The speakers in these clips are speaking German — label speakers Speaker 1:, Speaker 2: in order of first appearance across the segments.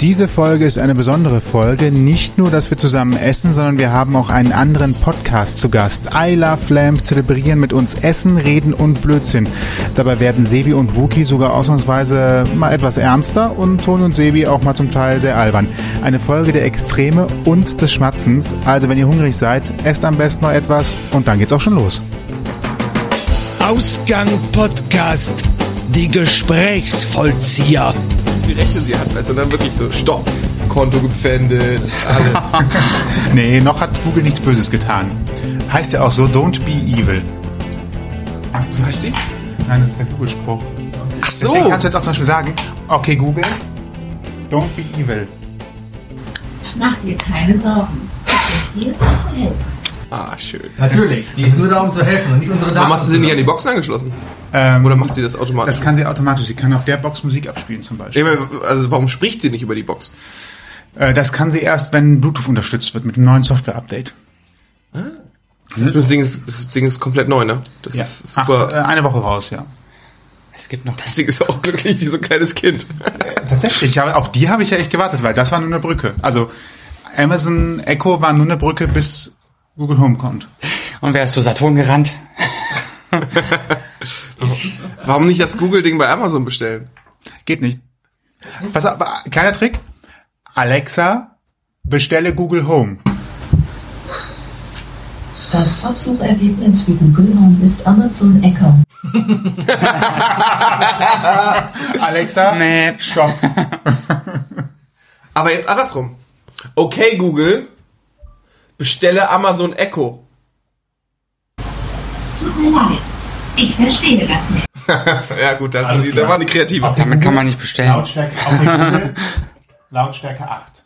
Speaker 1: Diese Folge ist eine besondere Folge. Nicht nur, dass wir zusammen essen, sondern wir haben auch einen anderen Podcast zu Gast. I Love Lamp zelebrieren mit uns Essen, Reden und Blödsinn. Dabei werden Sebi und Wookie sogar ausnahmsweise mal etwas ernster und Toni und Sebi auch mal zum Teil sehr albern. Eine Folge der Extreme und des Schmatzens. Also wenn ihr hungrig seid, esst am besten noch etwas und dann geht's auch schon los.
Speaker 2: Ausgang Podcast, die Gesprächsvollzieher.
Speaker 3: Wie viel Rechte sie hat, weißt du, und dann wirklich so, stopp, Konto gepfändet, alles.
Speaker 1: Nee, noch hat Google nichts Böses getan. Heißt ja auch so, don't be evil.
Speaker 3: so heißt sie?
Speaker 1: Nein, das ist der Google-Spruch.
Speaker 3: Ach
Speaker 1: Deswegen kannst du jetzt auch zum Beispiel sagen, okay Google, don't be evil.
Speaker 4: Mach dir keine Sorgen. Ich bin hier, um zu helfen.
Speaker 3: Ah, schön.
Speaker 5: Natürlich, die ist nur da, um zu helfen und nicht unsere Daten.
Speaker 3: Warum hast du
Speaker 5: zu
Speaker 3: sie nicht an
Speaker 5: sammeln.
Speaker 3: die Boxen angeschlossen?
Speaker 1: Ähm,
Speaker 3: Oder macht sie das automatisch?
Speaker 1: das kann sie automatisch. Sie kann auf der Box Musik abspielen zum
Speaker 3: Ich
Speaker 1: Beispiel.
Speaker 3: meine, also warum spricht sie nicht über die Box?
Speaker 1: Äh, das kann sie erst, wenn Bluetooth unterstützt wird mit einem neuen Software-Update.
Speaker 3: Das Ding ist, das Ding ist komplett neu, ne? Das
Speaker 1: Hm? Ja.
Speaker 3: ist
Speaker 1: Acht,
Speaker 3: super.
Speaker 1: äh, eine Woche raus, ja.
Speaker 5: Es gibt noch
Speaker 3: Deswegen ist er auch glücklich wie so ein kleines Kind.
Speaker 1: Tatsächlich, ich habe, auf die habe ich ja echt gewartet, weil das war nur eine Brücke. Also Amazon Echo war nur eine Brücke, bis Google Home kommt.
Speaker 6: Und wer ist zu Saturn gerannt?
Speaker 3: Warum nicht das Google-Ding bei Amazon bestellen?
Speaker 1: Geht nicht. Pass auf, aber, kleiner Trick. Alexa, bestelle Google Home.
Speaker 4: Das Top-Suchergebnis für Google Home ist Amazon Echo.
Speaker 1: Alexa,
Speaker 6: Nee.
Speaker 1: stopp.
Speaker 3: Aber jetzt andersrum. Okay, Google, bestelle Amazon Echo.
Speaker 4: Tut mir leid. Ich verstehe das nicht.
Speaker 3: Ja gut, das,
Speaker 1: Alles
Speaker 3: die,
Speaker 1: klar.
Speaker 3: da war eine Kreative.
Speaker 6: Damit kann man nicht bestellen.
Speaker 1: Lautstärke, auf die Single, Lautstärke 8.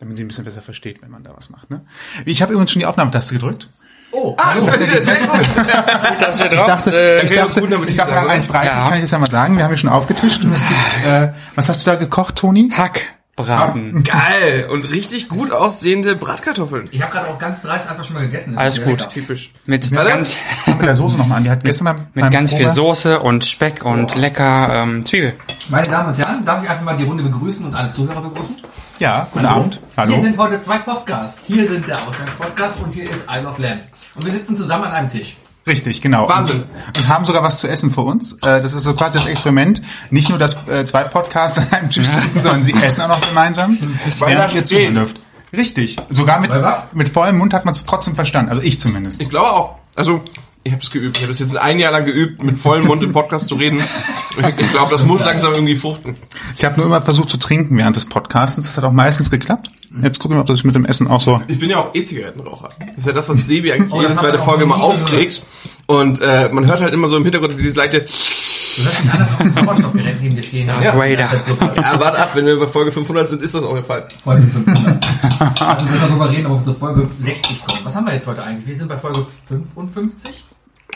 Speaker 1: Damit sie ein bisschen besser versteht, wenn man da was macht. Ne? Ich habe übrigens schon die Aufnahmetaste gedrückt.
Speaker 5: Oh,
Speaker 3: Ah, das ist sehr gut.
Speaker 6: Dass wir
Speaker 1: Ich
Speaker 6: drauf
Speaker 1: dachte, äh, ich
Speaker 3: erklär
Speaker 1: dachte,
Speaker 3: uns guten Appetit,
Speaker 1: ich dachte nach
Speaker 3: oder?
Speaker 1: 1.30
Speaker 6: Ja.
Speaker 1: kann ich das ja mal sagen. Wir haben ja schon aufgetischt. Und es gibt, äh, was hast du da gekocht, Toni?
Speaker 6: Hackbraten.
Speaker 3: Geil. Und richtig gut aussehende Bratkartoffeln.
Speaker 5: ich habe gerade auch ganz dreist einfach schon mal gegessen. Das
Speaker 6: Alles
Speaker 5: ist
Speaker 6: gut.
Speaker 5: lecker.
Speaker 3: Typisch.
Speaker 6: Mit
Speaker 3: Warte.
Speaker 6: ganz,
Speaker 1: Mit der Soße nochmal an. Die hat gestern beim,
Speaker 6: mit
Speaker 1: beim
Speaker 6: ganz viel
Speaker 1: Probe-
Speaker 6: Soße und Speck und lecker ähm, Zwiebel.
Speaker 5: Meine Damen und Herren, darf ich einfach mal die Runde begrüßen und alle Zuhörer begrüßen?
Speaker 1: Ja, guten Abend.
Speaker 5: Hier
Speaker 1: Hallo.
Speaker 5: sind heute zwei Podcasts. Hier sind der Ausgangspodcast und hier ist I Love Lamb. Und wir sitzen zusammen an einem Tisch.
Speaker 1: Richtig, genau.
Speaker 3: Wahnsinn.
Speaker 1: Und, und haben sogar was zu essen vor uns. Äh, das ist so quasi das Experiment. Nicht nur, dass äh, zwei Podcasts an einem Tisch sitzen, sondern sie essen auch noch gemeinsam,
Speaker 3: da
Speaker 1: während ihr
Speaker 3: steht.
Speaker 1: zuhören dürft. Richtig. Sogar mit,
Speaker 5: Weil was?
Speaker 1: mit vollem Mund hat man es trotzdem verstanden. Also ich zumindest.
Speaker 3: Ich glaube auch. Also, ich habe es geübt. Ich habe das jetzt ein Jahr lang geübt, mit vollem Mund im Podcast zu reden. Ich, ich glaube, das muss langsam irgendwie fruchten.
Speaker 1: Ich habe nur immer versucht zu trinken während des Podcasts. Das hat auch meistens geklappt. Jetzt gucken wir, ob das mit dem Essen auch so... äh,
Speaker 3: Ich bin ja auch E-Zigarettenraucher. Das ist ja das, was Sebi eigentlich
Speaker 5: Oh, das
Speaker 3: jede
Speaker 5: haben
Speaker 3: zweite
Speaker 5: wir noch
Speaker 3: Folge mal
Speaker 5: nie
Speaker 3: aufregt. Und äh, man hört halt immer so im Hintergrund dieses leichte,
Speaker 5: Du hast ein anderes Sauerstoffgerät neben dir stehen. Ja,
Speaker 6: Vader.
Speaker 3: ah, warte ab, wenn wir bei Folge 500 sind, ist das auch der Fall.
Speaker 5: Folge 500. Also wir müssen darüber reden, ob wir zur Folge 60 kommen. Was haben wir jetzt heute eigentlich? Wir sind bei Folge 55?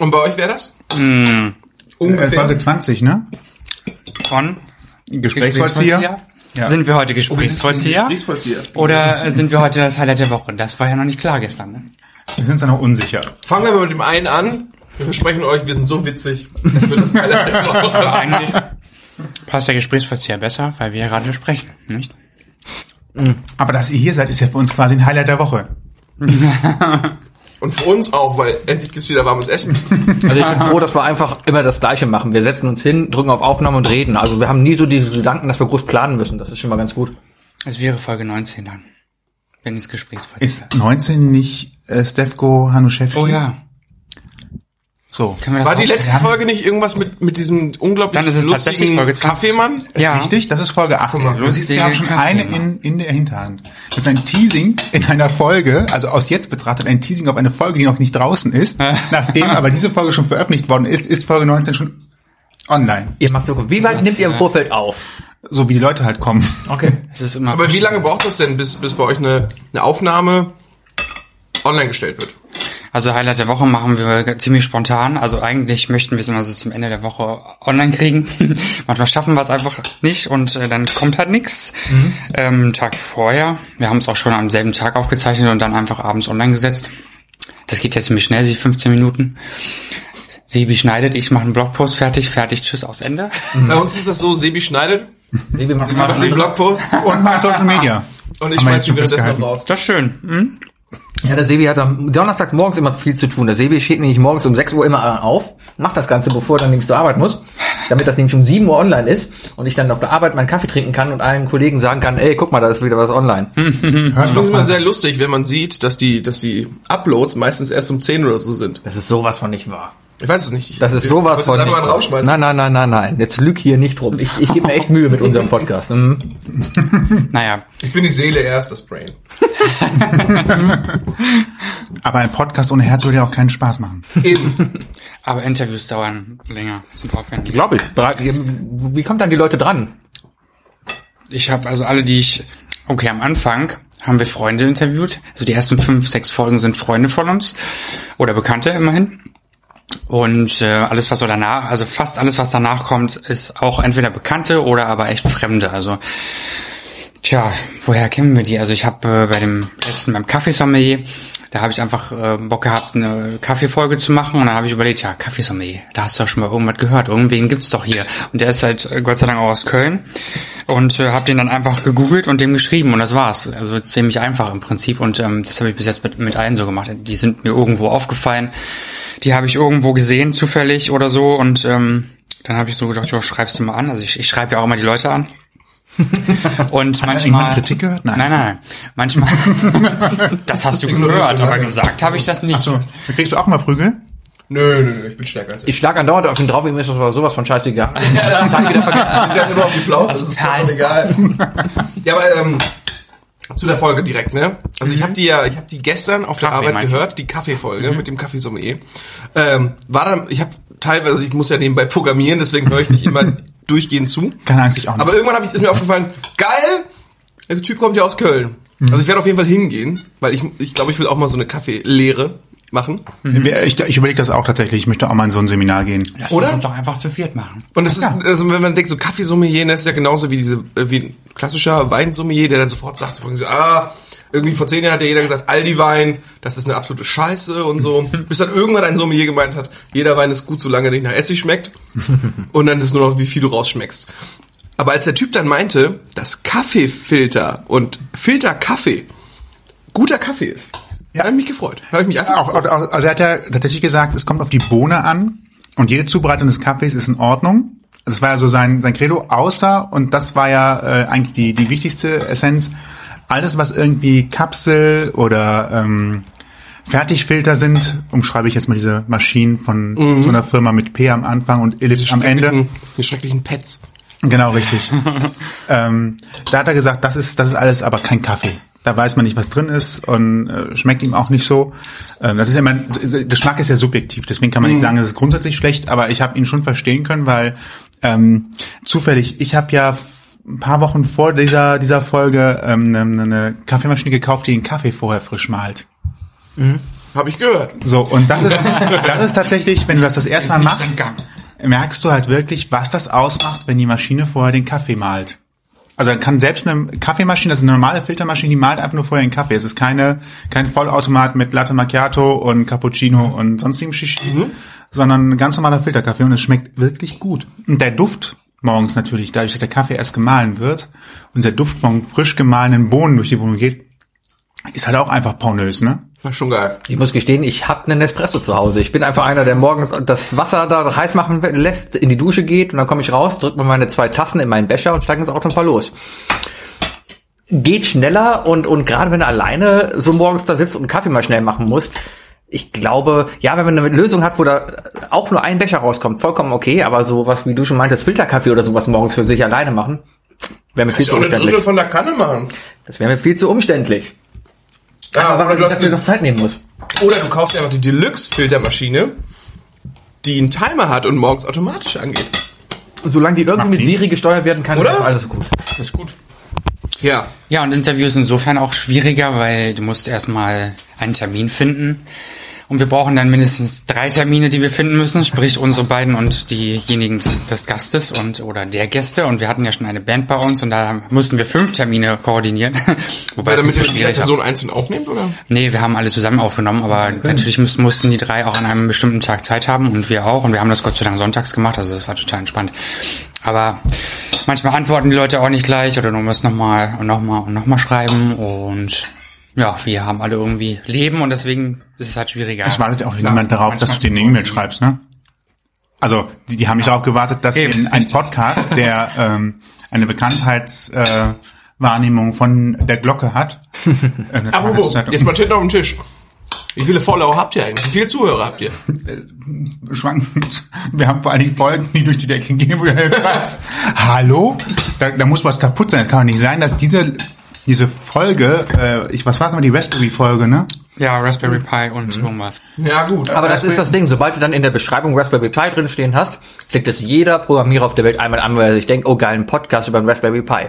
Speaker 3: Und bei euch wäre das?
Speaker 6: Mm.
Speaker 1: Äh,
Speaker 3: Ungefähr.
Speaker 1: Folge 20, ne?
Speaker 6: Von
Speaker 1: Gesprächsvollzieher. Ja.
Speaker 6: Sind wir heute Gesprächsvollzieher?
Speaker 3: Gesprächsvollzieher.
Speaker 6: Oder äh, sind wir heute das Highlight der Woche? Das war ja noch nicht klar gestern. Ne?
Speaker 1: Wir sind uns ja noch unsicher.
Speaker 3: Fangen wir mal mit dem einen an. Wir versprechen euch, wir sind so witzig. Das wird das Highlight der Woche.
Speaker 6: Aber eigentlich passt der Gesprächsverzehr besser, weil wir ja gerade sprechen, nicht?
Speaker 1: Aber dass ihr hier seid, ist ja für uns quasi ein Highlight der Woche.
Speaker 3: Und für uns auch, weil endlich gibt's wieder warmes Essen.
Speaker 7: Also ich bin froh, dass wir einfach immer das Gleiche machen. Wir setzen uns hin, drücken auf Aufnahme und reden. Also wir haben nie so diese Gedanken, dass wir groß planen müssen. Das ist schon mal ganz gut.
Speaker 6: Es wäre Folge 19 dann, wenn es Gesprächsverzehr
Speaker 1: Ist 19 nicht äh, Stefko Hanuschewski?
Speaker 6: Oh ja,
Speaker 1: So.
Speaker 6: können wir das
Speaker 3: War die
Speaker 6: auch-
Speaker 3: letzte
Speaker 1: Ja.
Speaker 3: Folge nicht irgendwas mit, mit diesem unglaublich
Speaker 6: Dann ist es tatsächlich
Speaker 3: lustigen
Speaker 6: Folge 20.
Speaker 3: Kaffeemann?
Speaker 6: Ja.
Speaker 1: Richtig, das ist Folge 18.
Speaker 3: Guck mal,
Speaker 1: Du siehst, wir haben schon
Speaker 6: lustige
Speaker 1: eine
Speaker 6: Kaffee.
Speaker 1: in, in der Hinterhand. Das ist ein Teasing in einer Folge, also aus jetzt betrachtet, ein Teasing auf eine Folge, die noch nicht draußen ist. Nachdem aber diese Folge schon veröffentlicht worden ist, ist Folge 19 schon online.
Speaker 7: Ihr macht so. Wie weit nehmt ihr im Vorfeld auf?
Speaker 1: So wie die Leute halt kommen.
Speaker 7: Okay.
Speaker 6: Es ist immer
Speaker 3: Aber wie lange braucht das denn, bis, bis bei euch eine, eine Aufnahme online gestellt wird?
Speaker 6: Also Highlight der Woche machen wir ziemlich spontan. Also eigentlich möchten wir es immer so zum Ende der Woche online kriegen. Manchmal schaffen wir es einfach nicht und äh, dann kommt halt nichts. Ähm, Tag vorher. Wir haben es auch schon am selben Tag aufgezeichnet und dann einfach abends online gesetzt. Das geht jetzt ziemlich schnell, die 15 Minuten. Sebi schneidet, ich mache einen Blogpost, fertig, fertig, tschüss, aus Ende.
Speaker 3: Mhm.
Speaker 1: Mhm.
Speaker 3: Bei uns ist das so, Sebi schneidet,
Speaker 8: Sebi macht mal
Speaker 3: Mach den
Speaker 8: andere-
Speaker 3: Blogpost
Speaker 1: Und mein Social Media.
Speaker 3: und ich
Speaker 1: Haben wir
Speaker 3: schmeiß
Speaker 1: jetzt
Speaker 3: ihn
Speaker 1: schon
Speaker 3: währenddessen
Speaker 1: festgehalten.
Speaker 3: noch raus.
Speaker 6: Das ist schön. Hm?
Speaker 8: Ja, der Sebi hat am donnerstags morgens immer viel zu tun. Der Sebi steht nämlich morgens um 6 Uhr immer auf, macht das Ganze, bevor er dann nämlich zur Arbeit muss, damit das nämlich um 7 Uhr online ist und ich dann auf der Arbeit meinen Kaffee trinken kann und allen Kollegen sagen kann, ey, guck mal, da ist wieder was online.
Speaker 1: Hört
Speaker 3: Das ist
Speaker 1: doch
Speaker 3: immer
Speaker 1: mal.
Speaker 3: sehr lustig, wenn man sieht, dass die, dass die Uploads meistens erst um 10 oder so sind.
Speaker 8: Das ist sowas von nicht wahr.
Speaker 3: Ich weiß es nicht. Ich-
Speaker 8: Das ist
Speaker 3: ich-
Speaker 8: sowas
Speaker 3: ich wollte
Speaker 8: von
Speaker 3: es
Speaker 8: nicht
Speaker 3: einfach mal
Speaker 8: wahr.
Speaker 3: rausschmeißen.
Speaker 8: Nein, nein, nein, nein, nein. Jetzt lüg hier nicht rum. Ich, ich gebe mir echt Mühe mit unserem Podcast. Mhm.
Speaker 6: Naja,
Speaker 3: Ich bin die Seele, er ist das Brain.
Speaker 1: Aber ein Podcast ohne Herz würde ja auch keinen Spaß machen.
Speaker 3: Eben.
Speaker 6: aber Interviews dauern länger, sind aufwendig.
Speaker 8: Glaube ich. Bereit- Wie kommt dann die Leute dran?
Speaker 6: Ich habe also alle, die ich. Okay, am Anfang haben wir Freunde interviewt. Also die ersten fünf, sechs Folgen sind Freunde von uns oder Bekannte immerhin. Und äh, alles, was so danach, also fast alles, was danach kommt, ist auch entweder Bekannte oder aber echt Fremde. Also Tja, woher kennen wir die? Also ich habe äh, bei dem letzten beim Kaffeesommelier, da habe ich einfach äh, Bock gehabt, eine Kaffeefolge zu machen und dann habe ich überlegt, ja, Kaffeesommelier, da hast du doch schon mal irgendwas gehört, irgendwen gibt's doch hier. Und der ist halt äh, Gott sei Dank auch aus Köln und äh, habe den dann einfach gegoogelt und dem geschrieben und das war's. Also ziemlich einfach im Prinzip und ähm, das habe ich bis jetzt mit, mit allen so gemacht. Die sind mir irgendwo aufgefallen, die habe ich irgendwo gesehen zufällig oder so und ähm, dann habe ich so gedacht, ja, schreibst du mal an. Also ich, ich schreibe ja auch immer die Leute an. Und manchmal
Speaker 1: irgendjemand Kritik gehört?
Speaker 6: Nein,
Speaker 1: Nein.
Speaker 6: nein, nein. Manchmal. das hast du gehört, aber gesagt habe ich das nicht.
Speaker 1: Achso, da kriegst du auch mal Prügel.
Speaker 3: Nö, nö, nö, ich bin stärker als er.
Speaker 8: Ich schlag andauernd auf ihn drauf, ihm ist das aber sowas von scheißegal. Das hat wieder vergessen.
Speaker 3: Ich bin immer auf die Plauze,
Speaker 1: Also
Speaker 3: das ist
Speaker 6: Karl.
Speaker 3: vollkommen egal. ja, aber ähm, zu der Folge direkt, ne? Also
Speaker 1: Mhm.
Speaker 3: ich habe die ja, ich habe die gestern auf der
Speaker 6: Kaffee,
Speaker 3: Arbeit
Speaker 6: meinst du?
Speaker 3: gehört, die Kaffeefolge mit dem Kaffeesommelier. Ähm, war dann, ich habe teilweise, ich muss ja nebenbei programmieren, deswegen höre ich nicht immer durchgehend zu.
Speaker 1: Keine Angst, ich auch nicht.
Speaker 3: Aber irgendwann hab ich, ist mir aufgefallen, geil, der Typ kommt ja aus Köln.
Speaker 1: Mhm.
Speaker 3: Also ich werde auf jeden Fall hingehen, weil ich, ich glaube, ich will auch mal so eine Kaffeelehre machen.
Speaker 1: Wer- Ich, ich überlege das auch tatsächlich. Ich möchte auch mal in so ein Seminar gehen.
Speaker 6: Mhm. Lass
Speaker 3: Oder?
Speaker 6: uns doch einfach zu viert machen.
Speaker 3: Und das ist, also wenn man denkt, so Kaffeesommelier, das ist ja genauso wie diese, äh, wie ein klassischer Weinsommelier, der dann sofort sagt, so, von wegen so, ah, irgendwie vor zehn Jahren hat ja jeder gesagt, Aldi-Wein, das ist eine absolute Scheiße und so. Bis dann irgendwann ein Sommelier gemeint hat, jeder Wein ist gut, solange er nicht nach Essig schmeckt. Und dann ist nur noch, wie viel du rausschmeckst. Aber als der Typ dann meinte, dass Kaffeefilter und Filterkaffee guter Kaffee ist, ja. hat mich gefreut. Habe ich mich einfach
Speaker 1: Auch, auch, auch- also er hat ja tatsächlich gesagt, es kommt auf die Bohne an und jede Zubereitung des Kaffees ist in Ordnung. Also Das war ja so sein, sein Credo, außer, und das war ja äh, eigentlich die, die wichtigste Essenz, alles, was irgendwie Kapsel oder ähm, Fertigfilter sind, umschreibe ich jetzt mal diese Maschinen von so einer Firma mit P am Anfang und Ellipse am Ende.
Speaker 3: Die schrecklichen Pets.
Speaker 1: Genau, richtig. ähm, da hat er gesagt, das ist, das ist alles aber kein Kaffee. Da weiß man nicht, was drin ist und äh, schmeckt ihm auch nicht so. Ähm, das ist ja mein, so- so- Geschmack ist ja subjektiv, deswegen kann man nicht sagen, es ist grundsätzlich schlecht, aber ich habe ihn schon verstehen können, weil ähm, zufällig, ich habe ja f- ein paar Wochen vor dieser, dieser Folge ähm, eine, eine Kaffeemaschine gekauft, die den Kaffee vorher frisch malt.
Speaker 3: Habe ich gehört.
Speaker 1: So, und das ist, das ist tatsächlich, wenn du das das erste Mal
Speaker 6: Ist
Speaker 1: machst,
Speaker 6: nicht sein
Speaker 1: merkst du halt wirklich, was das ausmacht, wenn die Maschine vorher den Kaffee malt. Also dann kann selbst eine Kaffeemaschine, das ist eine normale Filtermaschine, die malt einfach nur vorher den Kaffee. Es ist keine, kein Vollautomat mit Latte Macchiato und Cappuccino und sonstigem Shishi,
Speaker 6: Mhm.
Speaker 1: sondern ein ganz normaler Filterkaffee und es schmeckt wirklich gut. Und der Duft morgens natürlich, dadurch, dass der Kaffee erst gemahlen wird und der Duft von frisch gemahlenen Bohnen durch die Wohnung geht, ist halt auch einfach pornös, ne?
Speaker 3: War schon geil.
Speaker 8: Ich muss gestehen, ich habe einen Nespresso zu Hause. Ich bin einfach einer, der morgens das Wasser da heiß machen lässt, in die Dusche geht und dann komme ich raus, drücke mir meine zwei Tassen in meinen Becher und steige ins Auto und fahr los. Geht schneller und, und gerade wenn du alleine so morgens da sitzt und einen Kaffee mal schnell machen musst, ich glaube, ja, wenn man eine Lösung hat, wo da auch nur ein Becher rauskommt, vollkommen okay, aber sowas, wie du schon meintest, Filterkaffee oder sowas morgens für sich alleine machen, wäre mir viel
Speaker 3: Kannst du
Speaker 8: zu
Speaker 3: auch eine Drittel
Speaker 8: umständlich.
Speaker 3: von der Kanne machen.
Speaker 8: Das wäre mir viel zu umständlich.
Speaker 3: Ja,
Speaker 8: aber
Speaker 3: oder,
Speaker 8: weil
Speaker 3: du
Speaker 8: ich
Speaker 3: hast
Speaker 8: dafür
Speaker 3: eine,
Speaker 8: noch Zeit nehmen muss.
Speaker 3: oder du kaufst dir einfach die Deluxe-Filtermaschine, die einen Timer hat und morgens automatisch angeht.
Speaker 8: Solange die irgendwie mit
Speaker 1: die.
Speaker 8: Siri gesteuert werden kann,
Speaker 3: Oder?
Speaker 8: ist alles gut.
Speaker 3: ist gut. Ja.
Speaker 6: Ja, und Interviews insofern auch schwieriger, weil du musst erstmal einen Termin finden Und wir brauchen dann mindestens drei Termine, die wir finden müssen, sprich unsere beiden und diejenigen des, des Gastes und oder der Gäste. Und wir hatten ja schon eine Band bei uns und da mussten wir fünf Termine koordinieren. Wobei
Speaker 3: Weil
Speaker 6: es
Speaker 3: damit also
Speaker 6: nicht so
Speaker 3: ihr jede
Speaker 6: schwierig
Speaker 3: Person einzeln aufnehmt, oder?
Speaker 6: Nee, wir haben alle zusammen aufgenommen, aber natürlich müssen, mussten die drei auch an einem bestimmten Tag Zeit haben und wir auch. Und wir haben das Gott sei Dank sonntags gemacht, also das war total entspannt. Aber manchmal antworten die Leute auch nicht gleich oder du musst nochmal und nochmal und nochmal schreiben und ja, wir haben alle irgendwie Leben und deswegen ist es halt schwieriger.
Speaker 1: Es wartet auch niemand darauf, dass du denen eine E-Mail schreibst, ne? Also, die, die haben nicht darauf gewartet, dass
Speaker 6: Eben,
Speaker 1: in ein Podcast, der ähm, eine Bekanntheitswahrnehmung äh, Wahrnehmung von der Glocke hat, eine
Speaker 3: Apropos,
Speaker 1: Tageszeitung-
Speaker 3: jetzt mal Tinte auf den Tisch. Wie viele Follower habt ihr eigentlich? Wie viele Zuhörer habt ihr?
Speaker 1: schwankend. Wir haben vor allen Dingen Folgen, die durch die Decke gehen, wo du halt fragst, hallo? Da, da muss was kaputt sein. Es kann doch nicht sein, dass diese, diese Folge, äh, ich, was war es mal, die Raspberry-Folge, ne?
Speaker 6: Ja, Raspberry Pi und irgendwas.
Speaker 3: Ja, gut.
Speaker 8: Aber das ist das Ding, sobald du dann in der Beschreibung Raspberry Pi drinstehen hast, klickt es jeder Programmierer auf der Welt einmal an, weil er sich denkt, oh geil, ein Podcast über den Raspberry Pi.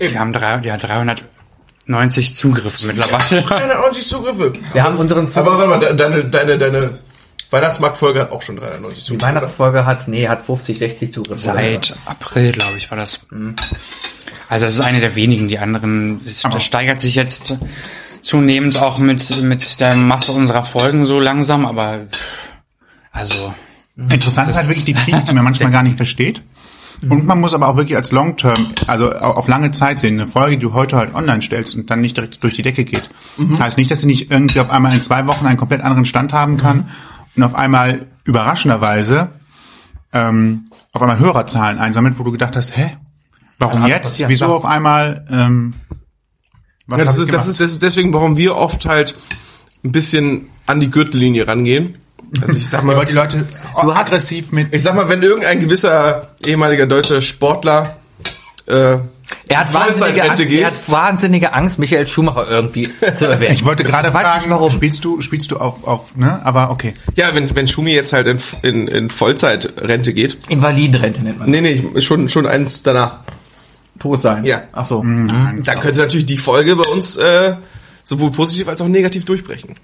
Speaker 6: Die haben drei, die hat 390 Zugriffe mittlerweile.
Speaker 3: 390 Zugriffe.
Speaker 8: Wir haben unseren Zug
Speaker 3: Aber warte mal, de- deine, deine, deine Weihnachtsmarktfolge hat auch schon 390
Speaker 8: Die
Speaker 3: Zugriffe.
Speaker 8: Weihnachtsfolge hat, nee, hat 50, 60 Zugriffe.
Speaker 6: Seit April, glaube ich, war das. Hm. Also das ist eine der wenigen. Die anderen, das, das steigert sich jetzt zunehmend auch mit, mit der Masse unserer Folgen so langsam, aber also
Speaker 1: Interessant ist halt wirklich die Peaks, die man manchmal gar nicht versteht. Und man muss aber auch wirklich als Long-Term, also au- auf lange Zeit sehen, eine Folge, die du heute halt online stellst und dann nicht direkt durch die Decke geht. Heißt nicht, dass sie nicht irgendwie auf einmal in zwei Wochen einen komplett anderen Stand haben kann und auf einmal überraschenderweise ähm, auf einmal Hörerzahlen einsammelt, wo du gedacht hast, hä, warum
Speaker 8: Kann
Speaker 1: jetzt?
Speaker 8: passieren,
Speaker 1: Wieso
Speaker 8: klar.
Speaker 1: auf einmal? Ähm, was
Speaker 3: Ja, das,
Speaker 1: hab ich
Speaker 3: ist, das,
Speaker 1: gemacht?
Speaker 3: ist, das ist deswegen, warum wir oft halt ein bisschen an die Gürtellinie rangehen. Also ich sag
Speaker 1: Ihr
Speaker 3: mal,
Speaker 1: wollt die Leute
Speaker 8: Du hast-
Speaker 1: aggressiv mit.
Speaker 3: ich sag mal, wenn irgendein gewisser ehemaliger deutscher Sportler äh,
Speaker 8: Er hat,
Speaker 3: Vollzeit
Speaker 8: wahnsinnige Angst,
Speaker 3: Rente
Speaker 8: er
Speaker 3: geht,
Speaker 8: hat wahnsinnige Angst, Michael Schumacher irgendwie zu erwähnen.
Speaker 1: Ich wollte gerade
Speaker 8: Ich weiß
Speaker 1: fragen,
Speaker 8: nicht, warum.
Speaker 1: spielst du, spielst du auf, auf, ne? Aber okay.
Speaker 3: ja, wenn, wenn Schumi jetzt halt in, in, in Vollzeitrente geht,
Speaker 8: Invalidenrente nennt man
Speaker 3: nee, nee, schon, schon eins danach,
Speaker 8: das. Tot sein.
Speaker 3: Ja.
Speaker 8: Ach so.
Speaker 3: dann könnte natürlich die Folge bei uns äh, sowohl positiv als auch negativ durchbrechen.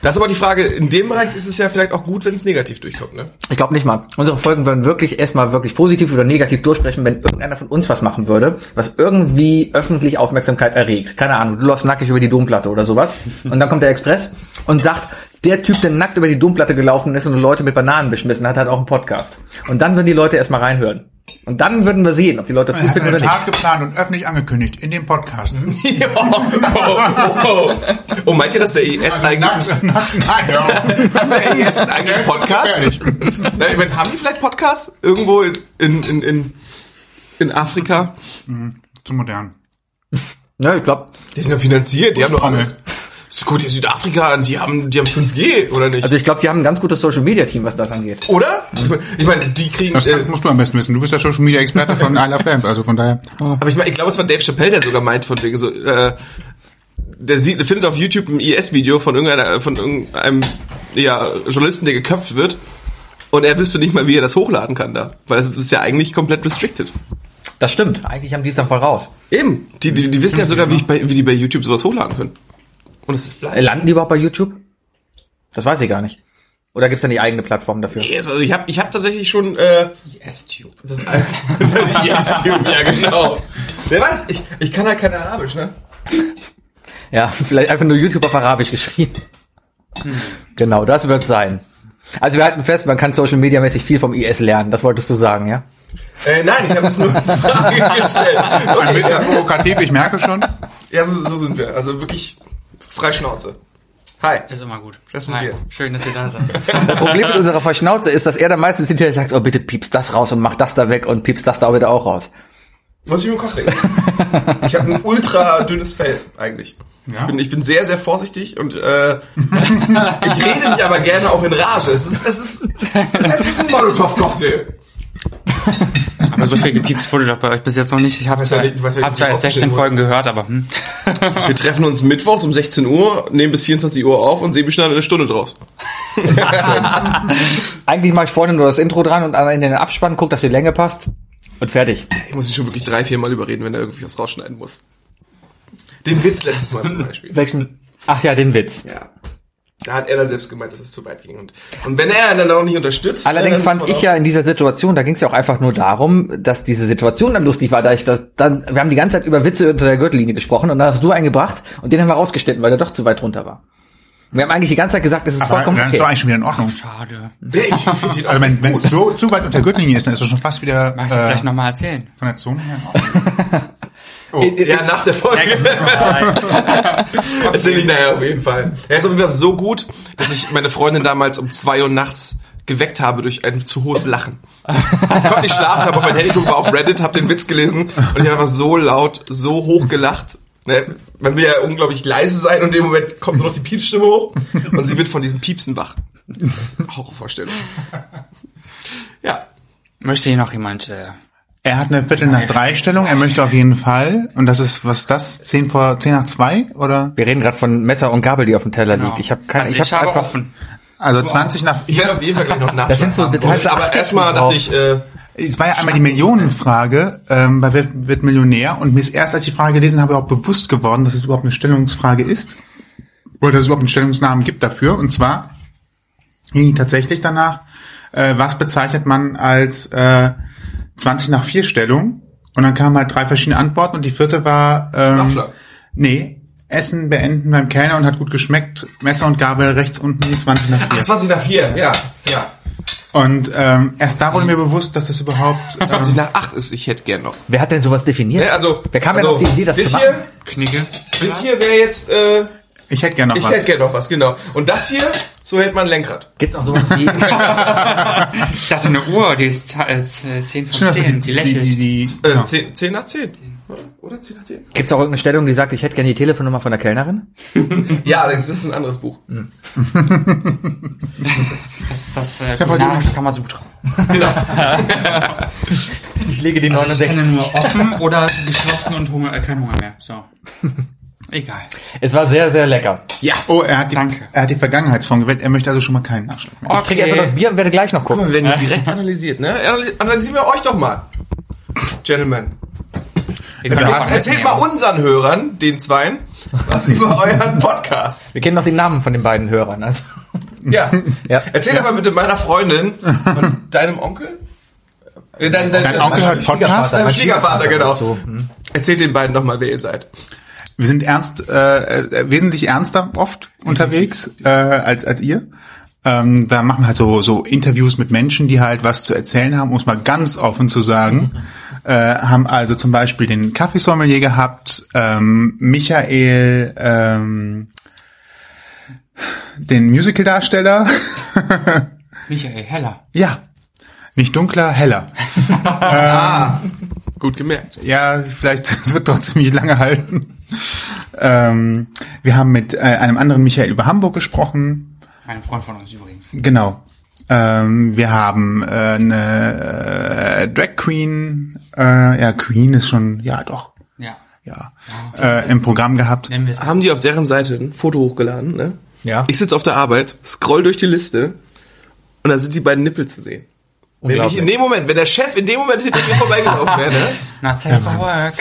Speaker 3: Das ist aber die Frage, in dem Bereich ist es ja vielleicht auch gut, wenn es negativ durchkommt, ne?
Speaker 8: Ich glaube nicht mal. Unsere Folgen würden wirklich erstmal wirklich positiv oder negativ durchsprechen, wenn irgendeiner von uns was machen würde, was irgendwie öffentlich Aufmerksamkeit erregt. Keine Ahnung, du läufst nackig über die Domplatte oder sowas. Und dann kommt der Express und sagt, der Typ, der nackt über die Domplatte gelaufen ist und Leute mit Bananen beschmissen hat, hat auch einen Podcast. Und dann würden die Leute erstmal reinhören. Und dann würden wir sehen, ob die Leute das
Speaker 1: Er
Speaker 8: gut
Speaker 1: hat
Speaker 8: finden
Speaker 1: einen
Speaker 8: oder nicht.
Speaker 1: Tag geplant und öffentlich angekündigt in dem Podcast. Also
Speaker 3: oh, oh. oh, meint ihr, dass der IS eigentlich
Speaker 1: Nacht, Nacht, nein, ja.
Speaker 3: Hat der AES einen eigenen Podcast?
Speaker 1: Gefährlich.
Speaker 3: Na, ich meine, haben die vielleicht Podcasts irgendwo in, in, in, in, in Afrika?
Speaker 1: Zu modern.
Speaker 8: Ja, ich glaube,
Speaker 3: Die sind ja finanziert, die haben doch
Speaker 1: Trommel.
Speaker 3: alles. Ist gut, in Südafrika, die haben, die haben 5G, oder nicht?
Speaker 8: also ich glaube, die haben ein ganz gutes Social Media Team, was das angeht.
Speaker 3: oder? Ich meine, ich meine, die kriegen...
Speaker 1: Das
Speaker 3: Äh,
Speaker 1: musst du am besten wissen. Du bist der Social Media Experte von I Love Lamp, also von daher.
Speaker 3: aber ich meine, ich glaube, es war Dave Chappelle, der sogar meint, von wegen so... Äh, der sieht, findet auf YouTube ein IS-Video von irgendeiner, von irgendeinem ja, Journalisten, der geköpft wird. Und er wüsste nicht mal, wie er das hochladen kann da. Weil es ist ja eigentlich komplett restricted.
Speaker 8: Das stimmt. Eigentlich haben die es dann voll raus.
Speaker 3: Eben. Die, die, die wissen ja sogar, wie, ich bei, wie die bei YouTube sowas hochladen können. Und es ist
Speaker 8: Äh,
Speaker 3: bleibt.
Speaker 8: Landen die überhaupt bei YouTube? Das weiß ich gar nicht. Oder gibt's da nicht eigene Plattformen dafür?
Speaker 3: Also ich habe ich hab tatsächlich schon... Äh,
Speaker 6: Yes-Tube.
Speaker 3: das ist ein- yes, Tube, ja genau. Wer weiß, ich, ich kann halt kein Arabisch, ne?
Speaker 8: Ja, vielleicht einfach nur YouTube auf Arabisch geschrieben. Genau, das wird sein. Also wir halten fest, man kann Social Media mäßig viel vom IS lernen. Das wolltest du sagen, ja?
Speaker 3: Äh, nein, ich habe jetzt nur eine Frage gestellt.
Speaker 1: Ein
Speaker 3: Okay,
Speaker 1: bisschen
Speaker 3: ja,
Speaker 1: provokativ, ich merke schon.
Speaker 3: ja so, so sind wir. Also wirklich Freischnauze. Hi.
Speaker 6: Ist immer gut.
Speaker 3: Das sind
Speaker 6: Hi.
Speaker 3: wir.
Speaker 6: Schön, dass ihr da seid.
Speaker 8: Das Problem mit unserer Verschnauze ist, dass er dann meistens hinterher sagt, oh bitte piepst das raus und mach das da weg und piepst das da bitte auch raus.
Speaker 3: Muss ich mir Koch legen. Ich habe ein ultra dünnes Fell eigentlich. Ich, bin, ich bin sehr, sehr vorsichtig und äh, ich rede mich aber gerne auch in Rage. Es ist, es ist, es ist ein Molotow-Cocktail.
Speaker 6: Aber so viel gepiepst wurde doch bei euch bis jetzt noch nicht. Ich habe
Speaker 3: Weiß ja
Speaker 6: zwar,
Speaker 3: nicht, weiß ja nicht,
Speaker 6: hab zwar
Speaker 3: wie
Speaker 6: erst 16
Speaker 3: aufgestellt wurde.
Speaker 6: Folgen gehört, aber hm.
Speaker 3: Wir treffen uns mittwochs um 16 Uhr, nehmen bis 24 Uhr auf und Sebi schneidet eine Stunde draus.
Speaker 8: Eigentlich mache ich vorne nur das Intro dran und am Ende den Abspann, guck, dass die Länge passt und fertig.
Speaker 3: Ich muss ihn schon wirklich drei, vier Mal überreden, wenn er irgendwie was rausschneiden muss. Den Witz letztes Mal zum Beispiel.
Speaker 8: Welchen? Ach ja, den Witz.
Speaker 3: Ja. da hat er dann selbst gemeint, dass es zu weit ging. Und, und wenn er dann auch nicht unterstützt. ne,
Speaker 8: Allerdings
Speaker 3: dann muss
Speaker 8: fand
Speaker 3: man
Speaker 8: ich ja in dieser Situation, da ging es ja auch einfach nur darum, dass diese Situation dann lustig war, da ich das dann, wir haben die ganze Zeit über Witze unter der Gürtellinie gesprochen und dann hast du einen gebracht und den haben wir rausgeschnitten, weil der doch zu weit runter war. Wir haben eigentlich die ganze Zeit gesagt, es ist
Speaker 1: Aber
Speaker 8: vollkommen
Speaker 1: dann ist
Speaker 8: okay.
Speaker 1: doch eigentlich schon wieder in Ordnung.
Speaker 6: Schade.
Speaker 3: auch- Nee, ich find ihn auch
Speaker 1: Also wenn wenn es
Speaker 3: gut.
Speaker 1: so zu weit unter der Gürtellinie ist, dann ist das schon fast wieder
Speaker 6: Magst du
Speaker 1: äh,
Speaker 6: vielleicht nochmal erzählen?
Speaker 1: von der Zunge her. in Ordnung.
Speaker 3: Ja, nach der Folge. Erzähl ich nachher auf jeden Fall. Er ist auf jeden Fall so gut, dass ich meine Freundin damals um zwei Uhr nachts geweckt habe durch ein zu hohes Lachen. Ich konnte nicht schlafen, habe auf mein Handy geguckt, war auf Reddit, habe den Witz gelesen und ich habe einfach so laut, so hoch gelacht. Ne? Man will ja unglaublich leise sein und in dem Moment kommt nur noch die Piepsstimme hoch und sie wird von diesen Piepsen wach. Horrorvorstellung. Ja.
Speaker 6: Möchte hier noch jemand... Äh,
Speaker 1: Er hat eine Viertel nach drei Stellung, er möchte auf jeden Fall, und das ist, was ist das, zehn vor, zehn nach zwei, oder?
Speaker 8: Wir reden gerade von Messer und Gabel, die auf dem Teller liegt. Ich habe keine,
Speaker 6: also
Speaker 8: ich,
Speaker 6: ich
Speaker 8: hab
Speaker 6: habe
Speaker 8: einfach,
Speaker 6: offen.
Speaker 1: Also 20 nach vier.
Speaker 3: Ich werde auf jeden Fall gleich noch nachschauen.
Speaker 8: Das sind so Details, da
Speaker 3: aber
Speaker 8: achte ich
Speaker 3: erstmal
Speaker 8: drauf.
Speaker 3: dachte ich, äh,
Speaker 1: Es war ja einmal die Millionenfrage ähm, bei Wer wird Millionär und mir ist erst, als ich die Frage gelesen habe, auch bewusst geworden, dass es überhaupt eine Stellungsfrage ist oder dass es überhaupt einen Stellungsnamen gibt dafür. Und zwar ging die tatsächlich danach, äh, was bezeichnet man als äh, 20 nach 4 Stellung? Und dann kamen halt drei verschiedene Antworten und die vierte war... Ähm,
Speaker 3: Nachschlag.
Speaker 1: nee, Essen beenden beim Kellner und hat gut geschmeckt. Messer und Gabel rechts unten, 20 nach 4.
Speaker 3: 20 nach 4, ja, ja.
Speaker 1: Und ähm, erst da wurde mir bewusst, dass das überhaupt... ähm,
Speaker 3: 20 nach 8 ist, ich hätte gern noch.
Speaker 8: wer hat denn sowas definiert?
Speaker 3: Ne, also,
Speaker 8: wer kam
Speaker 3: also,
Speaker 8: denn auf die Idee, das
Speaker 3: das
Speaker 8: zu machen?
Speaker 3: hier,
Speaker 6: Knigge.
Speaker 3: das hier wäre jetzt, äh,
Speaker 1: Ich hätte gerne noch
Speaker 3: ich
Speaker 1: was.
Speaker 3: hätte gern noch was, genau. Und das hier, so hält man ein Lenkrad.
Speaker 8: Gibt's auch sowas wie,
Speaker 6: Ich dachte, eine Uhr, die ist za- äh, 10 von
Speaker 1: Schön, dass du
Speaker 6: 10.
Speaker 1: die, die, die,
Speaker 6: Die lächelt.
Speaker 1: die,
Speaker 3: Äh,
Speaker 1: genau.
Speaker 3: 10, 10 nach 10. Oder 10 nach 10?
Speaker 8: gibt's auch irgendeine Stellung, die sagt, ich hätte gerne die Telefonnummer von der Kellnerin?
Speaker 3: Ja, allerdings, das ist ein anderes Buch.
Speaker 6: Das ist das äh,
Speaker 1: hab heute-
Speaker 6: kulinarische Kamasutra.
Speaker 8: Also Ich lege die
Speaker 6: Ich kenne nur offen oder geschlossen und Hunger, äh, kein Hunger mehr. So. Egal.
Speaker 8: Es war sehr, sehr lecker.
Speaker 1: Ja. Oh, er hat, die,
Speaker 6: Danke.
Speaker 1: er hat die Vergangenheitsform gewählt. Er möchte also schon mal keinen Nachschlag mehr.
Speaker 8: Ich trinke erstmal das Bier und werde gleich noch gucken.
Speaker 3: Wenn ihr direkt analysiert, ne? Analy- Analysieren wir euch doch mal. Gentlemen.
Speaker 1: wir
Speaker 3: Erzählt,
Speaker 1: haben-
Speaker 3: erzählt mal unseren Hörern, den Zweien, was über euren Podcast.
Speaker 8: Wir kennen noch den Namen von den beiden Hörern. Also.
Speaker 3: Ja.
Speaker 8: Ja.
Speaker 3: Erzähl doch mal bitte meiner Freundin und deinem Onkel. Äh, Dein, dein,
Speaker 1: Dein Onkel hört
Speaker 8: Schwiegervater.
Speaker 1: Podcasts.
Speaker 3: Dein
Speaker 8: Mein
Speaker 3: Schwiegervater, genau.
Speaker 8: So,
Speaker 3: Erzählt den beiden nochmal, wer ihr seid.
Speaker 1: Wir sind ernst, äh, äh, wesentlich ernster oft unterwegs äh, als, als ihr. Ähm, da machen wir halt so, so Interviews mit Menschen, die halt was zu erzählen haben, um es mal ganz offen zu sagen. Äh, haben also zum Beispiel den Kaffeesommelier gehabt, ähm, Michael, ähm, den Musical-Darsteller.
Speaker 6: Michael Heller.
Speaker 1: Ja, nicht dunkler, heller.
Speaker 3: Gut gemerkt.
Speaker 1: Ja, vielleicht es wird doch ziemlich lange halten. Ähm, wir haben mit äh, einem anderen Michael über Hamburg gesprochen.
Speaker 6: Ein Freund von uns übrigens.
Speaker 1: Genau. Ähm, wir haben äh, eine äh, Drag Queen. Äh, ja, Queen ist schon, ja doch,
Speaker 6: Ja.
Speaker 1: ja, äh, im Programm gehabt.
Speaker 6: Nennen wir es.
Speaker 3: Haben die auf deren Seite ein Foto hochgeladen, ne?
Speaker 8: Ja.
Speaker 3: Ich sitze auf der Arbeit, scroll durch die Liste und da sind die beiden Nippel zu sehen. Wenn ich in dem Moment, wenn der Chef in dem Moment hinter mir vorbeigelaufen wäre, ne?
Speaker 6: Not safe for work.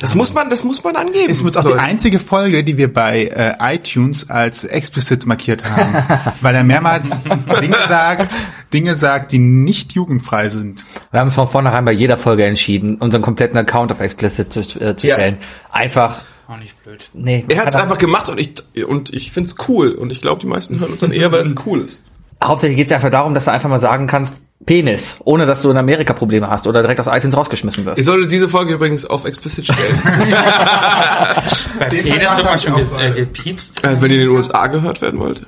Speaker 3: Das muss man, das muss man angeben.
Speaker 1: Ist übrigens auch die
Speaker 3: Leute.
Speaker 1: einzige Folge, die wir bei äh, iTunes als explicit markiert haben, weil er mehrmals Dinge sagt, Dinge sagt, die nicht jugendfrei sind.
Speaker 8: Wir haben von vornherein bei jeder Folge entschieden, unseren kompletten Account auf Explicit zu, äh, zu
Speaker 3: Ja.
Speaker 8: stellen. Einfach,
Speaker 6: Auch nicht blöd.
Speaker 8: nee.
Speaker 3: er hat es
Speaker 8: kann-
Speaker 3: einfach gemacht und ich, und ich finde es cool. Und ich glaube, die meisten hören uns dann eher, weil es cool ist.
Speaker 8: Hauptsächlich geht es einfach darum, dass du einfach mal sagen kannst, Penis, ohne dass du in Amerika Probleme hast oder direkt aus iTunes rausgeschmissen wirst.
Speaker 3: Ich sollte diese Folge übrigens auf explicit stellen.
Speaker 1: Bei dem
Speaker 6: Penis
Speaker 1: Vertrag
Speaker 6: wird
Speaker 1: hab
Speaker 6: man
Speaker 1: ich
Speaker 6: schon
Speaker 1: auch
Speaker 6: ges- äh,
Speaker 1: gerade-
Speaker 6: gepiepst.
Speaker 3: Äh, Wenn ihr in den USA gehört werden wollt.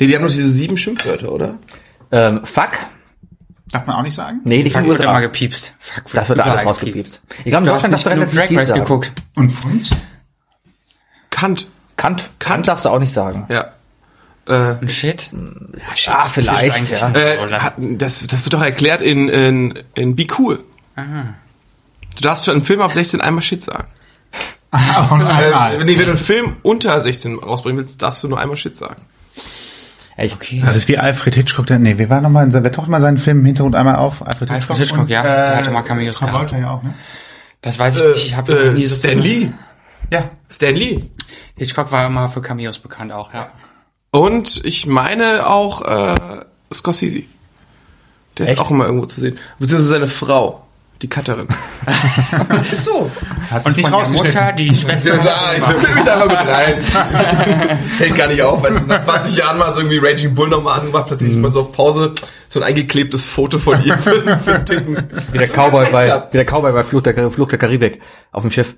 Speaker 3: Nee, die haben doch diese sieben Schimpfwörter, oder?
Speaker 8: Ähm, fuck?
Speaker 6: äh,
Speaker 1: Darf man auch nicht sagen?
Speaker 8: Nee, nicht in
Speaker 6: Fuck
Speaker 8: den
Speaker 6: wird
Speaker 8: USA.
Speaker 6: immer gepiepst. Fuck
Speaker 8: Das wird da alles
Speaker 6: überall
Speaker 8: rausgepiept. Ich glaube, in
Speaker 6: Du hast
Speaker 8: Deutschland
Speaker 6: nicht
Speaker 8: darfst du
Speaker 6: genug
Speaker 8: relativ
Speaker 6: Drag
Speaker 8: viel
Speaker 6: Race
Speaker 8: sagen.
Speaker 6: geguckt.
Speaker 1: Und Funz?
Speaker 3: Kant.
Speaker 8: Kant,
Speaker 3: Kant
Speaker 8: Kant darfst du auch nicht sagen.
Speaker 3: Ja. Äh,
Speaker 6: Ein Shit.
Speaker 8: Ah, vielleicht,
Speaker 6: Eigentlich
Speaker 8: ja.
Speaker 6: nicht.
Speaker 3: Äh,
Speaker 6: Oder-
Speaker 3: hat- das, das wird doch erklärt in, in, in Be Cool. Du darfst schon einen Film ab 16 einmal Shit sagen.
Speaker 1: Ah, und
Speaker 3: Äh,
Speaker 1: einmal.
Speaker 3: nee, wenn du einen Film unter 16 rausbringen willst, darfst du nur einmal Shit sagen.
Speaker 8: Echt? Okay.
Speaker 1: Das ist wie Alfred Hitchcock. Der, nee, wir waren noch mal in, wer taucht mal seinen Film im Hintergrund einmal auf? Alfred
Speaker 6: Alfred Hitchcock, ja. Der hatte mal Cameos
Speaker 1: Travolta ja auch, ne?
Speaker 6: Das weiß ich
Speaker 3: Äh,
Speaker 6: nicht. Ich habe noch nie
Speaker 3: äh,
Speaker 6: so
Speaker 3: Stan
Speaker 6: Filme-
Speaker 3: Lee.
Speaker 1: Ja.
Speaker 3: Stan Lee.
Speaker 6: Hitchcock war immer für Cameos bekannt auch, ja.
Speaker 3: Und ich meine auch äh, Scorsese. Der ist auch immer irgendwo zu sehen. Beziehungsweise seine Frau, die Cutterin. ist so.
Speaker 1: Hat
Speaker 6: Und nicht von der Mutter, die
Speaker 3: Ich
Speaker 6: Schwester.
Speaker 3: bin so, ah, ich bin mich da einfach mit rein. Fällt gar nicht auf, weißt du, nach 20 Jahren mal so irgendwie Raging Bull nochmal angemacht, plötzlich ist man so auf Pause, so ein eingeklebtes Foto von ihr für, für einen Ticken.
Speaker 8: Wie der Cowboy bei,
Speaker 3: Ja.
Speaker 8: wie der Cowboy bei Fluch der, Fluch der Karibik auf dem Schiff.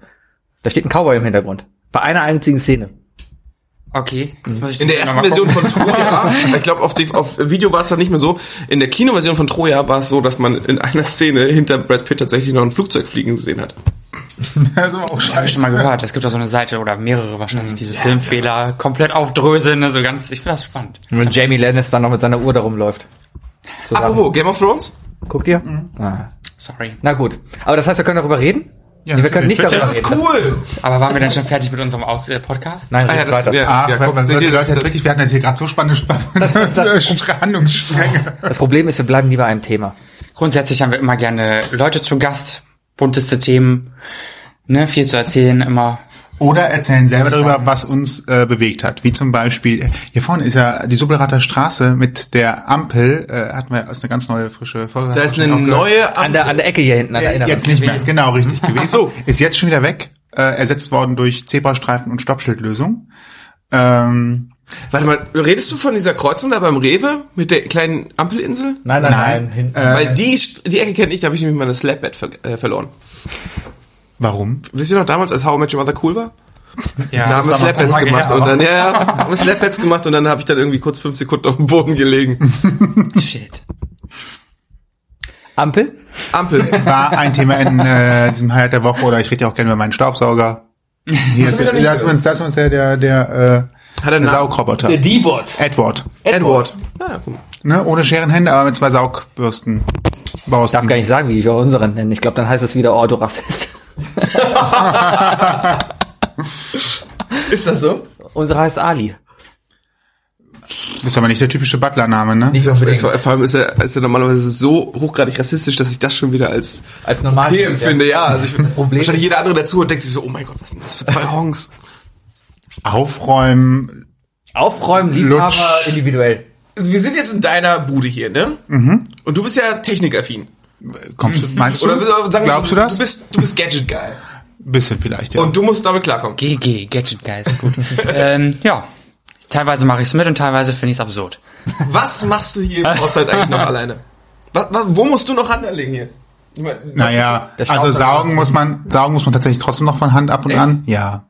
Speaker 8: Da steht ein Cowboy im Hintergrund. Bei einer einzigen Szene.
Speaker 6: Okay, das muss ich
Speaker 3: In der
Speaker 6: noch
Speaker 3: ersten
Speaker 6: mal
Speaker 3: Version
Speaker 6: gucken.
Speaker 3: von Troja, ich glaube, auf, die- auf Video war es dann nicht mehr so. In der Kinoversion von Troja war es so, dass man in einer Szene hinter Brad Pitt tatsächlich noch ein Flugzeug fliegen gesehen hat.
Speaker 1: Das ist aber auch
Speaker 6: Hab ich schon mal
Speaker 1: scheiße.
Speaker 6: gehört. Es gibt da so eine Seite oder mehrere wahrscheinlich, diese Filmfehler komplett aufdröseln. Also ganz, ich finde das spannend.
Speaker 8: Und wenn Jamie Lannister noch mit seiner Uhr da rumläuft. Zusammen.
Speaker 3: Apropos, Game of Thrones?
Speaker 8: Guckt ihr?
Speaker 3: Mhm.
Speaker 8: Ah.
Speaker 6: Sorry.
Speaker 8: Na gut. Aber das heißt, wir können darüber reden?
Speaker 1: Ja,
Speaker 8: Nee, wir können nicht
Speaker 1: natürlich.
Speaker 8: darüber
Speaker 3: Das ist
Speaker 8: reden.
Speaker 3: cool!
Speaker 6: Aber waren wir dann schon fertig mit unserem Aus äh, Podcast?
Speaker 8: Nein,
Speaker 3: Ah ja,
Speaker 8: redet
Speaker 3: das,
Speaker 8: weiter.
Speaker 3: ja,
Speaker 1: Ah,
Speaker 3: ja,
Speaker 1: weil-
Speaker 3: guck,
Speaker 1: weil
Speaker 3: seht
Speaker 1: die
Speaker 3: ihr,
Speaker 1: Leute
Speaker 3: das-
Speaker 1: jetzt wirklich, wir hatten jetzt hier gerade so spannende Sp- Handlungsstränge.
Speaker 8: Das Problem ist, wir bleiben lieber einem Thema.
Speaker 6: Grundsätzlich haben wir immer gerne Leute zu Gast, bunteste Themen, ne, viel zu erzählen, immer.
Speaker 1: Oder erzählen selber darüber, was uns äh, bewegt hat. Wie zum Beispiel, äh, hier vorne ist ja die Sublerater Straße mit der Ampel, äh, hatten wir, ist eine ganz neue, frische Folge.
Speaker 3: Da
Speaker 1: Hast
Speaker 3: ist
Speaker 1: du
Speaker 3: eine
Speaker 1: auch gehört?
Speaker 3: neue
Speaker 8: An der, an der Ecke hier hinten, an der
Speaker 1: Äh,
Speaker 8: Inneren.
Speaker 1: jetzt nicht mehr, genau, richtig gewesen.
Speaker 3: so.
Speaker 1: Ist jetzt schon wieder weg, äh, ersetzt worden durch Zebrastreifen und Stoppschildlösung. Ähm,
Speaker 3: Warte mal, redest du von dieser Kreuzung da beim Rewe mit der kleinen Ampelinsel?
Speaker 8: Nein, nein, nein,
Speaker 1: Nein.
Speaker 8: hinten.
Speaker 3: Weil die, St- die Ecke kenne ich, da habe ich nämlich mein Slapbed ver äh, verloren.
Speaker 1: warum?
Speaker 3: Wisst ihr noch damals, als How I Met Your Mother cool war?
Speaker 6: Ja,
Speaker 3: Da haben wir
Speaker 6: das war mal- das
Speaker 3: Slapbeds
Speaker 6: war
Speaker 3: gemacht
Speaker 6: her,
Speaker 3: und
Speaker 6: aber-
Speaker 3: dann, ja, ja, da haben wir Slapbeds gemacht und dann habe ich dann irgendwie kurz fünf Sekunden auf dem Boden gelegen.
Speaker 6: Shit.
Speaker 8: Ampel?
Speaker 3: Ampel.
Speaker 1: War ein Thema in äh, diesem Highlight der Woche oder ich rede ja auch gerne über meinen Staubsauger. Hier ist,
Speaker 3: hab ich noch
Speaker 1: der-
Speaker 3: nicht
Speaker 1: das ist
Speaker 3: gehört.
Speaker 1: uns, das ist uns ja der, der,
Speaker 3: Hat er
Speaker 1: äh,
Speaker 3: einen
Speaker 1: der
Speaker 3: Namen?
Speaker 1: Saugroboter.
Speaker 8: D-Bot.
Speaker 1: Edward.
Speaker 3: Edward. Hm. Ja, ja, guck mal.
Speaker 1: Ne? Ohne Scherenhände, aber mit zwei Saugbürsten.
Speaker 8: Ich darf
Speaker 1: Bausten.
Speaker 8: gar nicht sagen, wie ich auch unseren nenne. Ich glaube, dann heißt es wieder oh, Ordorassist.
Speaker 3: Ist das so?
Speaker 8: Unsere heißt Ali.
Speaker 1: Das ist aber nicht der typische Butler-Name, ne?
Speaker 3: Ich hoffe, das war, vor allem ist er, ist er normalerweise so hochgradig rassistisch, dass ich das schon wieder als
Speaker 8: Als normal.
Speaker 3: okay empfinde. Ja, also ich das
Speaker 8: Problem
Speaker 3: wahrscheinlich jeder andere dazu und denkt sich so, oh mein Gott, was sind das für zwei Hongs?
Speaker 1: Aufräumen.
Speaker 8: Aufräumen, Liebhaber,
Speaker 1: Lutsch.
Speaker 8: individuell.
Speaker 3: Also wir sind jetzt in deiner Bude hier, ne? Und du bist ja technikaffin.
Speaker 1: Kommst du, meinst
Speaker 3: Oder
Speaker 1: du?
Speaker 3: sagen wir,
Speaker 1: Glaubst du das?
Speaker 3: Du bist, du bist Gadget-Guy.
Speaker 1: Bisschen vielleicht, ja.
Speaker 3: Und du musst damit klarkommen.
Speaker 6: GG, Gadget Guys, gut. ähm, ja. Teilweise mache ich es mit und teilweise finde ich es absurd.
Speaker 3: Was machst du hier im Haushalt eigentlich noch alleine? Wa- wa- wo musst du noch Hand anlegen hier? Ich mein,
Speaker 1: Naja,
Speaker 8: Der Staubsauger.
Speaker 1: also saugen muss man, saugen muss man tatsächlich trotzdem noch von Hand ab und an. Ja.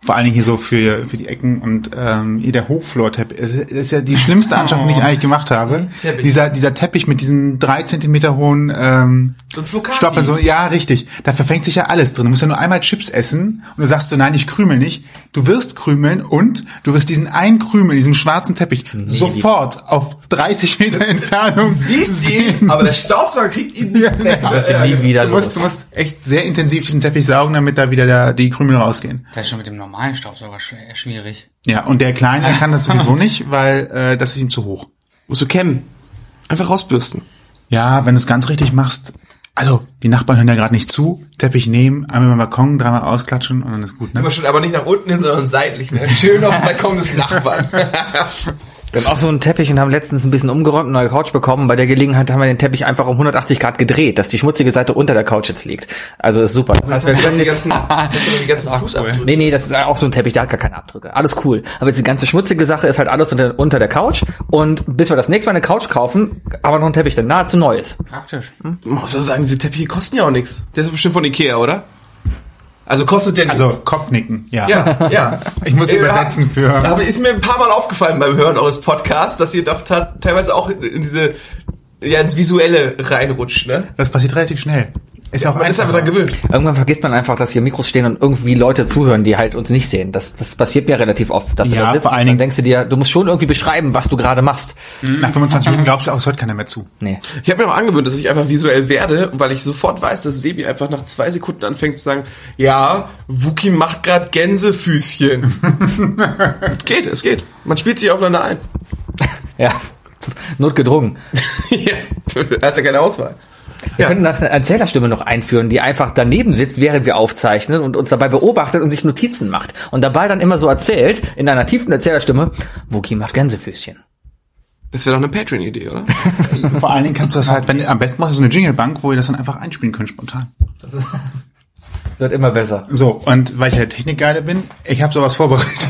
Speaker 1: Vor allen Dingen hier so für, für die Ecken und ähm, hier der Hochflorteppich. Es ist- Das ist ja die schlimmste Anschaffung, die ich eigentlich gemacht habe.
Speaker 3: Oh. Teppich.
Speaker 1: Dieser, dieser Teppich mit diesen drei Zentimeter hohen ähm,
Speaker 3: So ein Flocati.
Speaker 1: Stoppeln. So, ja, richtig. Da verfängt sich ja alles drin. Du musst ja nur einmal Chips essen und du sagst so, nein, ich krümel nicht. Du wirst krümeln und du wirst diesen einen Krümel, diesen schwarzen Teppich, sofort auf 30 Meter Entfernung
Speaker 3: siehst ihn, aber der Staubsauger kriegt ihn nicht weg.
Speaker 8: Das ist nie wieder
Speaker 1: Du musst,
Speaker 8: los.
Speaker 1: du musst echt sehr intensiv diesen Teppich saugen, damit da wieder der, die Krümel rausgehen.
Speaker 6: Das ist schon mit dem normalen Staubsauger schw- schwierig.
Speaker 1: Ja, und der Kleine kann das sowieso nicht, weil äh, das ist ihm zu hoch.
Speaker 3: Musst du kämmen. Einfach rausbürsten.
Speaker 1: Ja, wenn du es ganz richtig machst, also die Nachbarn hören ja gerade nicht zu, Teppich nehmen, einmal beim Balkon, dreimal ausklatschen und dann ist gut, ne?
Speaker 3: Immer schön, aber nicht nach unten hin, sondern seitlich. Ne? Schön auf dem Balkon des Nachbarn.
Speaker 8: Wir haben auch so einen Teppich und haben letztens ein bisschen umgeräumt, eine neue Couch bekommen. Bei der Gelegenheit haben wir den Teppich einfach um 180 Grad gedreht, dass die schmutzige Seite unter der Couch jetzt liegt. Also ist super. Das heißt, wir können
Speaker 3: die
Speaker 8: jetzt...
Speaker 3: ganzen, das hast du noch die ganzen Fußabdrücke.
Speaker 8: Nee, nee, das ist auch so ein Teppich, der hat gar keine Abdrücke. Alles cool. Aber jetzt die ganze schmutzige Sache ist halt alles unter, unter der Couch. Und bis wir das nächste Mal eine Couch kaufen, aber noch ein Teppich, der nahezu neu ist.
Speaker 6: Praktisch.
Speaker 3: Man muss ja sagen, diese Teppiche kosten ja auch nichts. Der ist bestimmt von Ikea, oder? Also kostet der nichts.
Speaker 1: Also Kopfnicken, ja.
Speaker 3: ja, ja.
Speaker 1: Ich muss
Speaker 3: Äh,
Speaker 1: übersetzen für-
Speaker 3: Aber ist mir ein paar Mal aufgefallen beim Hören eures Podcasts, dass ihr doch ta- teilweise auch in diese, ja, ins Visuelle reinrutscht, ne?
Speaker 1: Das passiert relativ schnell. Ist ja auch
Speaker 3: Man ist einfach
Speaker 1: einfach.
Speaker 3: dran gewöhnt.
Speaker 8: Irgendwann vergisst man einfach, dass hier Mikros stehen und irgendwie Leute zuhören, die halt uns nicht sehen. Das, das passiert mir relativ oft, dass du
Speaker 1: Ja,
Speaker 8: da sitzt
Speaker 1: vor allen
Speaker 8: und dann
Speaker 1: Dingen-
Speaker 8: denkst du dir, du musst schon irgendwie beschreiben, was du gerade machst.
Speaker 1: Nach 25 Minuten glaubst du auch, es hört keiner mehr zu.
Speaker 8: Nee.
Speaker 3: Ich habe mir auch angewöhnt, dass ich einfach visuell werde, weil ich sofort weiß, dass Sebi einfach nach zwei Sekunden anfängt zu sagen, ja, Wookie macht gerade Gänsefüßchen. geht, es geht. Man spielt sich aufeinander ein.
Speaker 8: Ja. Notgedrungen.
Speaker 3: ja, da hast ja keine Auswahl.
Speaker 8: Wir könnten das eine Erzählerstimme noch einführen, die einfach daneben sitzt, während wir aufzeichnen und uns dabei beobachtet und sich Notizen macht. Und dabei dann immer so erzählt, in einer tiefen Erzählerstimme, Wookie macht Gänsefüßchen.
Speaker 3: Das wäre doch eine Patreon-Idee, oder?
Speaker 1: Vor allen Dingen kannst du das halt, wenn am besten machst du so eine Jinglebank, wo ihr das dann einfach einspielen könnt spontan.
Speaker 8: Das wird immer besser.
Speaker 1: So, und weil ich halt Technikgeile bin, ich habe sowas vorbereitet.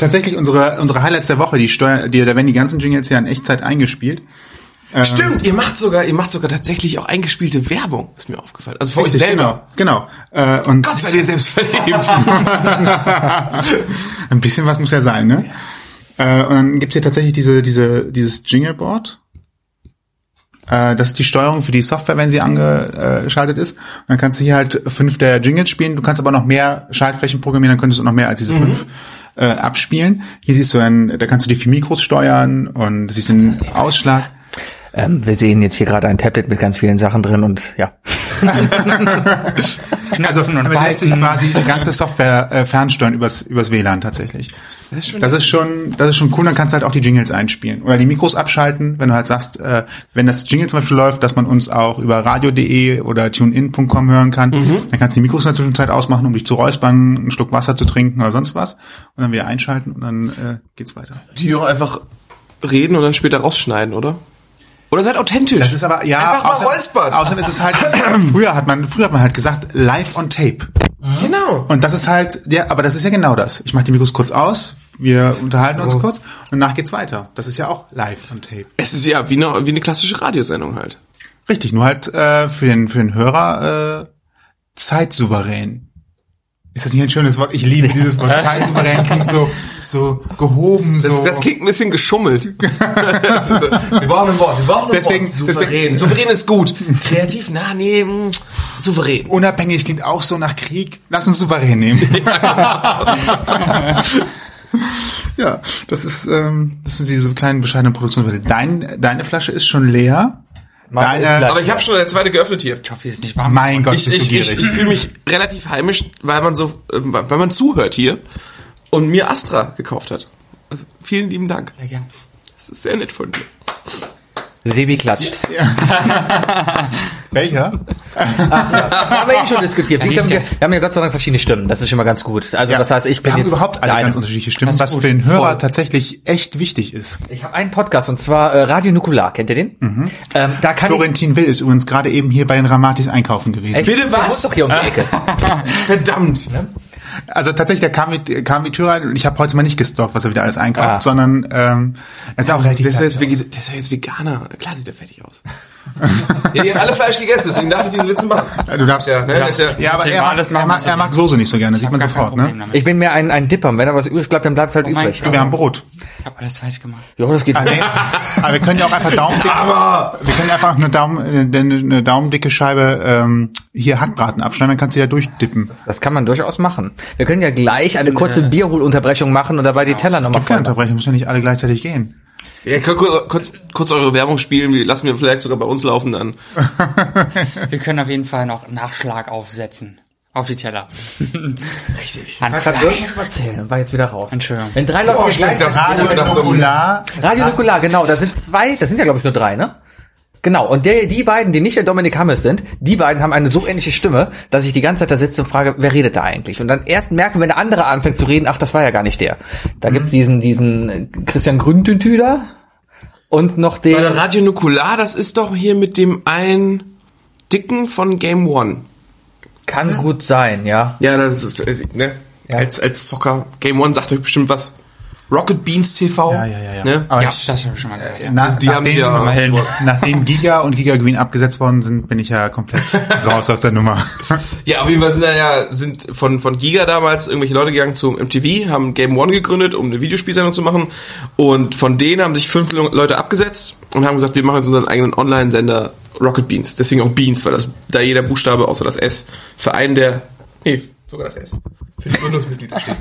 Speaker 1: Tatsächlich unsere, unsere Highlights der Woche, die steuern, die, da werden die ganzen Jingles ja in Echtzeit eingespielt.
Speaker 3: Stimmt, ihr macht sogar, ihr macht sogar tatsächlich auch eingespielte Werbung, ist mir aufgefallen. Also vor euch
Speaker 1: Richtig,
Speaker 3: selber.
Speaker 1: Genau. genau. Äh, und
Speaker 3: Gott sei dir selbst verliebt.
Speaker 1: ein bisschen was muss ja sein, ne? Äh, und dann gibt's hier tatsächlich diese, diese, dieses Jingleboard. Äh, das ist die Steuerung für die Software, wenn sie angeschaltet ist. Und dann kannst du hier halt fünf der Jingles spielen. Du kannst aber noch mehr Schaltflächen programmieren, dann könntest du noch mehr als
Speaker 3: Mhm.
Speaker 1: diese fünf äh, abspielen. Hier siehst du dann, da kannst du die vier Mikros steuern und siehst den Ausschlag.
Speaker 8: Ähm, wir sehen jetzt hier gerade ein Tablet mit ganz vielen Sachen drin und ja.
Speaker 1: Also
Speaker 6: Knöpfen und
Speaker 1: damit lässt sich
Speaker 6: Balken.
Speaker 1: quasi die ganze Software äh, fernsteuern übers, übers WLAN tatsächlich. Das ist, schon das, ist schon, das ist schon cool, dann kannst du halt auch die Jingles einspielen. Oder die Mikros abschalten, wenn du halt sagst, äh, wenn das Jingle zum Beispiel läuft, dass man uns auch über radio.de oder tunein.com hören kann, dann kannst du die Mikros in der Zwischenzeit ausmachen, um dich zu räuspern, einen Schluck Wasser zu trinken oder sonst was. Und dann wieder einschalten und dann äh, geht's weiter.
Speaker 3: Die Jünger einfach reden und dann später rausschneiden, oder? Oder seid authentisch.
Speaker 1: Das ist aber, ja,
Speaker 3: Einfach mal räuspern.
Speaker 1: außerdem ist es halt, früher hat man, früher hat man halt gesagt, live on tape.
Speaker 3: genau.
Speaker 1: Und das ist halt, ja, aber das ist ja genau das. Ich mache die Mikros kurz aus, wir unterhalten uns kurz und danach geht's weiter. Das ist ja auch live on tape.
Speaker 3: Es ist ja wie eine, wie eine klassische Radiosendung halt.
Speaker 1: Richtig, nur halt äh, für den für den Hörer äh, zeitsouverän. Ist das nicht ein schönes Wort? Ich liebe dieses Wort. Zeitsouverän klingt so so gehoben so.
Speaker 3: Das, das klingt ein bisschen geschummelt. Das ist so-
Speaker 9: Wir brauchen ein Wort. Wir brauchen ein
Speaker 1: Deswegen-
Speaker 9: Wort.
Speaker 1: deswegen-
Speaker 3: souverän ist gut. Kreativ, na, nee, mh, souverän.
Speaker 1: Unabhängig klingt auch so nach Krieg. Lass uns souverän nehmen. ja, das ist ähm, das sind diese kleinen bescheidenen Produktionen. Dein, deine Flasche ist schon leer.
Speaker 8: Meine
Speaker 1: Deine-
Speaker 8: ist leer.
Speaker 3: Aber ich habe schon eine zweite geöffnet hier.
Speaker 6: Ich hoffe, die ist nicht warm.
Speaker 1: Mein Gott,
Speaker 3: Ich,
Speaker 1: bist du
Speaker 3: ich, ich,
Speaker 1: gierig.
Speaker 3: ich fühle mich relativ heimisch, weil man so, äh, weil man zuhört hier und mir Astra gekauft hat. Also vielen lieben Dank.
Speaker 6: Ja, gern.
Speaker 3: Das ist sehr nett von dir.
Speaker 8: Sebi klatscht.
Speaker 1: Welcher?
Speaker 8: haben wir eben schon diskutiert. Wir haben, ja, wir haben ja Gott sei Dank verschiedene Stimmen. Das ist schon mal ganz gut. Also das heißt, ich bin
Speaker 1: wir haben
Speaker 8: jetzt
Speaker 1: überhaupt alle
Speaker 8: der
Speaker 1: ganz
Speaker 8: eine.
Speaker 1: unterschiedliche Stimmen,
Speaker 6: ist
Speaker 1: was
Speaker 6: gut.
Speaker 1: für den Hörer
Speaker 6: Voll.
Speaker 1: tatsächlich echt wichtig ist.
Speaker 8: Ich habe einen Podcast und zwar äh, Radio Nukular. Kennt ihr den? Ähm, da kann
Speaker 1: Mhm. Florentin Will ist übrigens gerade eben hier bei den Ramatis einkaufen gewesen.
Speaker 8: ich.
Speaker 3: Bitte
Speaker 8: Der
Speaker 3: was?
Speaker 8: wohnt doch hier um die Ecke.
Speaker 3: Verdammt.
Speaker 1: Also tatsächlich, der kam mit, kam die Tür rein und ich habe heute mal nicht gestalkt, was er wieder alles einkauft,
Speaker 8: Ah.
Speaker 1: sondern ähm, er ist auch relativ
Speaker 3: Der ist, ja
Speaker 1: fertig.
Speaker 3: jetzt Vege- der ist ja jetzt Veganer. Klar sieht er fertig aus. ja, die haben alle Fleisch gegessen, deswegen darf ich diese Witze machen.
Speaker 1: Ja, Du darfst.
Speaker 3: Ja, ne,
Speaker 1: du
Speaker 3: das
Speaker 1: darfst
Speaker 3: ist ja-
Speaker 1: ja, aber
Speaker 6: Deswegen
Speaker 1: er
Speaker 6: war
Speaker 1: mag,
Speaker 6: alles
Speaker 1: er,
Speaker 6: machen,
Speaker 1: mag,
Speaker 6: was
Speaker 1: er
Speaker 6: ich-
Speaker 1: mag Soße nicht so gerne, sieht man
Speaker 6: Gar kein
Speaker 1: sofort,
Speaker 6: Problem
Speaker 1: ne?
Speaker 6: damit.
Speaker 8: Ich bin mehr ein, ein Dipper. Wenn da was übrig bleibt, dann bleibt halt
Speaker 6: Oh mein
Speaker 8: übrig.
Speaker 1: Du, wir haben Brot.
Speaker 6: Ich habe alles falsch gemacht.
Speaker 8: Ja, das geht.
Speaker 1: Ah, nee. aber wir können ja auch einfach Daumendicke, wir können einfach eine, Daumen, eine, eine Daumendicke Scheibe ähm, hier Hackbraten abschneiden, dann kannst du ja durchdippen.
Speaker 8: Das kann man durchaus machen. Wir können ja gleich eine kurze Bierholunterbrechung machen und dabei die Teller
Speaker 1: äh, Es
Speaker 8: nochmal
Speaker 1: gibt keine
Speaker 8: voll machen.
Speaker 1: Unterbrechung, müssen ja nicht alle gleichzeitig gehen.
Speaker 3: Ja, kurz, kurz, kurz eure Werbung spielen, die lassen wir vielleicht sogar bei uns laufen dann.
Speaker 6: Wir können auf jeden Fall noch Nachschlag aufsetzen. Auf die Teller.
Speaker 8: Ich
Speaker 6: Richtig.
Speaker 8: hab irgendwas erzählen, war jetzt wieder raus.
Speaker 6: Entschuldigung.
Speaker 8: Wenn
Speaker 1: Oh,
Speaker 8: drei Leute
Speaker 3: Boah,
Speaker 8: hier gleich
Speaker 3: schmeckt das
Speaker 1: Radio
Speaker 3: gut, das so-
Speaker 1: Nukular.
Speaker 8: Radio Nukular, genau, da sind zwei, das sind ja glaube ich nur drei, ne? Genau, und der, die beiden, die nicht der Dominik Hammes sind, die beiden haben eine so ähnliche Stimme, dass ich die ganze Zeit da sitze und frage, wer redet da eigentlich? Und dann erst merke, wenn der andere anfängt zu reden, ach, das war ja gar nicht der. Da gibt's
Speaker 1: Mhm.
Speaker 8: diesen, diesen äh, Christian Grüntütüder und noch den...
Speaker 3: Bei der Radio Nukular, das ist doch hier mit dem einen Dicken von Game One.
Speaker 8: kann gut sein, ja.
Speaker 3: Ja, das ist, äh, ne?
Speaker 8: Ja.
Speaker 3: Als, als Zocker. Game One sagt euch bestimmt was. Rocket Beans TV.
Speaker 1: Ja, ja, ja, ja.
Speaker 3: Ne?
Speaker 1: Aber
Speaker 6: Ja,
Speaker 1: ich,
Speaker 6: das habe ich Äh, schon mal gehört.
Speaker 1: nach,
Speaker 3: die haben
Speaker 1: nachdem,
Speaker 3: die ja-
Speaker 1: nachdem Giga und Giga Green abgesetzt worden sind, bin ich ja komplett raus aus der Nummer.
Speaker 3: Ja, auf jeden Fall sind dann ja, sind von, von Giga damals irgendwelche Leute gegangen zum MTV, haben Game One gegründet, um eine Videospielsendung zu machen. Und von denen haben sich fünf Le- Leute abgesetzt und haben gesagt, wir machen jetzt unseren eigenen Online-Sender Rocket Beans. Deswegen auch Beans, weil das, da jeder Buchstabe außer das S für einen der, nee, sogar das S. Für die Gründungsmitglieder steht.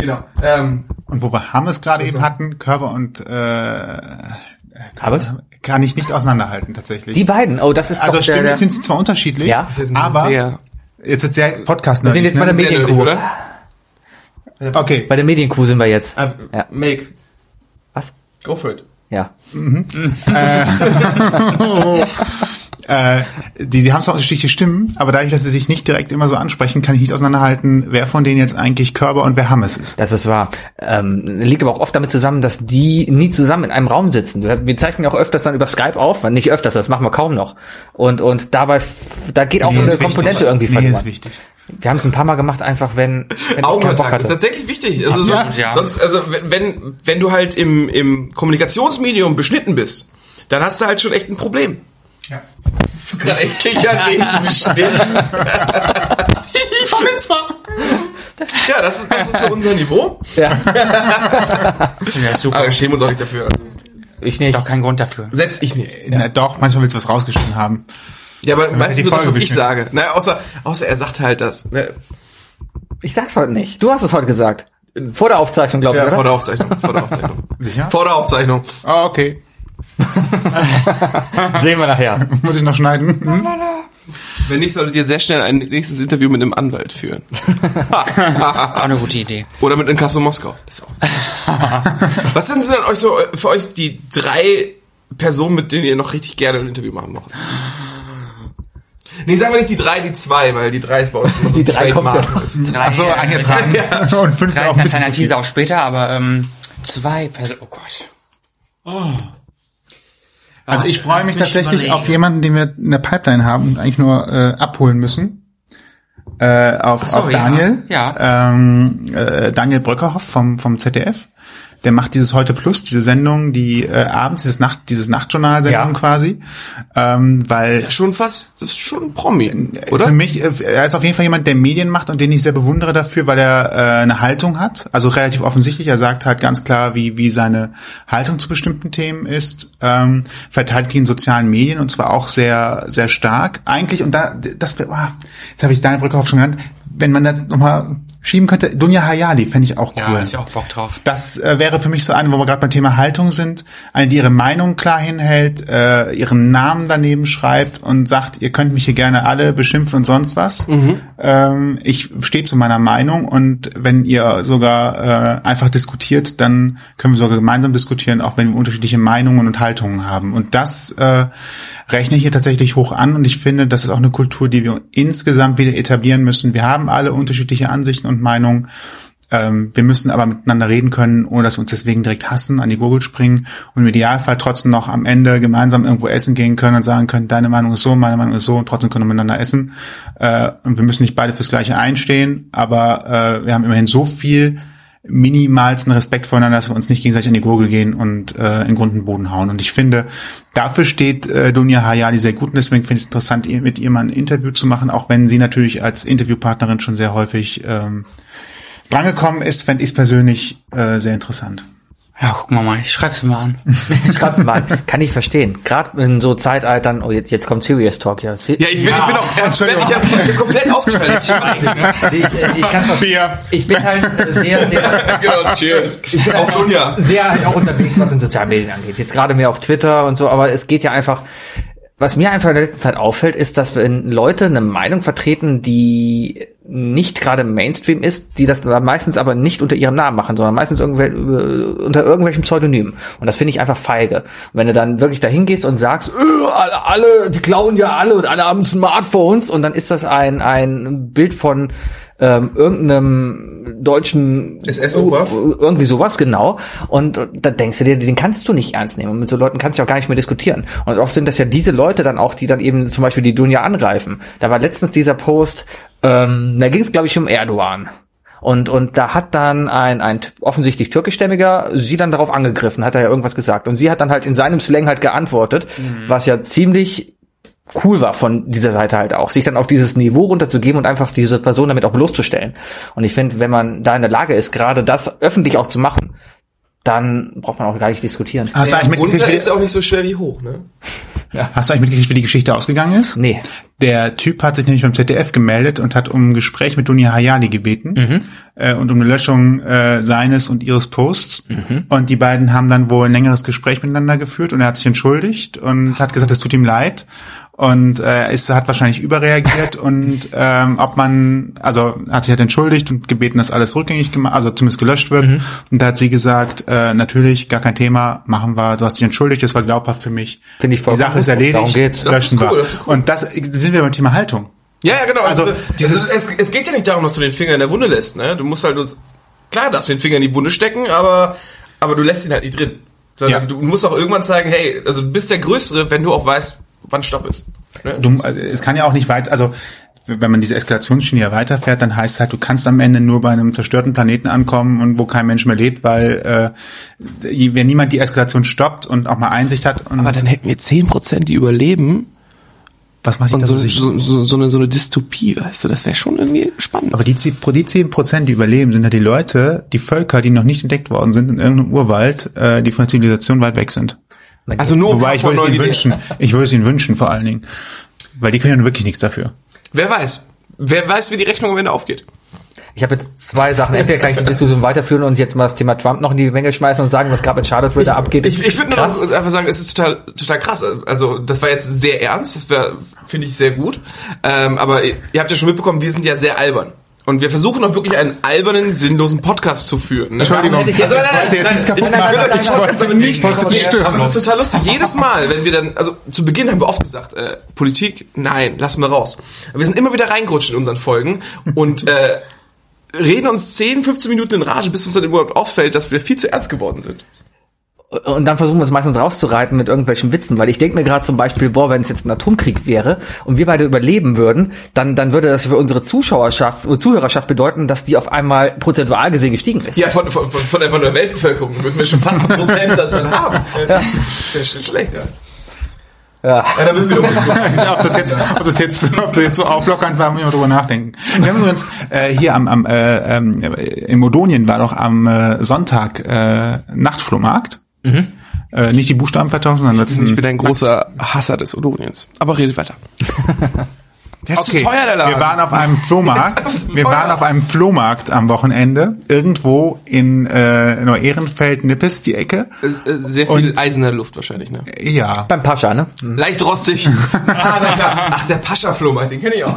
Speaker 3: genau. Ähm,
Speaker 1: Und wo wir Hammes gerade
Speaker 3: Also.
Speaker 1: eben hatten, Körper und äh,
Speaker 8: Hammes?
Speaker 1: kann ich nicht auseinanderhalten tatsächlich.
Speaker 8: Die beiden, oh, das ist
Speaker 1: also
Speaker 8: doch der,
Speaker 1: stimmen
Speaker 8: der,
Speaker 1: sind sie zwar unterschiedlich,
Speaker 8: Ja.
Speaker 3: das ist ein
Speaker 1: aber
Speaker 3: sehr,
Speaker 1: jetzt wird sehr ne? podcast
Speaker 8: sind jetzt bei der
Speaker 3: sehr nerdig,
Speaker 8: Medienkuh.
Speaker 3: oder?
Speaker 1: Okay,
Speaker 8: Bei der Medienkuh sind wir jetzt.
Speaker 3: Äh,
Speaker 8: Ja.
Speaker 3: Make.
Speaker 8: Was?
Speaker 3: Go for it.
Speaker 8: Ja.
Speaker 1: Äh, die, die haben zwar unterschiedliche Stimmen, aber dadurch, dass sie sich nicht direkt immer so ansprechen, kann ich nicht auseinanderhalten, wer von denen jetzt eigentlich Körber und wer Hammes ist.
Speaker 8: Das ist wahr. Ähm, liegt aber auch oft damit zusammen, dass die nie zusammen in einem Raum sitzen. Wir, wir zeichnen ja auch öfters dann über Skype auf, nicht öfters, das machen wir kaum noch. Und und dabei, f- da geht auch
Speaker 1: Nee,
Speaker 8: eine
Speaker 1: ist wichtig.
Speaker 8: Komponente irgendwie
Speaker 1: Nee, ist
Speaker 8: verloren.
Speaker 1: wichtig.
Speaker 8: wir haben es ein paar Mal gemacht, einfach wenn, wenn ich keinen Bock
Speaker 3: Augenkontakt ist
Speaker 8: hatte.
Speaker 3: tatsächlich wichtig. Also
Speaker 6: Ja.
Speaker 3: sonst,
Speaker 6: Ja.
Speaker 3: sonst, also wenn- wenn, wenn du halt im, im Kommunikationsmedium beschnitten bist, dann hast du halt schon echt ein Problem.
Speaker 10: Ja.
Speaker 3: Dann endlich ja reden beschnitten.
Speaker 1: Ich bin zwar.
Speaker 3: Ja, das ist, das ist so unser Niveau.
Speaker 6: Ja, super.
Speaker 3: Aber wir schämen uns auch nicht dafür. Also,
Speaker 8: Ich nicht.
Speaker 6: Doch kein Grund dafür.
Speaker 3: selbst ich nicht.
Speaker 1: Na doch, manchmal willst du was rausgeschnitten haben.
Speaker 3: Ja, aber
Speaker 1: die
Speaker 3: meistens so das,
Speaker 1: Folge
Speaker 3: was ich
Speaker 1: beschnitten.
Speaker 3: sage. Naja, außer, außer er sagt halt das. Ne?
Speaker 8: Ich sag's heute nicht. Du hast es heute gesagt. Vor der Aufzeichnung, glaube ich,
Speaker 3: Ja, vor
Speaker 8: oder?
Speaker 3: der Aufzeichnung. Vor der Aufzeichnung.
Speaker 1: Sicher?
Speaker 3: Vor der Aufzeichnung.
Speaker 1: Ah, okay.
Speaker 8: Sehen wir nachher.
Speaker 1: Muss ich noch schneiden? Hm?
Speaker 3: Wenn nicht, solltet ihr sehr schnell ein nächstes Interview mit einem Anwalt führen.
Speaker 6: Auch eine gute Idee.
Speaker 3: Oder mit Inkasso Moskau. Das ist auch Was sind denn euch so äh, für euch die drei Personen, mit denen ihr noch richtig gerne ein Interview machen wollt? Nee, sagen wir nicht die drei, die zwei, weil die drei ist bei uns immer so
Speaker 8: Die
Speaker 3: ein
Speaker 8: drei kommt
Speaker 3: Trademark.
Speaker 8: ja.
Speaker 3: Das ist-
Speaker 6: Drei,
Speaker 1: Achso,
Speaker 6: äh,
Speaker 1: eingetragen. Und fünf
Speaker 6: Drei
Speaker 1: auch ein
Speaker 6: ist eine
Speaker 1: bisschen
Speaker 6: kleine
Speaker 1: zu viel.
Speaker 6: Teaser auch später, aber ähm, zwei Personen. Oh Gott.
Speaker 1: Also ich freue
Speaker 6: Lass
Speaker 1: mich
Speaker 6: mich
Speaker 1: tatsächlich
Speaker 6: überlegen.
Speaker 1: auf jemanden, den wir in der Pipeline haben und eigentlich nur äh, abholen müssen. Äh, auf,
Speaker 6: so,
Speaker 1: auf
Speaker 6: ja.
Speaker 1: Daniel.
Speaker 6: Ja.
Speaker 1: Ähm, äh, Daniel Bröckerhoff vom, vom ZDF. Der macht dieses Heute Plus, diese Sendung, die äh, abends, dieses Nacht, dieses Nachtjournal-Sendung
Speaker 8: Ja.
Speaker 1: quasi. Ähm, weil
Speaker 3: Ja, schon fast, das ist schon ein Promi,
Speaker 1: Für
Speaker 3: oder?
Speaker 1: mich, äh, er ist auf jeden Fall jemand, der Medien macht und den ich sehr bewundere dafür, weil er äh, eine Haltung hat. Also relativ offensichtlich. Er sagt halt ganz klar, wie, wie seine Haltung zu bestimmten Themen ist. Ähm, verteidigt die in sozialen Medien und zwar auch sehr, sehr stark. Eigentlich, und da, das, ah, jetzt habe ich Daniel Brückhoff schon genannt, wenn man das nochmal schieben könnte, Dunja Hayali fände ich auch cool.
Speaker 6: Ja, hab ich auch Bock drauf.
Speaker 1: Das äh, wäre für mich so eine, wo wir gerade beim Thema Haltung sind. Eine, die ihre Meinung klar hinhält, äh, ihren Namen daneben schreibt und sagt, ihr könnt mich hier gerne alle beschimpfen und sonst was. Ähm, ich stehe zu meiner Meinung und wenn ihr sogar äh, einfach diskutiert, dann können wir sogar gemeinsam diskutieren, auch wenn wir unterschiedliche Meinungen und Haltungen haben. Und das äh, rechne ich hier tatsächlich hoch an und ich finde, das ist auch eine Kultur, die wir insgesamt wieder etablieren müssen. Wir haben alle unterschiedliche Ansichten und Meinungen. Ähm, wir müssen aber miteinander reden können, ohne dass wir uns deswegen direkt hassen, an die Gurgel springen und im Idealfall trotzdem noch am Ende gemeinsam irgendwo essen gehen können und sagen können, deine Meinung ist so, meine Meinung ist so und trotzdem können wir miteinander essen. Äh, und wir müssen nicht beide fürs Gleiche einstehen, aber äh, wir haben immerhin so viel minimalsten Respekt voneinander, dass wir uns nicht gegenseitig an die Gurgel gehen und äh, in Grund und Boden hauen. Und ich finde, dafür steht äh, Dunja Hayali sehr gut und deswegen finde ich es interessant, ihr- mit ihr mal ein Interview zu machen, auch wenn sie natürlich als Interviewpartnerin schon sehr häufig ähm, drangekommen ist, fände ich persönlich äh, sehr interessant.
Speaker 6: Ja, gucken wir mal. Ich schreib's mir mal an.
Speaker 8: Schreib's mal. Kann ich verstehen. Gerade in so Zeitaltern, oh, jetzt, jetzt kommt Serious Talk, ja. Se-
Speaker 3: Ja, ich bin, ich bin auch, ich bin,
Speaker 1: Entschuldigung.
Speaker 3: ich hab- ich bin komplett ausgeschaltet. Ich weiß nicht, ne?
Speaker 8: ich, äh, ich, kann's verstehen.
Speaker 1: Bier.
Speaker 8: ich bin halt äh, sehr, sehr
Speaker 3: Genau, cheers. Auf Dunja.
Speaker 8: sehr halt auch unterwegs, was in sozialen Medien angeht. Jetzt gerade mehr auf Twitter und so, aber es geht ja einfach. Was mir einfach in der letzten Zeit auffällt, ist, dass wenn Leute eine Meinung vertreten, die nicht gerade Mainstream ist, die das dann meistens aber nicht unter ihrem Namen machen, sondern meistens irgendwel äh, unter irgendwelchem Pseudonym. Und das finde ich einfach feige. Und wenn du dann wirklich dahin gehst und sagst, "Äh, alle, alle, die klauen ja alle und alle haben Smartphones und dann ist das ein, ein Bild von ähm, irgendeinem deutschen
Speaker 3: SS-Opa?
Speaker 8: Oh, irgendwie sowas, genau. Und da denkst du dir, den kannst du nicht ernst nehmen. Und mit so Leuten kannst du ja auch gar nicht mehr diskutieren. Und oft sind das ja diese Leute dann auch, die dann eben zum Beispiel die Dunja angreifen. Da war letztens dieser Post, ähm, da ging es, glaube ich, um Erdogan. Und, und da hat dann ein, ein offensichtlich türkischstämmiger sie dann darauf angegriffen, hat er ja irgendwas gesagt. Und sie hat dann halt in seinem Slang halt geantwortet, was ja ziemlich cool war von dieser Seite halt auch, sich dann auf dieses Niveau runterzugeben und einfach diese Person damit auch bloßzustellen. Und ich finde, wenn man da in der Lage ist, gerade das öffentlich auch zu machen, dann braucht man auch gar nicht diskutieren.
Speaker 3: Ah.
Speaker 1: Hast, du eigentlich
Speaker 3: Unter ist
Speaker 1: mitgekriegt,
Speaker 3: auch nicht so schwer wie hoch, ne?
Speaker 1: wie, hast du eigentlich mitgekriegt, wie die Geschichte ausgegangen ist?
Speaker 8: Nee.
Speaker 1: Der Typ hat sich nämlich beim ZDF gemeldet und hat um ein Gespräch mit Dunja Hayali gebeten
Speaker 7: Mhm.
Speaker 1: äh, und um eine Löschung äh, seines und ihres Posts.
Speaker 7: Mhm.
Speaker 1: Und die beiden haben dann wohl ein längeres Gespräch miteinander geführt und er hat sich entschuldigt und hat gesagt, es tut ihm leid. und äh, ist, hat wahrscheinlich überreagiert und ähm, ob man, also hat sich halt entschuldigt und gebeten, dass alles rückgängig gemacht, also zumindest gelöscht wird.
Speaker 7: Mhm.
Speaker 1: Und da hat sie gesagt, äh, natürlich, gar kein Thema, machen wir, du hast dich entschuldigt, das war glaubhaft für mich.
Speaker 7: Finde ich
Speaker 1: Die
Speaker 7: vollkommen
Speaker 1: Sache ist
Speaker 7: gut.
Speaker 1: erledigt,
Speaker 7: Darum geht's.
Speaker 3: Das ist
Speaker 1: löschen
Speaker 3: cool,
Speaker 1: wir.
Speaker 3: das ist
Speaker 1: Und das sind wir beim Thema Haltung.
Speaker 3: Ja, ja, genau. Also,
Speaker 1: Also, dieses-
Speaker 3: es, ist, es, es geht ja nicht darum, dass du den Finger in der Wunde lässt. Ne? Du musst halt uns klar, darfst du den Finger in die Wunde stecken, aber aber du lässt ihn halt nicht drin. Sondern
Speaker 1: Ja.
Speaker 3: du musst auch irgendwann sagen, hey, also du bist der Größere, wenn du auch weißt, wann Stopp ist. Ne?
Speaker 1: Du, also, es kann ja auch nicht weit, also wenn man diese Eskalationsschiene ja weiterfährt, dann heißt es halt, du kannst am Ende nur bei einem zerstörten Planeten ankommen und wo kein Mensch mehr lebt, weil äh, wenn niemand die Eskalation stoppt und auch mal Einsicht hat und
Speaker 11: Aber dann hätten wir 10%, die überleben
Speaker 1: was mache ich
Speaker 11: und
Speaker 1: da so,
Speaker 11: so,
Speaker 1: sich?
Speaker 11: so, so, so, eine, so eine Dystopie, weißt du, das wäre schon irgendwie spannend.
Speaker 1: aber die, zehn- die 10%, die überleben, sind ja die Leute, die Völker, die noch nicht entdeckt worden sind in irgendeinem Urwald, äh, die von der Zivilisation weit weg sind.
Speaker 3: also nur
Speaker 11: um
Speaker 1: Wobei ich
Speaker 3: von
Speaker 1: würde es
Speaker 3: neuen
Speaker 1: ihnen
Speaker 3: Ideen.
Speaker 1: wünschen. Ich würde es ihnen wünschen vor allen Dingen. Weil die können ja nun wirklich nichts dafür.
Speaker 3: Wer weiß? Wer weiß, wie die Rechnung am Ende aufgeht?
Speaker 7: Ich habe jetzt zwei Sachen. Entweder kann ich die Diskussion weiterführen und jetzt mal das Thema Trump noch in die Menge schmeißen und sagen, was gerade in Charlotte da abgeht.
Speaker 3: Ich, ich würde nur
Speaker 7: Krass.
Speaker 3: noch einfach sagen, es ist total, total krass. Also das war jetzt sehr ernst, das wär- finde ich sehr gut. Ähm, aber ihr ihr habt ja schon mitbekommen, wir sind ja sehr albern. Und wir versuchen auch wirklich einen albernen, sinnlosen Podcast zu führen. Ne?
Speaker 1: Entschuldigung,
Speaker 7: hätte ich jetzt-
Speaker 1: also, nein, nein, nein,
Speaker 3: Ich,
Speaker 1: kaputt
Speaker 3: nein, nein,
Speaker 1: machen.
Speaker 3: nein,
Speaker 1: Ich
Speaker 3: nein,
Speaker 1: wollte
Speaker 3: das aber
Speaker 1: es
Speaker 3: nicht
Speaker 1: nicht
Speaker 3: passiert.
Speaker 1: zerstören.
Speaker 3: Aber es ist total lustig. Jedes Mal, wenn wir dann, also zu Beginn haben wir oft gesagt, äh, Politik, nein, lassen wir raus. Aber wir sind immer wieder reingerutscht in unseren Folgen und äh, reden uns 10, 15 Minuten in Rage, bis uns dann überhaupt auffällt, dass wir viel zu ernst geworden sind.
Speaker 7: und dann versuchen wir es meistens rauszureiten mit irgendwelchen Witzen, weil ich denke mir gerade zum Beispiel, boah, wenn es jetzt ein Atomkrieg wäre und wir beide überleben würden, dann, dann würde das für unsere Zuschauerschaft und Zuhörerschaft bedeuten, dass die auf einmal prozentual gesehen gestiegen ist.
Speaker 3: Ja, von, von, von, von, der, von der Weltbevölkerung würden wir schon fast einen Prozentsatz dann haben. Ja. Das ist schon schlecht, ja.
Speaker 7: Ja.
Speaker 3: Ja, da würden wir umgekommen.
Speaker 1: Ja, ob das jetzt, ob das jetzt, ob das jetzt so auflockernd war, muss ich mal drüber nachdenken. Wir haben übrigens äh, hier am, am äh, ähm, in Modonien war doch am äh, Sonntag äh, Nachtflohmarkt. Äh, nicht die Buchstaben vertauschen, sondern letzten.
Speaker 11: Ich bin ein großer Hasser des Odoniens. Aber redet weiter.
Speaker 1: Der ist
Speaker 3: zu teuer, der Laden.
Speaker 1: Wir waren auf einem Flohmarkt.
Speaker 3: Der ist zu
Speaker 1: wir
Speaker 3: teuer.
Speaker 1: waren auf einem Flohmarkt am Wochenende irgendwo in äh, Neu-Ehrenfeld, Nippes, die Ecke.
Speaker 3: äh, Sehr viel
Speaker 1: Und-
Speaker 3: Eis in der Luft wahrscheinlich, ne?
Speaker 1: Ja.
Speaker 7: Beim Pascha, ne?
Speaker 3: Leicht rostig. ah, na klar. Ach, der Pascha-Flohmarkt, den kenne ich auch.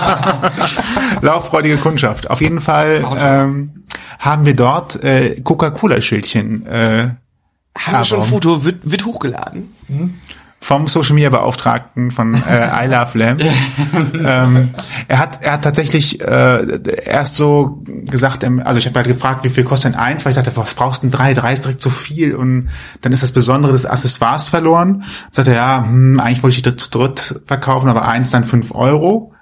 Speaker 1: Lauffreudige Kundschaft. Auf jeden Fall ähm, haben wir dort äh, Coca-Cola-Schildchen äh,
Speaker 3: Haben wir schon ein
Speaker 1: Warum?
Speaker 3: Foto, wird, wird hochgeladen.
Speaker 1: vom Social Media Beauftragten von äh, I Love Lamb. ähm, er hat er hat tatsächlich äh, erst so gesagt, ähm, also ich habe halt gefragt, wie viel kostet denn eins, weil ich dachte, was brauchst du denn drei? Drei ist direkt zu viel und dann ist das Besondere des Accessoires verloren. Sagte er, ja, hm, eigentlich wollte ich die zu dritt verkaufen, aber eins dann fünf Euro.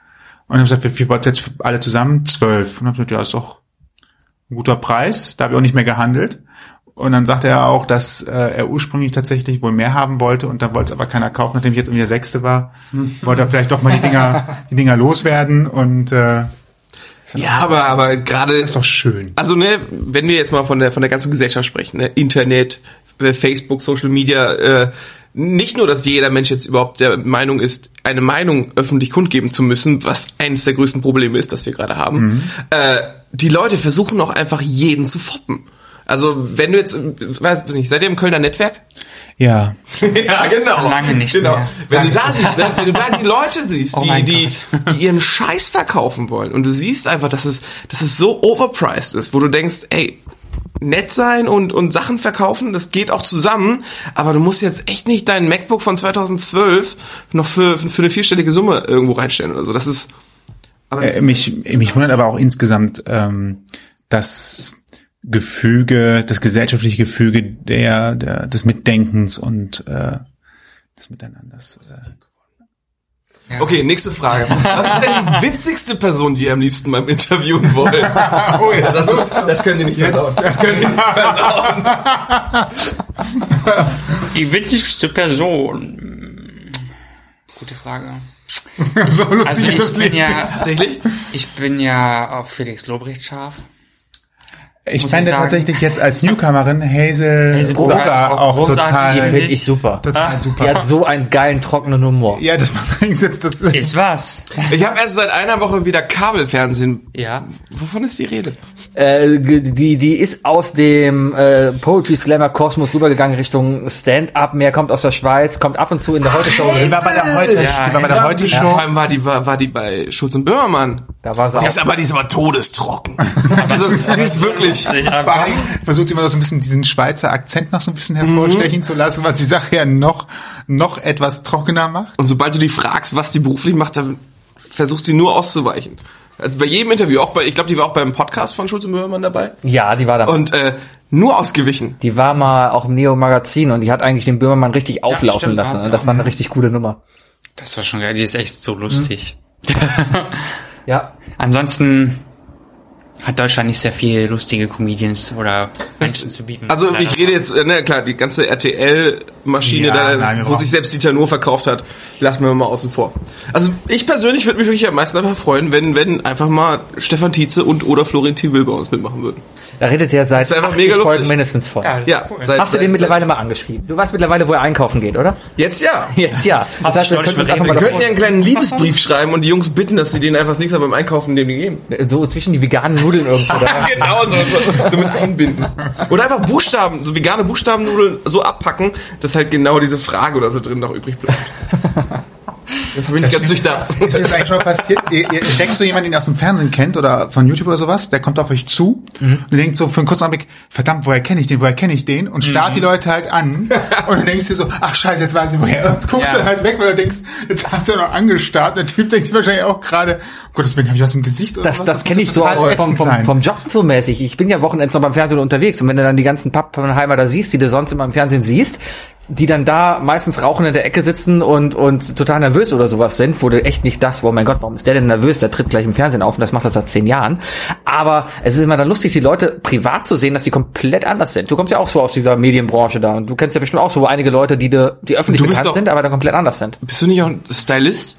Speaker 1: Und dann habe ich gesagt, wie viel wollt ihr jetzt für alle zusammen? Zwölf. Und dann hab ich gesagt, ja, ist doch ein guter Preis, da habe ich auch nicht mehr gehandelt. Und dann sagte er auch, dass äh, er ursprünglich tatsächlich wohl mehr haben wollte und dann wollte es aber keiner kaufen, nachdem ich jetzt irgendwie der Sechste war, wollte er vielleicht doch mal die Dinger, die Dinger loswerden und äh,
Speaker 3: Ja, aber, aber gerade
Speaker 1: ist doch schön.
Speaker 3: Also ne, wenn wir jetzt mal von der von der ganzen Gesellschaft sprechen, ne, Internet, äh, Facebook, Social Media, äh, nicht nur, dass jeder Mensch jetzt überhaupt der Meinung ist, eine Meinung öffentlich kundgeben zu müssen, was eines der größten Probleme ist, das wir gerade haben.
Speaker 1: Mhm.
Speaker 3: Äh, die Leute versuchen auch einfach jeden zu foppen. Also wenn du jetzt, äh, weiß weiß nicht, seid ihr im Kölner Netzwerk?
Speaker 1: Ja.
Speaker 3: ja, genau.
Speaker 6: Lange nicht
Speaker 3: genau.
Speaker 6: mehr.
Speaker 3: Wenn du da siehst, ne? wenn du da die Leute siehst,
Speaker 6: Oh
Speaker 3: die,
Speaker 6: mein
Speaker 3: die, die ihren Scheiß verkaufen wollen und du siehst einfach, dass es, dass es so overpriced ist, wo du denkst, ey, nett sein und, und Sachen verkaufen, das geht auch zusammen, aber du musst jetzt echt nicht deinen MacBook von 2012 noch für, für eine vierstellige Summe irgendwo reinstellen oder so. Das ist, aber das
Speaker 1: Äh, mich, mich wundert aber auch insgesamt ähm, das Gefüge, das gesellschaftliche Gefüge der, der des Mitdenkens und äh, des Miteinanders. Äh,
Speaker 3: Okay, nächste Frage. Was ist denn die witzigste Person, die ihr am liebsten mal interviewen wollt? Oh ja, das, ist, das können die nicht versauen. Das können die nicht versauen.
Speaker 6: Die witzigste Person. Gute Frage.
Speaker 1: so lustig
Speaker 6: Also ich bin ja,
Speaker 3: Tatsächlich?
Speaker 6: ich bin ja auf Felix Lobrecht scharf.
Speaker 1: Ich
Speaker 6: muss
Speaker 1: fände
Speaker 6: sagen.
Speaker 1: tatsächlich jetzt als Newcomerin Hazel,
Speaker 6: Hazel
Speaker 1: Brugger,
Speaker 6: Brugger ist auch
Speaker 1: auch
Speaker 6: großartig. Die
Speaker 1: total,
Speaker 6: finde Ah,
Speaker 8: Finde ich super.
Speaker 1: total super.
Speaker 8: Die hat so einen geilen, trockenen Humor.
Speaker 1: Ja, das macht übrigens jetzt das.
Speaker 6: Ist was?
Speaker 3: Ich habe erst seit einer Woche wieder Kabelfernsehen.
Speaker 6: Ja.
Speaker 3: Wovon ist die Rede?
Speaker 8: Äh, die, die ist aus dem äh, Poetry Slammer Kosmos rübergegangen Richtung Stand-Up. Mehr kommt aus der Schweiz, kommt ab und zu in der Heute-Show.
Speaker 1: Die war bei der heute, die war bei der heute
Speaker 3: Ja, vor
Speaker 1: Show.
Speaker 3: allem war die, war, war die bei Schulz und Böhmermann.
Speaker 8: Da war sie
Speaker 3: Die
Speaker 8: auch.
Speaker 3: ist aber, die ist aber todestocken. also, die ist wirklich.
Speaker 1: Vor allem versucht sie immer so ein bisschen diesen Schweizer Akzent noch so ein bisschen
Speaker 8: Mhm.
Speaker 1: hervorstechen zu lassen, was die Sache ja noch, noch etwas trockener macht.
Speaker 3: Und sobald du die fragst, was die beruflich macht, dann versucht sie nur auszuweichen. Also bei jedem Interview, auch bei, ich glaube, die war auch beim Podcast von Schulz und Böhmermann dabei.
Speaker 8: Ja, die war da.
Speaker 3: Und äh, nur ausgewichen.
Speaker 8: Die war mal auch im Neo-Magazin und die hat eigentlich den Böhmermann richtig auflaufen
Speaker 6: stimmt, war
Speaker 8: lassen.
Speaker 6: sie
Speaker 8: Und das
Speaker 6: auch,
Speaker 8: war eine richtig coole Nummer.
Speaker 6: Das war schon geil. Die ist echt so lustig.
Speaker 8: Ja.
Speaker 6: Ansonsten hat Deutschland nicht sehr viel lustige Comedians oder Menschen zu bieten.
Speaker 3: Also
Speaker 6: Leider.
Speaker 3: ich rede jetzt, äh, na klar, die ganze RTL-Maschine,
Speaker 1: Ja,
Speaker 3: da,
Speaker 1: nein, wir
Speaker 3: wo
Speaker 1: brauchen-
Speaker 3: sich selbst Dieter Nur verkauft hat, lassen wir mal außen vor. Also ich persönlich würde mich wirklich am meisten einfach freuen, wenn, wenn einfach mal Stefan Tietze und oder Florentin Will bei uns mitmachen würden.
Speaker 8: Da redet der seit
Speaker 3: wär einfach
Speaker 8: 80
Speaker 3: mega lustig.
Speaker 8: Folgen mindestens von.
Speaker 6: Ja, das ist
Speaker 3: Ja,
Speaker 6: cool.
Speaker 3: seit-
Speaker 8: Hast du den
Speaker 3: seit-
Speaker 8: mittlerweile mal angeschrieben? Du weißt mittlerweile, wo er einkaufen geht, oder?
Speaker 3: seit- Jetzt ja.
Speaker 8: Jetzt ja. Das heißt, wir
Speaker 6: neulich
Speaker 8: könnten uns
Speaker 6: mit
Speaker 8: einfach mal
Speaker 3: Wir
Speaker 6: Rede
Speaker 3: könnten ja
Speaker 8: davor,
Speaker 3: einen kleinen Liebesbrief schreiben und die Jungs bitten, dass sie denen einfach das nächste Mal beim Einkaufen dem die geben.
Speaker 8: so zwischen die veganen Nudeln irgendwo. da.
Speaker 3: genau, so, so, so mit einbinden. Oder einfach Buchstaben, so vegane Buchstabennudeln so abpacken, dass halt genau diese Frage oder so drin noch übrig bleibt. Das habe ich nicht ganz durchdacht.
Speaker 1: Ist mir das eigentlich schon mal passiert? Ihr, ihr denkt so jemand, den ihr aus dem Fernsehen kennt oder von YouTube oder sowas, der kommt auf euch zu
Speaker 8: Mhm.
Speaker 1: und ihr denkt so für einen kurzen Augenblick, verdammt, woher kenne ich den, woher kenne ich den? Und
Speaker 8: Mhm.
Speaker 1: starrt die Leute halt an und du denkst dir so, ach scheiße, jetzt weiß ich woher. Und guckst
Speaker 6: Ja.
Speaker 1: dann halt weg, weil du denkst, jetzt hast du ja noch angestarrt. Der Typ denkt sich wahrscheinlich auch gerade, um Gottes Willen, habe ich was im Gesicht oder
Speaker 8: Das,
Speaker 1: sowas?
Speaker 8: das
Speaker 1: muss
Speaker 8: kenne ich so
Speaker 1: total
Speaker 8: auch vom,
Speaker 1: ätzend
Speaker 8: vom,
Speaker 1: sein.
Speaker 8: vom Job so mäßig. Ich bin ja Wochenends noch beim Fernsehen unterwegs und wenn du dann die ganzen Pappenheimer da siehst, die du sonst immer im Fernsehen siehst, die dann da meistens rauchen in der Ecke sitzen und, und total nervös oder sowas sind, wo du echt nicht dachtest, oh mein Gott, warum ist der denn nervös? Der tritt gleich im Fernsehen auf und das macht er seit zehn Jahren. Aber es ist immer dann lustig, die Leute privat zu sehen, dass die komplett anders sind. Du kommst ja auch so aus dieser Medienbranche da und du kennst ja bestimmt auch so einige Leute, die, de, die öffentlich
Speaker 3: Du bist
Speaker 8: bekannt
Speaker 3: doch-
Speaker 8: sind, aber dann komplett anders sind.
Speaker 3: Bist du nicht auch ein Stylist?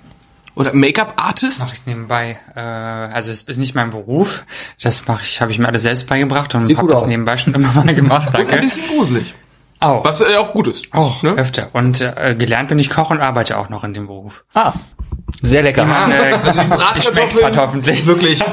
Speaker 3: Oder Make-up-Artist?
Speaker 6: mache ich nebenbei. Äh, also es ist nicht mein Beruf. Das mache ich, habe ich mir alles selbst beigebracht und
Speaker 8: Sieht
Speaker 6: habe
Speaker 8: gut
Speaker 6: das
Speaker 8: aus.
Speaker 6: nebenbei schon immer mal gemacht.
Speaker 3: Ein
Speaker 6: Danke.
Speaker 3: bisschen gruselig.
Speaker 6: Auch.
Speaker 3: Was ja auch gut ist.
Speaker 6: Auch
Speaker 3: Ne?
Speaker 6: öfter. Und äh, gelernt bin ich Koch und arbeite auch noch in dem Beruf.
Speaker 8: Ah, sehr lecker.
Speaker 6: Und, äh,
Speaker 3: Also die
Speaker 6: die schmeckt's halt hoffentlich.
Speaker 3: Wirklich.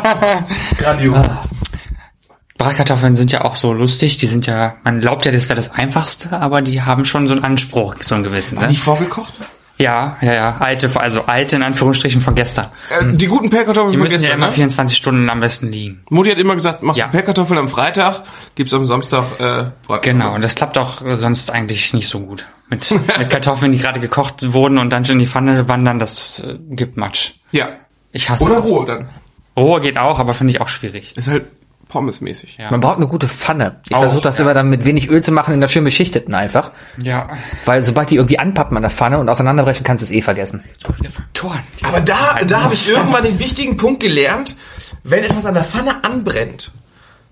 Speaker 6: Bratkartoffeln sind ja auch so lustig. Die sind ja, man glaubt ja, das wäre das Einfachste, aber die haben schon so einen Anspruch, so einen gewissen. Ne?
Speaker 3: Nicht vorgekocht?
Speaker 6: Ja, ja, ja. Alte, also alte in Anführungsstrichen von gestern.
Speaker 3: Äh, die guten Pellkartoffeln
Speaker 6: Die
Speaker 3: von
Speaker 6: müssen ja
Speaker 3: gestern,
Speaker 6: immer
Speaker 3: ne?
Speaker 6: 24 Stunden am besten liegen.
Speaker 3: Mutti hat immer gesagt, machst
Speaker 6: Ja.
Speaker 3: du Pellkartoffeln am Freitag, gibt's am Samstag äh, Bratkartoffeln.
Speaker 6: Genau, und das klappt auch äh, sonst eigentlich nicht so gut. Mit, mit Kartoffeln, die gerade gekocht wurden und dann schon in die Pfanne wandern, das äh, gibt Matsch.
Speaker 3: Ja.
Speaker 6: Ich hasse
Speaker 3: Oder
Speaker 6: das.
Speaker 3: roh dann.
Speaker 6: Rohe geht auch, aber finde ich auch schwierig.
Speaker 3: Ist halt pommesmäßig.
Speaker 6: Ja.
Speaker 8: Man braucht eine gute Pfanne. Ich
Speaker 6: Auch,
Speaker 8: versuche das
Speaker 6: ja.
Speaker 8: immer dann mit wenig Öl zu machen, in der schön beschichteten einfach.
Speaker 6: Ja.
Speaker 8: Weil sobald die irgendwie anpappen an der Pfanne und auseinanderbrechen, kannst du es eh vergessen.
Speaker 6: Faktoren.
Speaker 3: Aber da, da habe ich irgendwann den wichtigen Punkt gelernt, wenn etwas an der Pfanne anbrennt,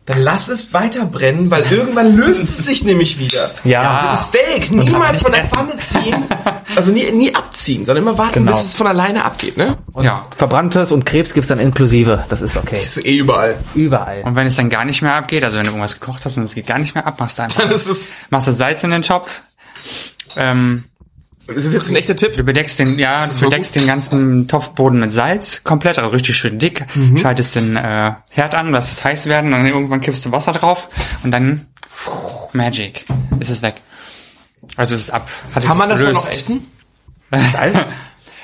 Speaker 3: dann lass es weiter brennen, weil irgendwann löst es sich nämlich wieder.
Speaker 8: Ja.
Speaker 3: Ein Steak niemals von der Pfanne ziehen, also nie, nie abziehen, sondern immer warten,
Speaker 8: Genau.
Speaker 3: bis es von alleine abgeht, ne?
Speaker 6: Ja.
Speaker 8: Verbranntes und Krebs gibt's dann inklusive. Das ist okay.
Speaker 3: Ist eh überall.
Speaker 8: Überall.
Speaker 6: Und wenn es dann gar nicht mehr abgeht, also wenn du irgendwas gekocht hast und es geht gar nicht mehr ab, machst du einfach,
Speaker 3: Dann ist es,
Speaker 6: machst du Salz in den Topf, ähm,
Speaker 3: das ist jetzt ein echter Tipp.
Speaker 6: du bedeckst den, ja, du
Speaker 3: voll
Speaker 6: bedeckst den ganzen Topfboden mit Salz, komplett, also richtig schön dick,
Speaker 3: Mhm.
Speaker 6: schaltest den äh, Herd an, lass es heiß werden, und dann irgendwann kippst du Wasser drauf und dann puh, Magic, ist es weg. Also es ist ab. Hat es
Speaker 3: Kann man das dann noch
Speaker 6: gelöst.
Speaker 3: essen?
Speaker 8: Salz?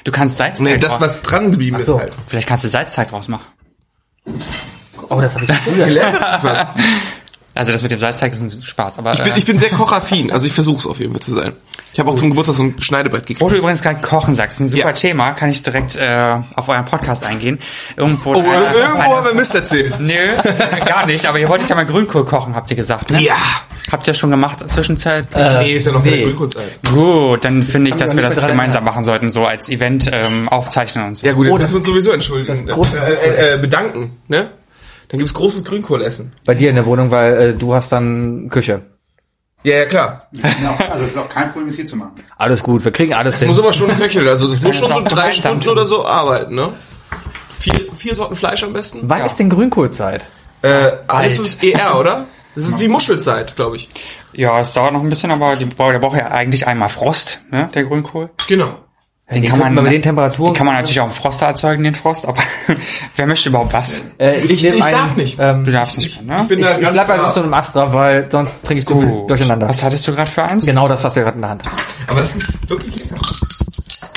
Speaker 6: Du kannst Salz
Speaker 3: Nee,
Speaker 6: draus-
Speaker 3: das, was dran geblieben
Speaker 8: so.
Speaker 3: ist halt.
Speaker 6: Vielleicht kannst du Salzteig draus machen.
Speaker 8: Oh, das habe ich früher.
Speaker 3: Gelernt hab ich was.
Speaker 6: Also das mit dem Salzteig ist ein Spaß, aber
Speaker 3: Ich bin,
Speaker 6: äh,
Speaker 3: ich bin sehr kochaffin, also ich versuch's auf jeden Fall zu sein. Ich habe auch zum Geburtstag so ein Schneidebrett
Speaker 6: Wo
Speaker 3: gekriegt.
Speaker 6: du übrigens gerade kochen sagst, ein super
Speaker 3: Ja.
Speaker 6: Thema, kann ich direkt äh, auf euren Podcast eingehen. Irgendwo.
Speaker 3: Oh, irgendwo haben wir Mist erzählt.
Speaker 6: Nö, gar nicht, aber ihr wolltet ja mal Grünkohl kochen, habt ihr gesagt, ne?
Speaker 3: Ja.
Speaker 6: Habt ihr schon gemacht zwischenzeit?
Speaker 8: Äh,
Speaker 3: Nee, ist ja noch
Speaker 8: nee.
Speaker 3: keine Grünkohlzeit.
Speaker 6: Gut, dann finde ich, dass wir
Speaker 8: nicht
Speaker 6: das
Speaker 8: mehr dran
Speaker 6: gemeinsam machen sollten, so als Event ähm, aufzeichnen und so.
Speaker 3: Ja gut, jetzt müssen wir uns sowieso entschuldigen.
Speaker 8: das große-
Speaker 3: äh, äh, äh, bedanken, ne? Dann gibt's großes Grünkohlessen.
Speaker 8: Bei dir in der Wohnung, weil äh, du hast dann Küche.
Speaker 3: Ja, ja, klar.
Speaker 1: Also es ist auch kein Problem, es hier zu machen.
Speaker 8: Alles gut, wir kriegen alles hin.
Speaker 3: Muss aber schon köcheln, also das muss
Speaker 6: Ja,
Speaker 3: schon
Speaker 6: das
Speaker 3: so
Speaker 6: ist auch
Speaker 3: drei
Speaker 6: gemeinsam.
Speaker 3: Stunden oder so arbeiten, ne? Vier, vier Sorten Fleisch am besten.
Speaker 8: Wann ist denn Grünkohlzeit?
Speaker 3: Äh, alles mit
Speaker 6: Alt.
Speaker 3: ER, oder? Das ist wie Muschelzeit, glaube ich.
Speaker 6: Ja, es dauert noch ein bisschen, aber die, bra- der braucht ja eigentlich einmal Frost, ne, der Grünkohl.
Speaker 3: Genau.
Speaker 6: Den,
Speaker 8: könnte man mit den Temperaturen-
Speaker 6: Den kann man natürlich auch im Froster erzeugen, den Frost, aber wer möchte überhaupt was?
Speaker 8: Äh,
Speaker 3: Ich-
Speaker 8: nehm
Speaker 3: ich darf nicht.
Speaker 8: Ähm,
Speaker 6: Du darfst nicht mehr, ne?
Speaker 3: Ich bin
Speaker 8: ich
Speaker 3: da
Speaker 8: ich
Speaker 3: ganz
Speaker 8: bleib bei
Speaker 3: klar.
Speaker 8: so einem Astra, weil sonst trinke ich zu viel
Speaker 6: Gut.
Speaker 8: durcheinander.
Speaker 6: Was hattest du gerade für eins?
Speaker 8: Genau das, was du gerade in der Hand hast.
Speaker 3: Aber das ist wirklich lecker.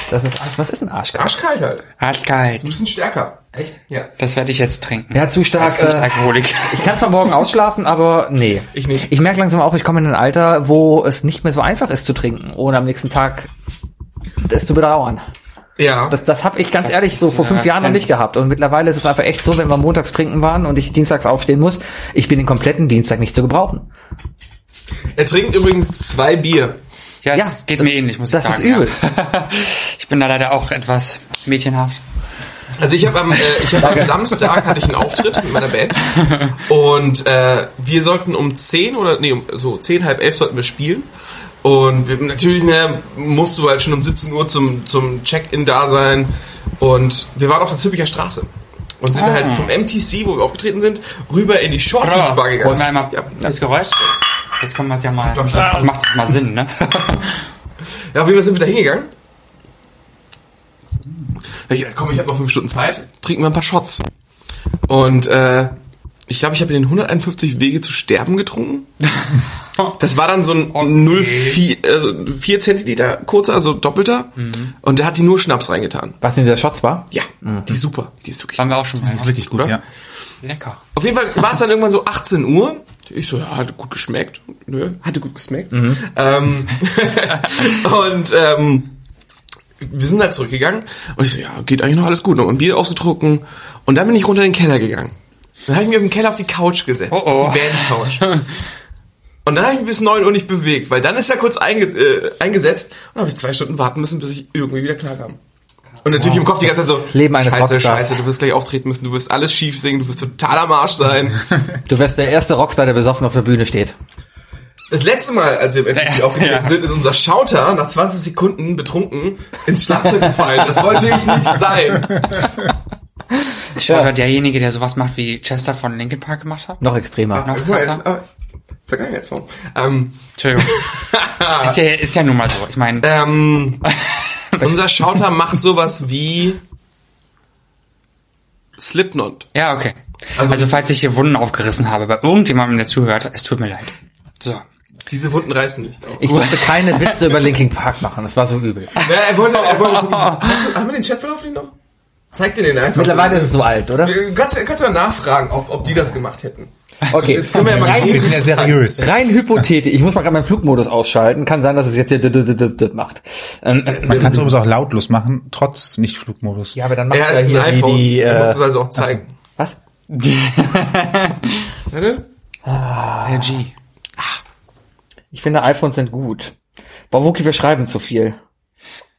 Speaker 8: Das ist Arsch. Was ist ein Arschgeist?
Speaker 3: arschkalt halt. Ein
Speaker 6: Hartkalt.
Speaker 3: bisschen stärker.
Speaker 8: Echt?
Speaker 3: Ja.
Speaker 6: Das werde ich jetzt trinken.
Speaker 8: Ja, zu stark.
Speaker 6: Als nicht
Speaker 8: Äh,
Speaker 6: Alkoholik.
Speaker 8: ich kann zwar morgen ausschlafen, aber nee.
Speaker 3: Ich nicht.
Speaker 8: Ich merke langsam auch, ich komme in ein Alter, wo es nicht mehr so einfach ist zu trinken, ohne am nächsten Tag es zu bedauern.
Speaker 3: Ja.
Speaker 8: Das, das habe ich ganz
Speaker 6: Das
Speaker 8: ehrlich so
Speaker 6: ist,
Speaker 8: vor fünf
Speaker 6: äh,
Speaker 8: Jahren noch
Speaker 6: kein-
Speaker 8: nicht gehabt. Und mittlerweile ist es einfach echt so, wenn wir montags trinken waren und ich dienstags aufstehen muss, ich bin den kompletten Dienstag nicht zu gebrauchen.
Speaker 3: Er trinkt übrigens zwei Bier.
Speaker 6: Ja,
Speaker 8: Ja,
Speaker 6: das geht mir ähnlich, muss
Speaker 8: das
Speaker 6: ich
Speaker 8: ist
Speaker 6: sagen. Ja. ich bin da leider auch etwas mädchenhaft.
Speaker 3: Also ich habe am, äh, ich hab am Samstag hatte ich einen Auftritt mit meiner Band und äh, wir sollten um 10 oder nee, um, so 10, halb 11 sollten wir spielen. Und wir, natürlich ne, musst du halt schon um 17 Uhr zum, zum Check-in da sein. Und wir waren auf der Züricher Straße und sind dann
Speaker 6: Ah.
Speaker 3: halt vom MTC, wo wir aufgetreten sind, rüber in die Shorties Bar
Speaker 6: Wollen wir
Speaker 3: gegangen.
Speaker 6: einmal
Speaker 3: Ja.
Speaker 6: das Geräusch? Jetzt kommen wir es ja mal.
Speaker 3: glaub ich,
Speaker 6: das macht es mal Sinn, ne?
Speaker 3: Ja, auf jeden Fall sind wir da hingegangen. Da hab ich gedacht, komm, ich habe noch fünf Stunden Zeit, trinken wir ein paar Shots. Und äh, ich glaube, ich habe den 151 Wege zu sterben getrunken. Das war dann so ein 0,4, also 4 Zentiliter kurzer, also doppelter. Und der hat die nur Schnaps reingetan.
Speaker 8: Was in dieser Shots war?
Speaker 3: Ja, die ist super. Die ist wirklich
Speaker 6: Haben wir auch schon mal. Das ist wirklich
Speaker 3: gut, oder?
Speaker 1: ja.
Speaker 6: lecker.
Speaker 3: Auf jeden Fall war es dann irgendwann so 18 Uhr. Ich so, ja, hat gut geschmeckt. Nö, hatte gut geschmeckt. Ähm, und ähm, wir sind halt zurückgegangen. Und ich so, ja, geht eigentlich noch alles gut. Noch ein Bier ausgetrunken. Und dann bin ich runter in den Keller gegangen. Dann habe ich mich im Keller auf die Couch gesetzt.
Speaker 6: Oh, oh.
Speaker 3: Auf die Band-Couch. Und dann habe ich mich bis 9 Uhr nicht bewegt, weil dann ist er kurz einge äh, eingesetzt und habe ich zwei Stunden warten müssen, bis ich irgendwie wieder klarkam. Und natürlich im Kopf die ganze Zeit so,
Speaker 8: Leben eines
Speaker 3: scheiße,
Speaker 8: Rockstars.
Speaker 3: scheiße, du wirst gleich auftreten müssen, du wirst alles schief singen, du wirst total am Arsch sein.
Speaker 8: Du wärst der erste Rockstar, der besoffen auf der Bühne steht.
Speaker 3: Das letzte Mal, als wir im MTV aufgetreten
Speaker 6: Ja.
Speaker 3: sind, ist unser Schauter nach 20 Sekunden betrunken ins Schlagzeug gefallen. Das wollte ich nicht sein.
Speaker 6: Ich war derjenige, der sowas macht, wie Chester von Linkin Park gemacht hat.
Speaker 8: Noch extremer.
Speaker 6: Noch
Speaker 3: Guck mal,
Speaker 6: krasser.
Speaker 3: jetzt, aber- Vergangenheitsform. Ähm,
Speaker 6: Entschuldigung. ist, ja, ist ja nun mal so. Ich meine,
Speaker 3: ähm, unser Schauter macht sowas wie Slipknot.
Speaker 6: ja, okay. Also, falls ich hier Wunden aufgerissen habe bei irgendjemandem, der zuhört, es tut mir leid. So.
Speaker 3: Diese Wunden reißen nicht.
Speaker 8: Ich durfte keine Witze über Linkin Park machen, das war so übel.
Speaker 3: Ja, er wollte, er wollte Hast du- haben wir den Chatverlauf nicht noch? Zeig dir den einfach.
Speaker 8: Mittlerweile ist es so alt, oder?
Speaker 3: Äh, Kannst, du- kannst du mal nachfragen, ob, ob die das gemacht hätten.
Speaker 8: Okay.
Speaker 3: Jetzt können wir ja mal
Speaker 1: Wir sind ja seriös.
Speaker 8: Rein hypothetisch, ich muss mal gerade meinen Flugmodus ausschalten. Kann sein, dass es jetzt hier dit- dit- dit- dit- dit macht. Ähm, äh,
Speaker 1: Man kann es übrigens auch lautlos machen, trotz Nicht-Flugmodus.
Speaker 8: ja, aber dann macht
Speaker 3: Er hat
Speaker 8: er
Speaker 3: ein
Speaker 8: hier die,
Speaker 3: iPhone.
Speaker 8: die
Speaker 3: er muss
Speaker 8: äh,
Speaker 3: es also auch zeigen.
Speaker 8: was?
Speaker 3: Warte.
Speaker 6: Herr G.
Speaker 8: Ich finde iPhones sind gut. Boah, Wookie, wir schreiben zu viel.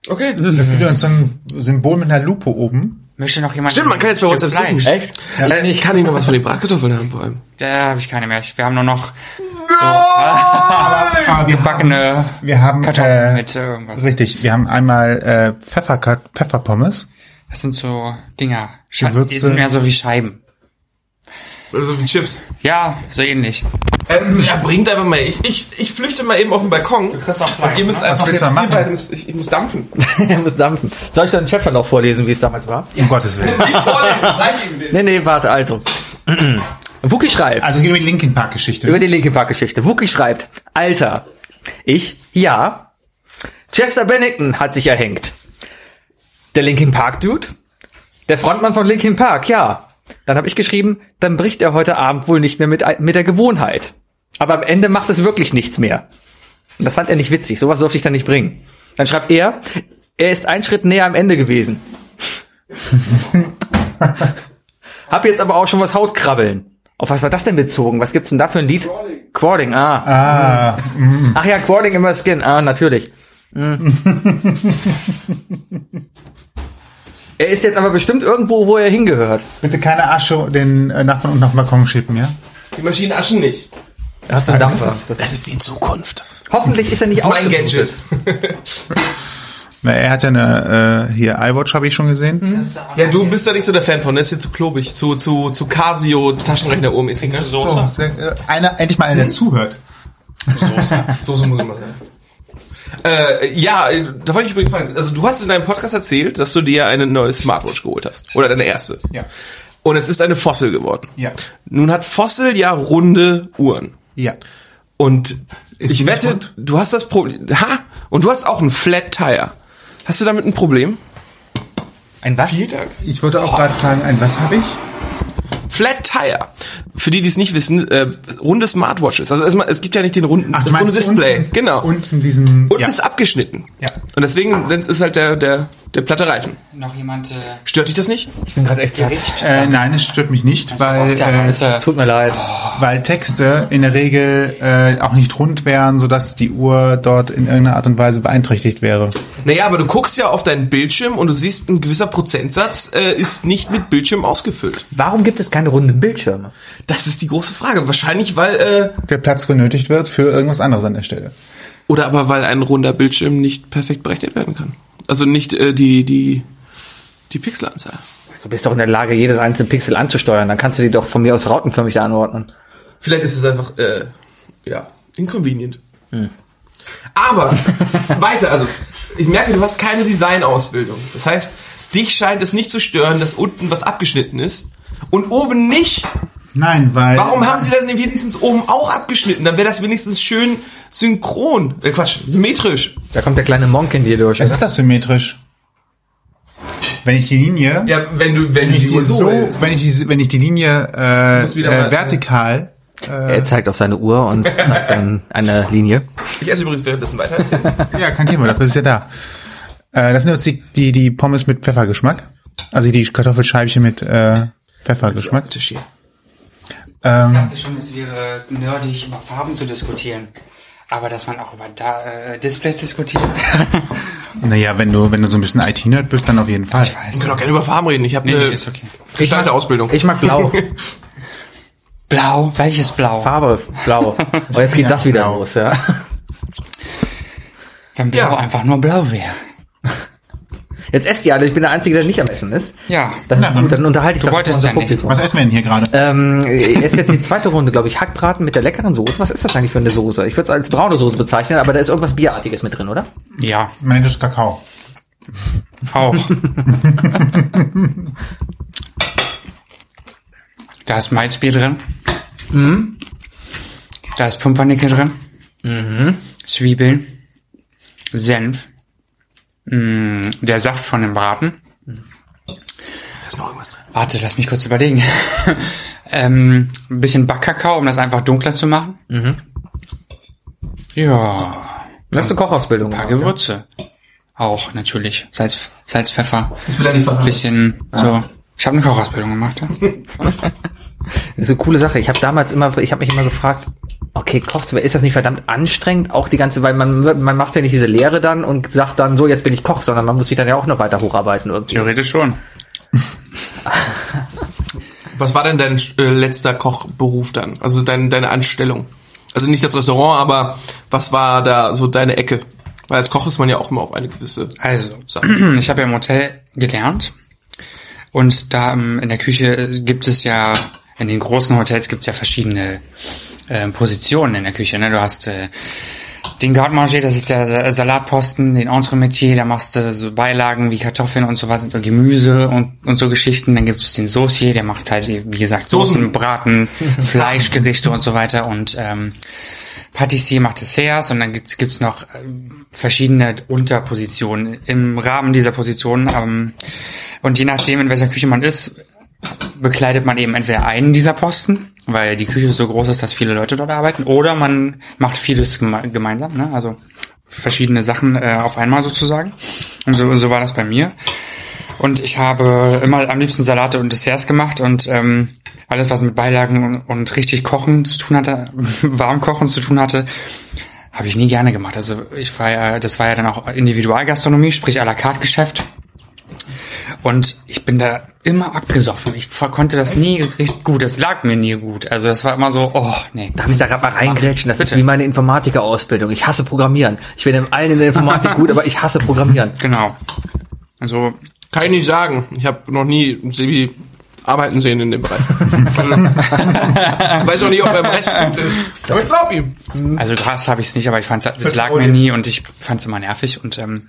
Speaker 3: Okay.
Speaker 1: Es gibt übrigens so ein Symbol mit einer Lupe oben.
Speaker 6: Möchte noch jemand?
Speaker 3: Stimmt, man kann jetzt bei
Speaker 6: ein Stück
Speaker 3: WhatsApp suchen.
Speaker 6: Fleisch?
Speaker 8: Echt?
Speaker 3: Äh, ich kann nicht noch was von den Bratkartoffeln haben vor allem.
Speaker 6: Da habe ich keine mehr. Wir haben nur noch so
Speaker 1: Ah, wir
Speaker 6: gebackene
Speaker 1: Wir haben
Speaker 6: Kartoffeln
Speaker 1: äh,
Speaker 6: mit äh, irgendwas.
Speaker 1: richtig, wir haben einmal äh, Pfefferka- Pfefferpommes.
Speaker 6: Das sind so Dinger. Sche
Speaker 1: Gewürze.
Speaker 6: die sind mehr so wie Scheiben.
Speaker 3: Also wie Chips.
Speaker 6: Ja, so ähnlich.
Speaker 3: Ähm, ja, bringt einfach mal. Ich, ich, ich flüchte mal eben auf den Balkon. Du
Speaker 6: kriegst auch Fleisch,
Speaker 3: Und ihr müsst
Speaker 6: ne?
Speaker 3: einfach
Speaker 1: Was willst
Speaker 3: jetzt
Speaker 1: du
Speaker 3: ihr
Speaker 1: machen?
Speaker 3: beiden müsst, ich, ich muss dampfen.
Speaker 8: Er muss dampfen. Soll ich dann den Chatverlauf vorlesen, wie es damals war?
Speaker 1: Um Gottes Willen.
Speaker 3: Ich vorlesen, zeig ihm den.
Speaker 8: Nee, nee, warte, also. Wookie schreibt.
Speaker 1: Also es geht um die Linkin Park Geschichte.
Speaker 8: Über die linke Parkgeschichte. Wookie schreibt, Alter, ich, ja. Chester Bennington hat sich erhängt. Der Linkin Park Dude? Der Frontmann von Linkin Park, ja. Dann habe ich geschrieben, dann bricht er heute Abend wohl nicht mehr mit, mit der Gewohnheit. Aber am Ende macht es wirklich nichts mehr. Und Das fand er nicht witzig. Sowas durfte ich dann nicht bringen. Dann schreibt er, er ist einen Schritt näher am Ende gewesen. Hab jetzt aber auch schon was Hautkrabbeln. Auf was war das denn bezogen? Was gibt's denn da für ein Lied? Quading. Quading, ah.
Speaker 1: Ah,
Speaker 8: Ach ja, Quading immer Skin, ah, natürlich. Mhm. Mm. er ist jetzt aber bestimmt irgendwo, wo er hingehört.
Speaker 1: bitte keine Asche den äh, Nachbarn unten auf den Balkon schieben, ja?
Speaker 3: Die Maschinen aschen nicht.
Speaker 8: Er hat so einen Dampfer.
Speaker 12: Das ist die Zukunft.
Speaker 8: Hoffentlich ist er nicht
Speaker 3: Das ist mein
Speaker 8: ausgeblutet.
Speaker 3: Gadget.
Speaker 1: Na, er hat ja eine, äh, hier, iWatch habe ich schon gesehen.
Speaker 8: Mhm.
Speaker 3: Ja, du bist da nicht so der Fan von, das ist hier zu klobig, zu, zu, zu Casio Taschenrechneruhr mäßig. Ne?
Speaker 1: So, äh, einer, endlich mal einer,
Speaker 8: Mhm.
Speaker 1: der zuhört.
Speaker 3: Soße. Soße muss immer sein. Äh, ja, äh, da wollte ich übrigens fragen. Also du hast in deinem Podcast erzählt, dass du dir eine neue Smartwatch geholt hast. Oder deine erste.
Speaker 1: Ja.
Speaker 3: Und es ist eine Fossil geworden.
Speaker 1: Ja.
Speaker 3: Nun hat Fossil ja runde Uhren.
Speaker 1: Ja.
Speaker 3: Und
Speaker 1: Ist die
Speaker 3: ich
Speaker 1: nicht
Speaker 3: wette,
Speaker 1: rund?
Speaker 3: du hast das Problem. Ha! Und du hast auch einen Flat Tire. Hast du damit ein Problem?
Speaker 6: Ein was?
Speaker 3: Dank.
Speaker 1: Ich wollte auch gerade fragen, ein was habe ich?
Speaker 3: Flat Tire. Für die, die es nicht wissen, äh, runde Smartwatches. Also erstmal, es gibt ja nicht den runden,
Speaker 1: Ach, du
Speaker 3: das runde
Speaker 1: meinst
Speaker 3: Display.
Speaker 1: unten-
Speaker 3: genau.
Speaker 1: Unten diesen.
Speaker 3: Unten
Speaker 1: ja.
Speaker 3: ist abgeschnitten.
Speaker 1: Ja.
Speaker 3: Und deswegen ist halt der, der, der platte Reifen.
Speaker 6: Noch jemand, äh,
Speaker 3: Stört dich das nicht?
Speaker 1: äh, nein, es stört mich nicht, weil, äh,
Speaker 8: Tut mir leid.
Speaker 1: weil Texte in der Regel äh, auch nicht rund wären, sodass die Uhr dort in irgendeiner Art und Weise beeinträchtigt wäre.
Speaker 3: Naja, aber du guckst ja auf deinen Bildschirm und du siehst, ein gewisser Prozentsatz äh, ist nicht mit Bildschirm ausgefüllt.
Speaker 8: Warum gibt es keine runden Bildschirme?
Speaker 3: Das ist die große Frage. Wahrscheinlich, weil, äh,
Speaker 1: Der Platz benötigt wird für irgendwas anderes an der Stelle.
Speaker 3: oder aber weil ein runder Bildschirm nicht perfekt berechnet werden kann. Also nicht äh, die, die, die Pixelanzahl.
Speaker 8: Du bist doch in der Lage, jedes einzelne Pixel anzusteuern. Dann kannst du die doch von mir aus rautenförmig anordnen.
Speaker 3: Vielleicht ist es einfach, äh, ja, inconvenient.
Speaker 1: Hm.
Speaker 3: Aber, weiter, also, ich merke, du hast keine Designausbildung. Das heißt, dich scheint es nicht zu stören, dass unten was abgeschnitten ist und oben nicht.
Speaker 1: Nein, weil.
Speaker 3: Warum haben sie das denn wenigstens oben auch abgeschnitten? Dann wäre das wenigstens schön synchron. Äh, Quatsch, symmetrisch.
Speaker 8: Da kommt der kleine Monk in dir durch.
Speaker 1: Es ist doch symmetrisch. Wenn ich die Linie,
Speaker 3: Ja, wenn du, wenn
Speaker 1: wenn ich
Speaker 3: du
Speaker 1: die so, wenn ich die, wenn ich die Linie äh,
Speaker 3: musst wieder mal-
Speaker 1: äh, vertikal,
Speaker 8: er zeigt auf seine Uhr und zeigt dann eine Linie.
Speaker 3: Ich esse übrigens währenddessen weiter. erzählen.
Speaker 1: ja, kein Thema, dafür ist ja da. Äh, das sind jetzt die, die, die Pommes mit Pfeffergeschmack, also die Kartoffelscheibchen mit äh, Pfeffergeschmack.
Speaker 3: Tisch hier.
Speaker 6: Ich
Speaker 1: Ähm,
Speaker 6: dachte schon, es wäre nerdig, über Farben zu diskutieren. Aber dass man auch über da, äh, Displays diskutiert.
Speaker 1: naja, wenn du wenn du so ein bisschen IT-Nerd bist, dann auf jeden Fall.
Speaker 3: Wir können auch gerne über Farben reden. Ich habe
Speaker 6: Nee,
Speaker 3: eine
Speaker 6: nee, ist okay.
Speaker 3: Gestalterausbildung.
Speaker 8: Ich mag blau.
Speaker 6: Blau, welches Blau?
Speaker 8: Farbe, blau. Und jetzt geht das
Speaker 6: genau.
Speaker 8: wieder los, ja.
Speaker 6: Wenn Blau
Speaker 3: Ja.
Speaker 6: einfach nur blau wäre.
Speaker 8: Jetzt esst ihr alle. Ich bin der Einzige, der nicht am Essen ist.
Speaker 6: Ja.
Speaker 8: Das ist gut. Dann unterhalte ich
Speaker 6: ähm, Du
Speaker 8: doch
Speaker 6: wolltest
Speaker 8: unser
Speaker 6: ja nicht.
Speaker 8: Publikum.
Speaker 1: Was essen wir denn hier gerade?
Speaker 6: Äh.
Speaker 8: Ähm, es ist jetzt die zweite Runde, glaube ich. Hackbraten mit der leckeren Soße. Was ist das eigentlich für eine Soße? Ich würde es als braune Soße bezeichnen, aber da ist irgendwas Bierartiges mit drin, oder?
Speaker 6: Ja,
Speaker 1: Mein Name ist Kakao.
Speaker 6: auch. da ist Malzbier drin. Da ist Pumpernickel drin. Zwiebeln. Senf. Mm, der Saft von dem Braten.
Speaker 3: Da ist noch irgendwas drin.
Speaker 6: Warte, lass mich kurz überlegen. ähm, ein bisschen Backkakao, um das einfach dunkler zu machen. Ja,
Speaker 8: Du hast eine Kochausbildung
Speaker 6: paar
Speaker 8: gemacht. ja.
Speaker 6: Gewürze. Auch natürlich. Salz, Salz Pfeffer.
Speaker 3: Das will er nicht verraten.
Speaker 6: Bisschen so. Ich habe eine Kochausbildung gemacht. Ja.
Speaker 8: Das ist eine coole Sache. Ich habe damals immer, ich habe mich immer gefragt, okay, kochst du, ist das nicht verdammt anstrengend? Auch die ganze, weil man, man macht ja nicht diese Lehre dann und sagt dann so, jetzt bin ich Koch, sondern man muss sich dann ja auch noch weiter hocharbeiten irgendwie.
Speaker 6: Theoretisch schon.
Speaker 3: Was war denn dein äh, letzter Kochberuf dann? Also dein, deine Anstellung? Also nicht das Restaurant, aber was war da so deine Ecke? Weil als Koch ist man ja auch immer auf eine gewisse
Speaker 6: Also,
Speaker 3: Sache.
Speaker 6: ich habe ja im Hotel gelernt und da ähm, in der Küche gibt es ja, in den großen Hotels gibt es ja verschiedene ähm, Positionen in der Küche. Ne? Du hast äh, den Garde Manger, das ist der Sa- Salatposten, den Entremetier, da machst du so Beilagen wie Kartoffeln und sowas und Gemüse und, und so Geschichten. Dann gibt es den Saucier, der macht halt, wie gesagt, Soßen,
Speaker 3: Soßen.
Speaker 6: Braten, Fleischgerichte und so weiter und ähm, Patissier macht Desserts und dann gibt's gibt's noch äh, verschiedene Unterpositionen im Rahmen dieser Positionen. Ähm, und je nachdem, in welcher Küche man ist, bekleidet man eben entweder einen dieser Posten, weil die Küche so groß ist, dass viele Leute dort arbeiten, oder man macht vieles geme gemeinsam, ne? also verschiedene Sachen äh, auf einmal sozusagen. Und so, so war das bei mir. Und ich habe immer am liebsten Salate und Desserts gemacht und ähm, alles, was mit Beilagen und, und richtig Kochen zu tun hatte, warm kochen zu tun hatte, habe ich nie gerne gemacht. Also ich war ja, das war ja dann auch Individualgastronomie, sprich à la carte Geschäft. Und ich bin da immer abgesoffen. Ich ver- konnte das nie richtig gut. Das lag mir nie gut. Also das war immer so, oh nee.
Speaker 8: Darf ich da gerade mal reingrätschen? Das ist
Speaker 6: Bitte.
Speaker 8: wie meine Informatikausbildung. Ich hasse Programmieren. Ich bin in allen in der Informatik gut, aber ich hasse Programmieren.
Speaker 6: Genau. Also
Speaker 3: Kann ich nicht sagen. Ich habe noch nie Sebi arbeiten sehen in dem Bereich. Weiß auch nicht, ob er im Rest gut ist. Aber ich glaube ihm.
Speaker 6: Also krass habe ich es nicht, aber ich fand's, das lag
Speaker 3: Vertrauen.
Speaker 6: mir nie und ich fand's immer nervig. Und ähm,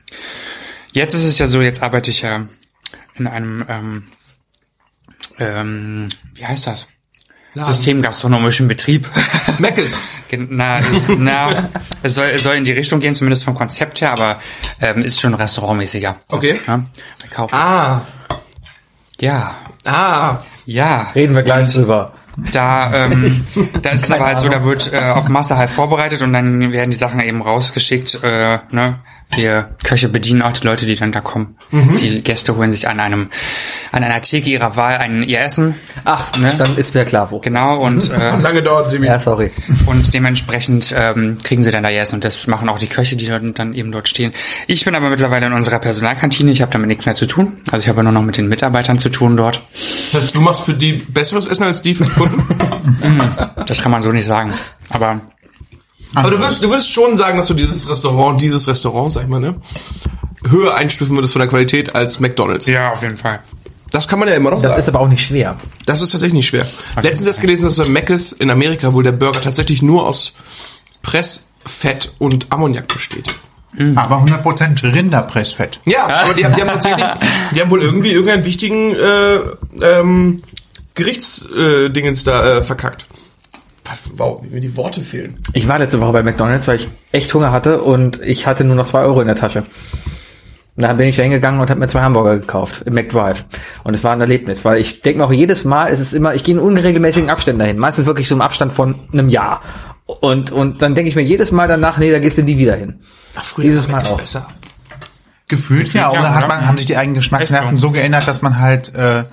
Speaker 6: jetzt ist es ja so, jetzt arbeite ich ja in einem, ähm, ähm, wie heißt das? Systemgastronomischen Betrieb.
Speaker 3: Meckes.
Speaker 6: Gen- na, ich, na es, soll, es soll in die Richtung gehen, zumindest vom Konzept her, aber ähm, ist schon restaurantmäßiger.
Speaker 3: Okay.
Speaker 6: Ja, wir kaufen.
Speaker 3: Ah,
Speaker 6: Ja,
Speaker 3: ah.
Speaker 6: ja.
Speaker 8: Reden wir gleich drüber.
Speaker 6: Da, ähm, da ist es aber halt so, da wird äh, auf Masse halt vorbereitet und dann werden die Sachen eben rausgeschickt. Äh, ne? Wir Köche bedienen auch die Leute, die dann da kommen. Die Gäste holen sich an einem an einer Theke ihrer Wahl ein ihr Essen.
Speaker 8: Ach,
Speaker 6: Ne?
Speaker 8: dann ist mir klar, wo.
Speaker 6: Genau, und, äh,
Speaker 3: Lange dauert Sebi.
Speaker 8: Ja, sorry.
Speaker 6: und dementsprechend ähm, kriegen sie dann da ihr Essen. Und das machen auch die Köche, die dort, dann eben dort stehen. Ich bin aber mittlerweile in unserer Personalkantine. Ich habe damit nichts mehr zu tun. Also ich habe nur noch mit den Mitarbeitern zu tun dort.
Speaker 3: Das heißt, du machst für die besseres Essen als die für die Kunden.
Speaker 6: Das kann man so nicht sagen. Aber
Speaker 3: Aber du würdest, du würdest schon sagen, dass du dieses Restaurant, dieses Restaurant, sag ich mal, ne? Höher einstufen würdest von der Qualität als McDonalds.
Speaker 6: ja, auf jeden Fall.
Speaker 3: Das kann man ja immer noch
Speaker 8: Das
Speaker 3: sagen.
Speaker 8: ist aber auch nicht schwer.
Speaker 3: das ist tatsächlich nicht schwer. Letztens erst gelesen, dass bei Mc's in Amerika wohl der Burger tatsächlich nur aus Pressfett und Ammoniak besteht.
Speaker 6: Hm.
Speaker 1: Aber 100% Rinderpressfett.
Speaker 3: Ja, aber die, haben- die haben tatsächlich, die haben wohl irgendwie irgendeinen wichtigen äh, ähm, Gerichtsdingens äh, Dingens da äh, verkackt. Wow, wie mir die Worte fehlen.
Speaker 8: Ich war letzte Woche bei McDonalds, weil ich echt Hunger hatte und ich hatte nur noch zwei Euro in der Tasche. Und dann bin ich da hingegangen und habe mir zwei Hamburger gekauft im McDrive. Und es war ein Erlebnis, weil ich denke mir auch jedes Mal, es ist immer, ich gehe in unregelmäßigen Abständen dahin. Meistens wirklich so im Abstand von einem Jahr. Und, und dann denke ich mir jedes Mal danach, nee, da gehst du nie wieder hin.
Speaker 3: Ach, früher
Speaker 8: Dieses
Speaker 3: war
Speaker 8: Mal
Speaker 3: Mac ist
Speaker 8: auch.
Speaker 3: besser.
Speaker 1: Gefühlt ja,
Speaker 6: ja,
Speaker 1: oder hat
Speaker 6: oder?
Speaker 1: man, haben sich die eigenen Geschmacksnerven
Speaker 6: Echt so.
Speaker 1: so geändert, dass man halt äh,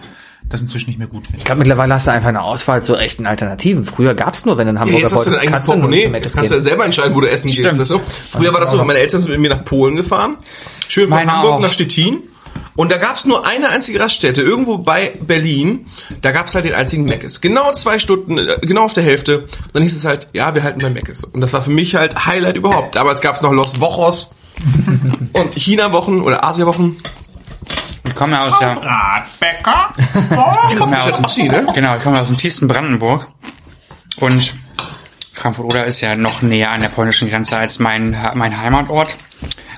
Speaker 1: das inzwischen nicht mehr gut findet.
Speaker 8: Ich glaube, mittlerweile hast du einfach eine Auswahl zu echten Alternativen. Früher gab's nur, wenn du einen
Speaker 3: Ja,
Speaker 8: Hamburger
Speaker 3: jetzt hast du dein eigenes
Speaker 8: kannst du nur
Speaker 3: Portemonnaie.
Speaker 8: zum Mc's
Speaker 3: Jetzt kannst du ja
Speaker 8: gehen.
Speaker 3: selber entscheiden, wo du essen gehst.
Speaker 6: Stimmt.
Speaker 3: Weißt du? Früher war das so, meine Eltern sind mit mir nach Polen gefahren. Schön von
Speaker 6: Meine
Speaker 3: Hamburg
Speaker 6: auch.
Speaker 3: nach Stettin. Und da gab's nur eine einzige Raststätte, irgendwo bei Berlin. Da gab's halt den einzigen Meckes. Genau zwei Stunden, äh, genau auf der Hälfte. Dann hieß es halt, ja, wir halten bei Meckes. Und das war für mich halt Highlight überhaupt. Damals gab's noch Los Wochos und China-Wochen oder Asia-Wochen.
Speaker 6: Ich komme ja aus der...
Speaker 1: Radbäcker?
Speaker 6: komme ja aus dem,
Speaker 3: Ossi, ne?
Speaker 6: Genau, ich komme aus dem tiefsten Brandenburg. Und Frankfurt-Oder ist ja noch näher an der polnischen Grenze als mein, mein Heimatort.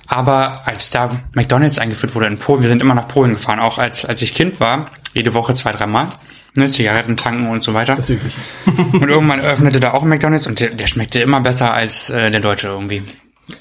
Speaker 6: Aber als da McDonalds eingeführt wurde in Polen, wir sind immer nach Polen gefahren, auch als, als ich Kind war, jede Woche zwei, dreimal. Ne, Zigaretten tanken und so weiter. Das übliche. Und irgendwann öffnete da auch ein McDonalds und der, der schmeckte immer besser als äh, der deutsche irgendwie.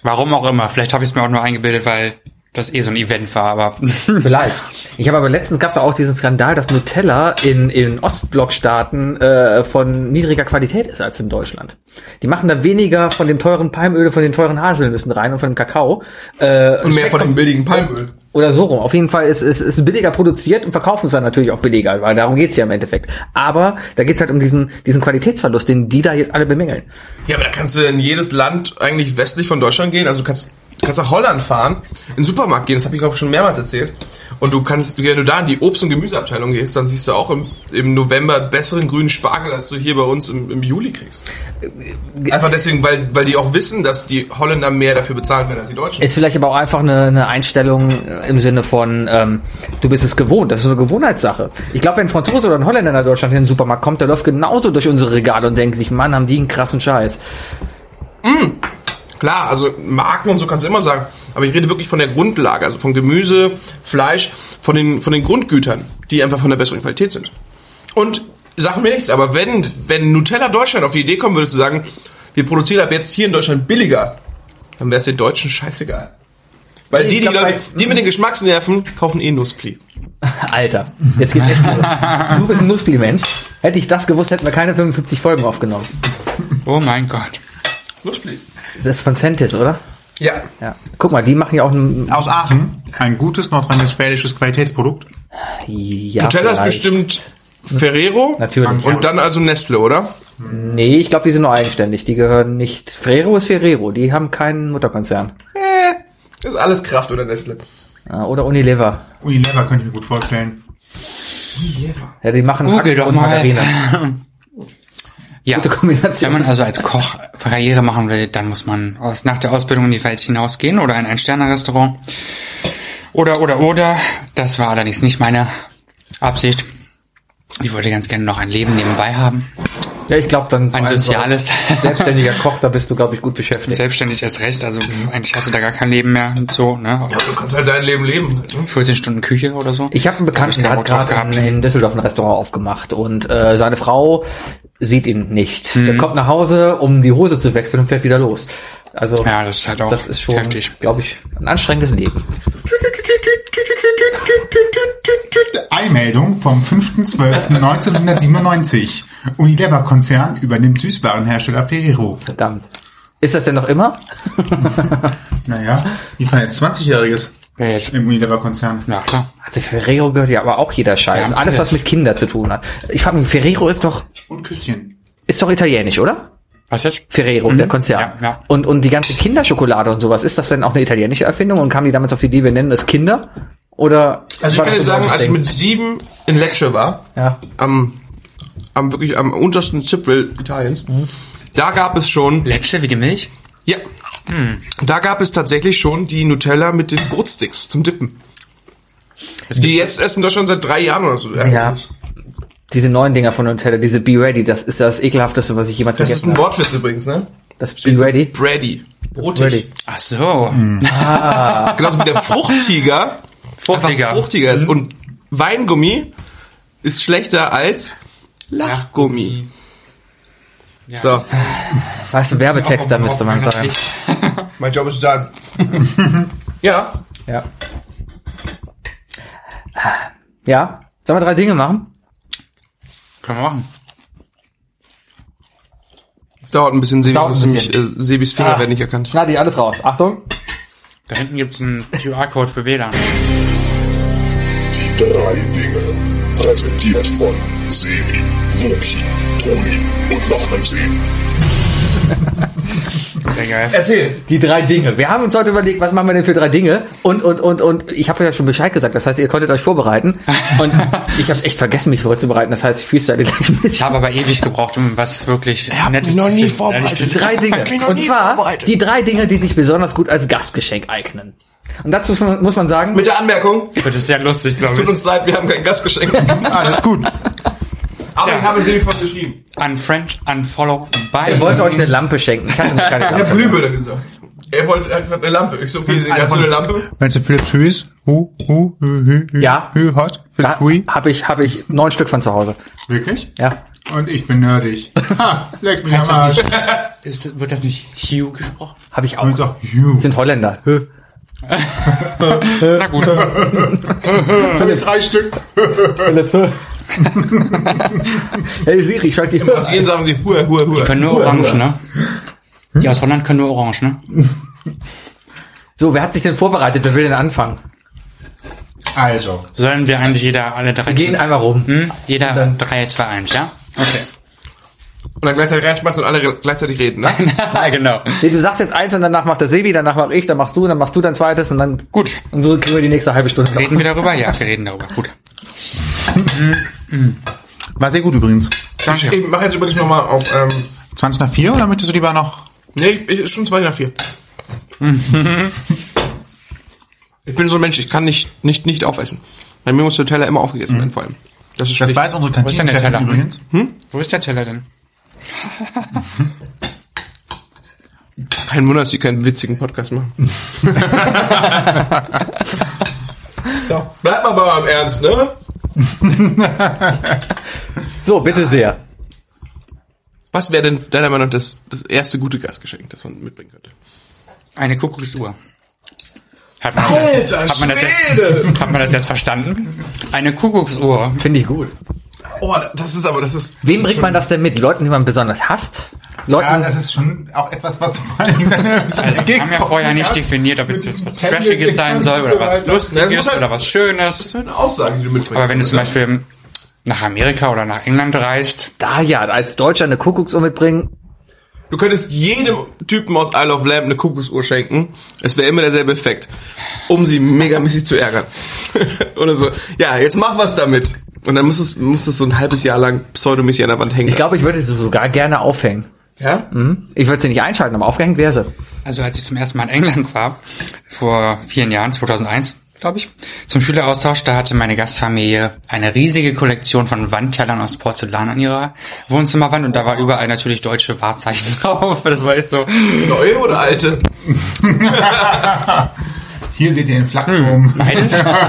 Speaker 6: Warum auch immer. Vielleicht habe ich es mir auch nur eingebildet, weil das eh so ein Event war, aber
Speaker 8: Vielleicht. Ich habe aber letztens gab's auch diesen Skandal, dass Nutella in, in Ostblockstaaten äh, von niedriger Qualität ist als in Deutschland. Die machen da weniger von dem teuren Palmöl, von den teuren Haselnüssen rein und von dem Kakao. Äh,
Speaker 3: Und mehr von dem billigen Palmöl.
Speaker 8: oder so rum. Auf jeden Fall ist es ist, billiger produziert und verkaufen es dann natürlich auch billiger, weil darum geht's ja im Endeffekt. Aber da geht's halt um diesen, diesen Qualitätsverlust, den die da jetzt alle bemängeln.
Speaker 3: Ja, aber da kannst du in jedes Land eigentlich westlich von Deutschland gehen. Also du kannst, du kannst nach Holland fahren, in den Supermarkt gehen, das habe ich glaube ich schon mehrmals erzählt. Und du kannst, wenn du da in die Obst- und Gemüseabteilung gehst, dann siehst du auch im, im November besseren grünen Spargel, als du hier bei uns im, im Juli kriegst. Einfach deswegen, weil, weil die auch wissen, dass die Holländer mehr dafür bezahlen werden als die Deutschen.
Speaker 8: Ist vielleicht aber auch einfach eine, eine Einstellung äh, im Sinne von, ähm, du bist es gewohnt. Das ist so eine Gewohnheitssache. Ich glaube, wenn ein Franzose oder ein Holländer nach Deutschland in den Supermarkt kommt, der läuft genauso durch unsere Regale und denkt sich, Mann, haben die einen krassen Scheiß.
Speaker 3: Klar, also Marken und so kannst du immer sagen. Aber ich rede wirklich von der Grundlage, also von Gemüse, Fleisch, von den, von den Grundgütern, die einfach von der besseren Qualität sind. Und sag mir nichts, aber wenn, wenn Nutella Deutschland auf die Idee kommen würde zu sagen, wir produzieren ab jetzt hier in Deutschland billiger, dann wäre es den Deutschen scheißegal. Weil die, die,
Speaker 8: glaub,
Speaker 3: Leute, die mit den Geschmacksnerven kaufen eh Nusspli.
Speaker 8: Alter, jetzt geht's echt los. Du bist ein Nussspielmensch. Hätte ich das gewusst, hätten wir keine 55 Folgen aufgenommen.
Speaker 6: oh mein Gott.
Speaker 3: Nusspli.
Speaker 8: Das ist von Centis, oder?
Speaker 3: Ja.
Speaker 8: Ja. Guck mal, die machen ja auch einen...
Speaker 1: Aus Aachen. Ein gutes nordrhein-westfälisches Qualitätsprodukt.
Speaker 8: Ja,
Speaker 3: Nutella ist
Speaker 8: vielleicht.
Speaker 3: bestimmt Ferrero.
Speaker 8: Natürlich.
Speaker 3: Und dann also Nestle, oder?
Speaker 8: Nee, ich glaube, die sind nur eigenständig. Die gehören nicht... Ferrero ist Ferrero. Die haben keinen Mutterkonzern.
Speaker 3: Äh, ist alles Kraft oder Nestle.
Speaker 8: Ja, Oder Unilever.
Speaker 1: Unilever könnte ich mir gut vorstellen.
Speaker 8: Ja, die machen
Speaker 6: Google
Speaker 8: Hacks
Speaker 6: doch
Speaker 8: und
Speaker 6: mal.
Speaker 8: Margarine.
Speaker 6: Ja.
Speaker 8: Gute Kombination.
Speaker 6: Wenn man also als Koch Karriere machen will, dann muss man aus, nach der Ausbildung in die Welt hinausgehen oder in ein Sternerestaurant. Oder, oder, oder. Das war allerdings nicht meine Absicht. Ich wollte ganz gerne noch ein Leben nebenbei haben.
Speaker 8: Ja, ich glaube dann
Speaker 6: Ein
Speaker 8: vor allem so
Speaker 6: soziales.
Speaker 8: als Selbstständiger Koch, da bist du, glaube ich, gut beschäftigt.
Speaker 6: Selbstständig erst recht. Also pf, eigentlich hast du da gar kein Leben mehr. Und so, ne?
Speaker 3: Du kannst halt dein Leben leben. Halt, ne?
Speaker 6: 14 Stunden Küche oder so.
Speaker 8: Ich habe einen Bekannten,
Speaker 6: Hab
Speaker 8: der hat
Speaker 6: ich keinen Bock
Speaker 8: gerade
Speaker 6: drauf
Speaker 8: gehabt.
Speaker 6: gehabt.
Speaker 8: in Düsseldorf ein Restaurant aufgemacht und äh, seine Frau sieht ihn nicht.
Speaker 6: Hm.
Speaker 8: Der kommt nach Hause, um die Hose zu wechseln und fährt wieder los. Also
Speaker 6: Ja, das ist halt auch
Speaker 8: das ist schon,
Speaker 6: heftig.
Speaker 8: glaube ich, ein anstrengendes Leben.
Speaker 1: Eilmeldung vom 5.12.1997. Unilever-Konzern übernimmt Süßwarenhersteller Ferrero.
Speaker 8: Verdammt. Ist das denn noch immer?
Speaker 1: Naja, die feiern jetzt 20-Jähriges
Speaker 6: Ja, jetzt.
Speaker 1: im Unilever-Konzern.
Speaker 6: Ja, klar.
Speaker 8: Also Ferrero gehört ja aber auch jeder Scheiß.
Speaker 6: Ja,
Speaker 8: Alles, was mit Kinder zu tun hat. Ich frage mich, Ferrero ist doch,
Speaker 1: Und Küsschen.
Speaker 8: ist doch italienisch, oder?
Speaker 6: Was jetzt?
Speaker 8: Ferrero, der Konzern.
Speaker 6: Mhm. Ja, ja.
Speaker 8: Und, und die ganze Kinderschokolade und sowas, ist das denn auch eine italienische Erfindung? Und kamen die damals auf die Idee, wir nennen es Kinder? Oder
Speaker 3: Also ich
Speaker 8: war
Speaker 3: kann dir
Speaker 8: das so ein
Speaker 3: sagen,
Speaker 8: deutsches
Speaker 3: als ich
Speaker 8: Ding?
Speaker 3: mit sieben in Lecture war,
Speaker 8: ja.
Speaker 3: am, am wirklich am untersten Zipfel Italiens,
Speaker 8: Mhm.
Speaker 3: da gab es schon,
Speaker 6: Letzte wie die Milch?
Speaker 3: ja,
Speaker 8: Hm.
Speaker 3: da gab es tatsächlich schon die Nutella mit den Brotsticks zum Dippen. Die jetzt erst in Deutschland seit drei Jahren oder so.
Speaker 8: Ja. Diese neuen Dinger von Nutella, diese Be Ready, das ist das ekelhafteste, was ich jemals
Speaker 3: Das ist
Speaker 8: gegessen
Speaker 3: ein
Speaker 8: habe.
Speaker 3: Wortwitz übrigens, ne?
Speaker 8: Das Be Ready.
Speaker 3: Brady. Brotig.
Speaker 8: Ready.
Speaker 6: Ach so.
Speaker 8: Hm.
Speaker 3: Genauso Genau, wie der Fruchtiger.
Speaker 6: Fruchtiger.
Speaker 3: einfach fruchtiger
Speaker 8: Mhm.
Speaker 3: ist. Und Weingummi ist schlechter als Lachgummi. so,
Speaker 8: Weißt du, Werbetext, da müsste man sagen.
Speaker 3: mein Job ist done. ja.
Speaker 8: Ja. Ja. Sollen wir drei Dinge machen?
Speaker 6: Können wir machen.
Speaker 3: Es dauert ein bisschen, Sebi,
Speaker 8: Dauert ein
Speaker 3: musste mich, äh,
Speaker 8: bisschen.
Speaker 3: Sebis Finger
Speaker 6: Ah.
Speaker 3: werden nicht erkannt.
Speaker 8: Ah. Schneide ich alles raus. Achtung.
Speaker 6: Da hinten gibt's einen QR-Code für WLAN.
Speaker 13: Die drei Dinge. Präsentiert von Sebi, Wookie, Toni und noch einem Sebi.
Speaker 6: Sehr geil.
Speaker 3: Erzähl.
Speaker 8: Die drei Dinge. Wir haben uns heute überlegt, was machen wir denn für drei Dinge? Und, und, und, und ich habe ja schon Bescheid gesagt. Das heißt, ihr konntet euch vorbereiten. Und ich habe echt vergessen, mich vorzubereiten. Das heißt, ich freestyle gleich ein
Speaker 6: Ich
Speaker 8: bisschen.
Speaker 6: habe aber ewig gebraucht, um was wirklich Nettes
Speaker 2: noch
Speaker 6: zu
Speaker 2: nie
Speaker 6: finden.
Speaker 2: vorbereitet.
Speaker 6: Ehrlich
Speaker 8: Die
Speaker 6: gesagt.
Speaker 8: drei Dinge. Und zwar die drei Dinge, die sich besonders gut als Gastgeschenk eignen. Und dazu muss man sagen,
Speaker 3: Mit der Anmerkung,
Speaker 6: Wird es sehr lustig, glaube
Speaker 3: tut
Speaker 6: ich.
Speaker 3: uns leid, wir haben kein Gastgeschenk.
Speaker 1: Alles gut.
Speaker 3: Aber ich habe Sebi von geschrieben.
Speaker 6: Unfriend, unfollow,
Speaker 8: ihr
Speaker 6: bye.
Speaker 8: wollt euch eine Lampe schenken. Ich hatte noch keine
Speaker 3: Ich habe
Speaker 8: Lampe.
Speaker 3: Glühbirne gesagt. Er wollte einfach eine Lampe. Ich so, okay, Sebi, hast du eine Lampe?
Speaker 1: Meinst du Philips Hue ist? Hu, Hu, Hü, Hü, Hü,
Speaker 8: Ja.
Speaker 1: Hü, Hot, Philips
Speaker 8: Da
Speaker 1: Hui.
Speaker 8: habe ich, hab ich neun Stück von zu Hause.
Speaker 1: Wirklich?
Speaker 8: Ja.
Speaker 1: Und ich bin nerdig. Ha, leck mich am
Speaker 6: das
Speaker 1: Arsch.
Speaker 6: nicht- Ist, wird das nicht Hugh gesprochen?
Speaker 8: Habe ich auch.
Speaker 1: Und so, Hü.
Speaker 8: Sind Holländer. Hö.
Speaker 6: Na gut.
Speaker 1: Philips Äh, drei Stück.
Speaker 8: Hey Siri, schalt die Hö.
Speaker 3: Aus jedem sagen sie, hua, hua, hua.
Speaker 6: Können nur Orange, ne? Die aus Holland können nur Orange, ne?
Speaker 8: So, wer hat sich denn vorbereitet? Wer will denn anfangen?
Speaker 1: Also,
Speaker 6: Sollen wir eigentlich jeder alle drei...
Speaker 8: Wir gehen einmal rum.
Speaker 6: hm? Jeder drei, zwei, eins, ja?
Speaker 3: Und dann gleichzeitig reinschmeißen und alle gleichzeitig reden, ne?
Speaker 6: Ah, genau.
Speaker 8: Nee, du sagst jetzt eins und danach macht der Sebi, danach mach ich, dann machst du, dann machst du dein zweites und dann.
Speaker 6: Gut.
Speaker 8: Und so kriegen wir die nächste halbe Stunde.
Speaker 6: Reden wir darüber? Ja, wir reden darüber. Gut.
Speaker 1: war sehr gut übrigens.
Speaker 3: Ich ich mach jetzt übrigens nochmal auf, ähm,
Speaker 1: 20 nach 4 oder möchtest du lieber noch?
Speaker 3: Nee, ich, ich, schon 20 nach 4. ich bin so ein Mensch, ich kann nicht, nicht, nicht aufessen. Bei mir muss der Teller immer aufgegessen werden, vor allem. Mhm. Das ist
Speaker 1: Das
Speaker 3: schlecht.
Speaker 1: weiß unsere
Speaker 6: ist denn der
Speaker 1: Kantinenchefin
Speaker 6: Teller?
Speaker 1: übrigens.
Speaker 6: Wo ist der Teller denn?
Speaker 3: Kein Wunder, dass die keinen witzigen Podcast machen. so, bleibt mal beim Ernst, ne?
Speaker 8: So, bitte sehr.
Speaker 3: Was wäre denn deiner Meinung nach das, das erste gute Gastgeschenk, das man mitbringen könnte?
Speaker 6: Eine Kuckucksuhr. Hat man, hat, man das jetzt, hat man das jetzt verstanden? Eine Kuckucksuhr.
Speaker 8: Finde ich gut.
Speaker 3: Oh, das ist aber, das ist.
Speaker 8: Wem bringt man das denn mit? Leuten, die man besonders hasst?
Speaker 1: Ja,
Speaker 7: Ah,
Speaker 8: Leuten.
Speaker 1: das ist schon auch etwas, was du mal in deiner
Speaker 6: Also wir haben ja vorher nicht definiert, ob es jetzt was Trashiges sein soll oder was
Speaker 3: Ja,
Speaker 6: Lustiges
Speaker 3: das muss halt-
Speaker 6: oder was
Speaker 3: Das
Speaker 6: Schönes.
Speaker 3: sind Aussagen, die du mitbringst.
Speaker 6: Aber wenn du zum Beispiel nach Amerika oder nach England reist,
Speaker 8: da ja, als Deutscher eine Kuckucksuhr mitbringen,
Speaker 3: Du könntest jedem Typen aus Isle of Lamb eine Kuckucksuhr schenken. Es wäre immer derselbe Effekt. Um sie megamäßig zu ärgern. Oder so. Ja, jetzt mach was damit. Und dann musst du es- musst du es so ein halbes Jahr lang pseudomäßig an der Wand hängen.
Speaker 8: Ich glaube, ich würde sie sogar gerne aufhängen.
Speaker 3: Ja?
Speaker 8: Mhm. Ich würde sie nicht einschalten, aber aufgehängt wäre sie.
Speaker 6: Also als ich zum ersten Mal in England war, vor vielen Jahren, 2001, glaube ich, zum Schüleraustausch, da hatte meine Gastfamilie eine riesige Kollektion von Wandtellern aus Porzellan an ihrer Wohnzimmerwand und da war überall natürlich deutsche Wahrzeichen drauf. Das war echt so.
Speaker 3: Neue oder alte?
Speaker 7: Hier seht ihr den
Speaker 6: Hm.
Speaker 7: Flakturm.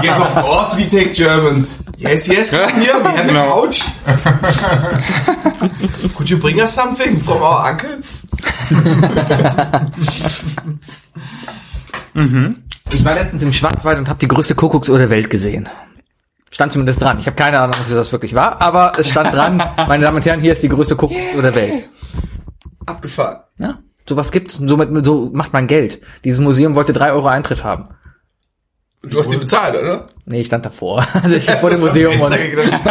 Speaker 3: Yes, of course we take Germans. Yes, yes, come here, we have
Speaker 8: Genau.
Speaker 3: a couch. Could you bring us something from our uncle?
Speaker 8: Ich war letztens im Schwarzwald und habe die größte Kuckucksuhr der Welt gesehen. Stand zumindest dran. Ich habe keine Ahnung, ob das wirklich war, aber es stand dran, meine Damen und Herren, hier ist die größte Kuckucksuhr der Welt.
Speaker 3: Abgefahren.
Speaker 8: Ja, sowas gibt's. Somit, so macht man Geld. Dieses Museum wollte drei Euro Eintritt haben.
Speaker 3: Du hast die bezahlt, oder?
Speaker 8: Nee, ich stand davor. Also ich stand vor dem Museum und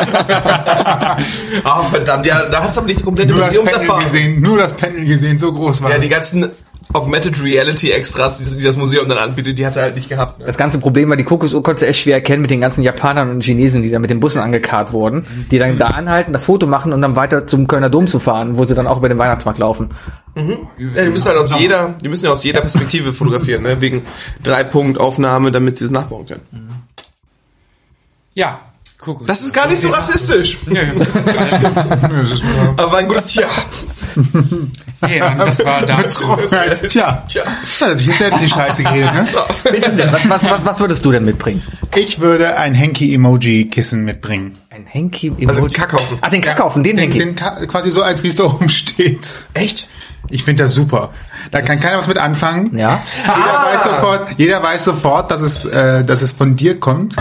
Speaker 3: Ah, verdammt, ja, da hast du aber nicht die komplette
Speaker 7: Nur das Panel
Speaker 3: Museumserfahrung.
Speaker 7: gesehen, nur das Panel gesehen, so groß war
Speaker 3: Ja,
Speaker 7: das.
Speaker 3: die ganzen Augmented Reality Extras, die, die das Museum dann anbietet, die hat er halt nicht gehabt. Ne?
Speaker 8: das ganze Problem war, die Kokosuhr konntest du echt schwer erkennen mit den ganzen Japanern und Chinesen, die da mit den Bussen angekarrt wurden, die dann da anhalten, das Foto machen und dann weiter zum Kölner Dom zu fahren, wo sie dann auch über den Weihnachtsmarkt laufen.
Speaker 3: Ja, die müssen halt aus jeder, die müssen ja aus jeder Perspektive fotografieren, ne? wegen Drei-Punkt-Aufnahme, damit sie es nachbauen können.
Speaker 6: Ja, Kuckuck.
Speaker 3: Das ist gar nicht so rassistisch.
Speaker 7: Nö, es ist nur
Speaker 3: Aber ein gutes Tja.
Speaker 6: Nee, Mann, das war da.
Speaker 7: betroffen als, tja.
Speaker 3: Tja.
Speaker 7: Ja, dass ich jetzt selbst die Scheiße geredet, ne?
Speaker 8: Bitte sehr, was, was, was, was würdest du denn mitbringen?
Speaker 7: Ich würde ein Henki-Emoji-Kissen mitbringen.
Speaker 8: Ein Henki
Speaker 3: Also einen Kackhaufen.
Speaker 8: Ach, den Kackhaufen, den
Speaker 7: den,
Speaker 8: Henki.
Speaker 7: den Ka- quasi so, als wie es da oben steht.
Speaker 3: Echt?
Speaker 7: Ich finde das super. Da kann keiner was mit anfangen.
Speaker 8: Ja.
Speaker 6: Ah.
Speaker 7: Jeder, weiß sofort, jeder weiß sofort, dass es, äh, dass es von dir kommt.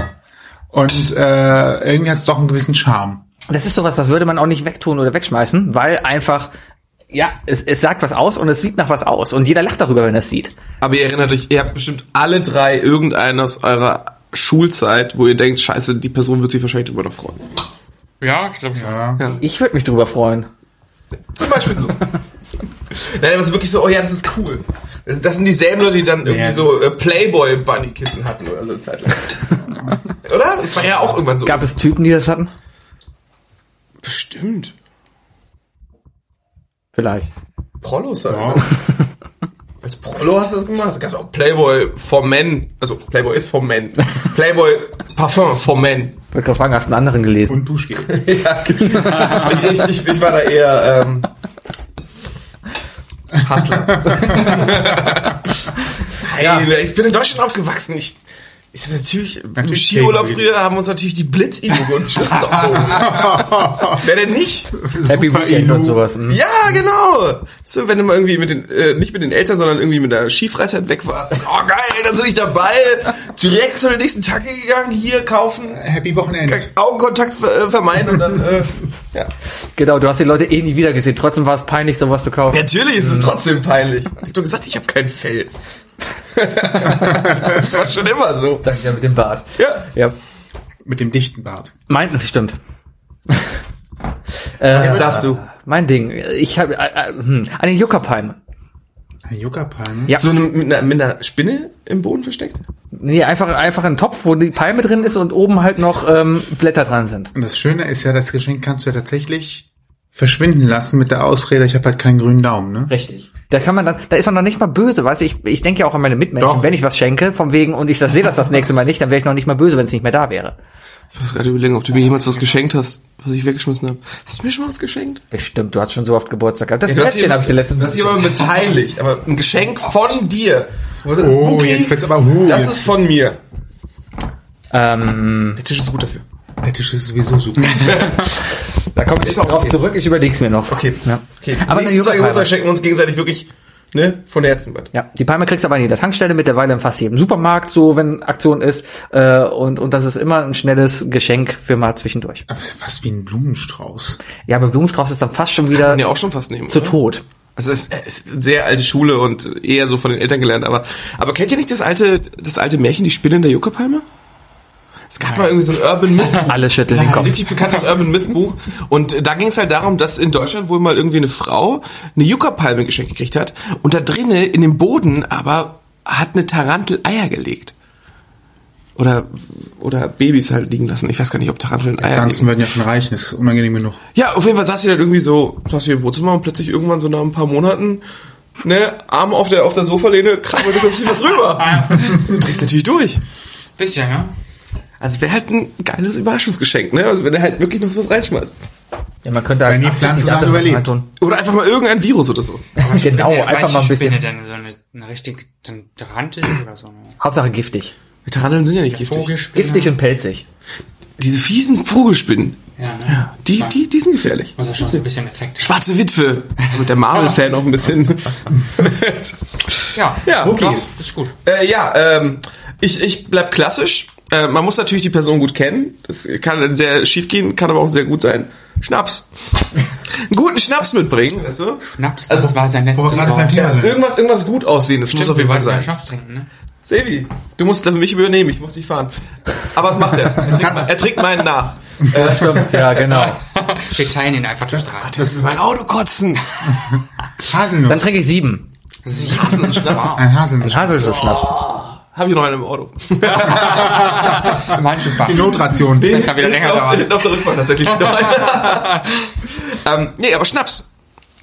Speaker 7: Und äh, irgendwie hat es doch einen gewissen Charme.
Speaker 8: Das ist sowas, das würde man auch nicht wegtun oder wegschmeißen, weil einfach, ja, es, es sagt was aus und es sieht nach was aus und jeder lacht darüber, wenn er es sieht.
Speaker 3: Aber ihr erinnert euch, ihr habt bestimmt alle drei irgendeinen aus eurer Schulzeit, wo ihr denkt, scheiße, die Person wird sich wahrscheinlich darüber noch freuen.
Speaker 6: Ja, ich glaube schon.
Speaker 8: Ich würde mich drüber freuen.
Speaker 3: Zum Beispiel so. Nein, aber es ist wirklich so, oh ja, das ist cool. Das, das sind dieselben Leute, die dann irgendwie
Speaker 7: Ja.
Speaker 3: so äh, Playboy-Bunny-Kissen hatten oder so eine Zeit lang. oder? Das war ja auch irgendwann so.
Speaker 8: Gab es Typen, die das hatten?
Speaker 3: bestimmt.
Speaker 8: Vielleicht.
Speaker 3: Prollos halt. ne? Als Prollo hast du das gemacht. Da gab auch Playboy for Men. Also Playboy ist for Men. Playboy Parfum for Men.
Speaker 8: Ich wollte gerade fragen, hast du einen anderen gelesen?
Speaker 7: Und Duschgel.
Speaker 3: Ja, genau. ich, ich, ich, ich war da eher ähm, Hustler. hey, ich bin in Deutschland aufgewachsen. Ich, ich hab natürlich, im
Speaker 7: Natürlich
Speaker 3: Skiurlaub
Speaker 7: Playboy.
Speaker 3: früher haben uns natürlich die Blitz-Ilu und Schlüssel abgehoben. Wer denn nicht?
Speaker 8: Happy
Speaker 7: Super
Speaker 8: Weekend
Speaker 7: Ilu.
Speaker 8: und sowas. Mhm.
Speaker 3: Ja, genau. So, wenn du mal irgendwie mit den, äh, nicht mit den Eltern, sondern irgendwie mit der Skifreizeit weg warst. sagst du, Oh geil, da bin ich dabei. Direkt zu der nächsten Tacke gegangen, hier kaufen,
Speaker 7: Happy Wochenende.
Speaker 3: Augenkontakt ver äh, vermeiden und dann, äh, ja.
Speaker 8: Genau, du hast die Leute eh nie wiedergesehen. Trotzdem war es peinlich, sowas zu kaufen.
Speaker 3: Natürlich ist es trotzdem peinlich. Ich hab doch gesagt, ich habe kein Fell. das war schon immer so.
Speaker 8: Sag ich ja mit dem Bart.
Speaker 3: Ja.
Speaker 8: Ja.
Speaker 7: Mit dem dichten Bart.
Speaker 8: Meinten, stimmt. Äh,
Speaker 3: Jetzt sagst du.
Speaker 8: Mein Ding. Ich habe äh, äh, hm, eine Juckerpalme.
Speaker 7: Ein Juckerpalme.
Speaker 8: Ja.
Speaker 3: So eine, mit, einer, mit einer Spinne im Boden versteckt?
Speaker 8: Nee, einfach, einfach ein Topf, wo die Palme drin ist und oben halt noch ähm, Blätter dran sind.
Speaker 7: Und das Schöne ist ja, das Geschenk kannst du ja tatsächlich verschwinden lassen mit der Ausrede, ich habe halt keinen grünen Daumen, ne?
Speaker 8: Richtig. Da kann man dann, da ist man dann nicht mal böse, weißt du, ich, ich denke ja auch an meine Mitmenschen,
Speaker 7: Doch.
Speaker 8: wenn ich was schenke, vom wegen, und ich das sehe das das nächste Mal nicht, dann wäre ich noch nicht mal böse, wenn es nicht mehr da wäre.
Speaker 3: Ich muss gerade überlegen, ob du mir jemals was geschenkt hast, was ich weggeschmissen habe. Hast du mir schon was geschenkt?
Speaker 8: Bestimmt, du hast schon so oft Geburtstag gehabt. Das
Speaker 3: Ja,
Speaker 8: ja,
Speaker 3: du hast
Speaker 8: Plätzchen
Speaker 3: jemand-
Speaker 8: habe ich dir letztens
Speaker 3: Du hast jemanden beteiligt, aber ein Geschenk von dir. Wo ist das?
Speaker 7: Oh,
Speaker 3: Wookie?
Speaker 7: jetzt wird's aber huh,
Speaker 3: Das
Speaker 7: jetzt-
Speaker 3: ist von mir.
Speaker 8: Ähm,
Speaker 3: Der Tisch ist gut dafür.
Speaker 7: Der Tisch ist sowieso super.
Speaker 8: da komme ich
Speaker 3: Ist auch
Speaker 8: drauf
Speaker 3: okay.
Speaker 8: zurück, ich überlege es mir noch.
Speaker 3: Okay.
Speaker 8: Ja.
Speaker 3: Okay.
Speaker 8: Aber
Speaker 3: Aber
Speaker 8: eine
Speaker 3: nächsten zwei Geburtstage
Speaker 8: Juckerpalme.
Speaker 3: schenken wir uns gegenseitig wirklich ne, von Herzen was.
Speaker 8: Ja, die Palme kriegst du aber an jeder Tankstelle, mittlerweile in fast jedem Supermarkt, so wenn Aktion ist. Äh, und, und das ist immer ein schnelles Geschenk für mal zwischendurch.
Speaker 7: Aber es ist ja fast wie ein Blumenstrauß.
Speaker 8: Ja, aber Blumenstrauß ist dann fast schon wieder
Speaker 3: Kann ja auch schon fast nehmen.
Speaker 8: zu
Speaker 3: oder?
Speaker 8: tot.
Speaker 3: Also es ist eine sehr alte Schule und eher so von den Eltern gelernt, aber aber kennt ihr nicht das alte das alte Märchen die Spinne in der Juckerpalme? Es gab mal irgendwie so ein Urban Myth.
Speaker 8: Alle schütteln
Speaker 3: ein
Speaker 8: den Kopf.
Speaker 3: richtig bekanntes Urban Myth Buch. Und äh, da ging es halt darum, dass in Deutschland wohl mal irgendwie eine Frau eine Yucca-Palme geschenkt gekriegt hat. Und da drinnen, in dem Boden, aber hat eine Tarantel Eier gelegt. Oder, oder Babys halt liegen lassen. Ich weiß gar nicht, ob Taranteln Eier legen.
Speaker 1: Pflanzen werden ja schon reichen, ist unangenehm genug.
Speaker 3: Ja, auf jeden Fall saß sie dann irgendwie so, saß sie im Wohnzimmer und plötzlich irgendwann so nach ein paar Monaten, ne, Arme auf der, auf der Sofalehne, krabbelte plötzlich was rüber. Du drehst natürlich durch.
Speaker 6: Bisschen, ja.
Speaker 3: Also wäre halt ein geiles Überraschungsgeschenk, ne? Also wenn er halt wirklich noch was reinschmeißt.
Speaker 8: Ja, man könnte halt
Speaker 1: die Pflanzen sagen, überlebt.
Speaker 3: oder einfach mal irgendein Virus oder so.
Speaker 8: Genau,
Speaker 6: Spinne,
Speaker 8: einfach mal ein
Speaker 6: welche
Speaker 8: bisschen.
Speaker 6: Spinne denn? So eine, eine richtig Tarantel oder so eine
Speaker 8: Hauptsache giftig.
Speaker 3: Taranteln sind ja nicht giftig.
Speaker 6: Vogelspinne?
Speaker 8: Giftig und pelzig.
Speaker 3: Diese fiesen Vogelspinnen,
Speaker 6: Ja, ne?
Speaker 3: die, die, die sind gefährlich.
Speaker 6: Muss ja schon so ein bisschen Effekt haben.
Speaker 3: Schwarze Witwe. Mit der Marvel-Fan auch ein bisschen.
Speaker 6: Ja,
Speaker 3: Ja,
Speaker 6: okay.
Speaker 3: okay.
Speaker 6: Doch, ist gut.
Speaker 3: Äh, ja, ähm, ich, ich bleib klassisch. Äh, man muss natürlich die Person gut kennen. Das kann dann sehr schief gehen, kann aber auch sehr gut sein. Schnaps. Einen guten Schnaps mitbringen, weißt du?
Speaker 6: Schnaps,
Speaker 3: Also,
Speaker 6: das war sein
Speaker 1: Wo wir
Speaker 6: letztes
Speaker 1: gerade beim
Speaker 6: Wort.
Speaker 1: Thema sind.
Speaker 3: Irgendwas, irgendwas gut aussehendes muss auf jeden Fall sein.
Speaker 6: Schnaps trinken, ne?
Speaker 3: Sebi, du musst für mich übernehmen, ich muss dich fahren. Aber was macht er? Er trinkt, er trinkt meinen nach.
Speaker 8: Ja, genau.
Speaker 6: Wir teilen ihn einfach durch drei.
Speaker 1: Das ist
Speaker 3: Mein Auto kotzen.
Speaker 8: Dann
Speaker 1: Haselnuss.
Speaker 8: trinke ich sieben.
Speaker 3: Hab
Speaker 1: Ein Haselnuss.
Speaker 8: Haselnuss Schnaps.
Speaker 3: ich noch einen im Auto.
Speaker 6: Manche
Speaker 1: Die
Speaker 6: Fahrt.
Speaker 1: Notration.
Speaker 6: Jetzt hat wieder länger
Speaker 3: auf,
Speaker 6: dauert.
Speaker 3: hinten auf der Rückfahrt tatsächlich. Noch einen. ähm, nee, aber Schnaps.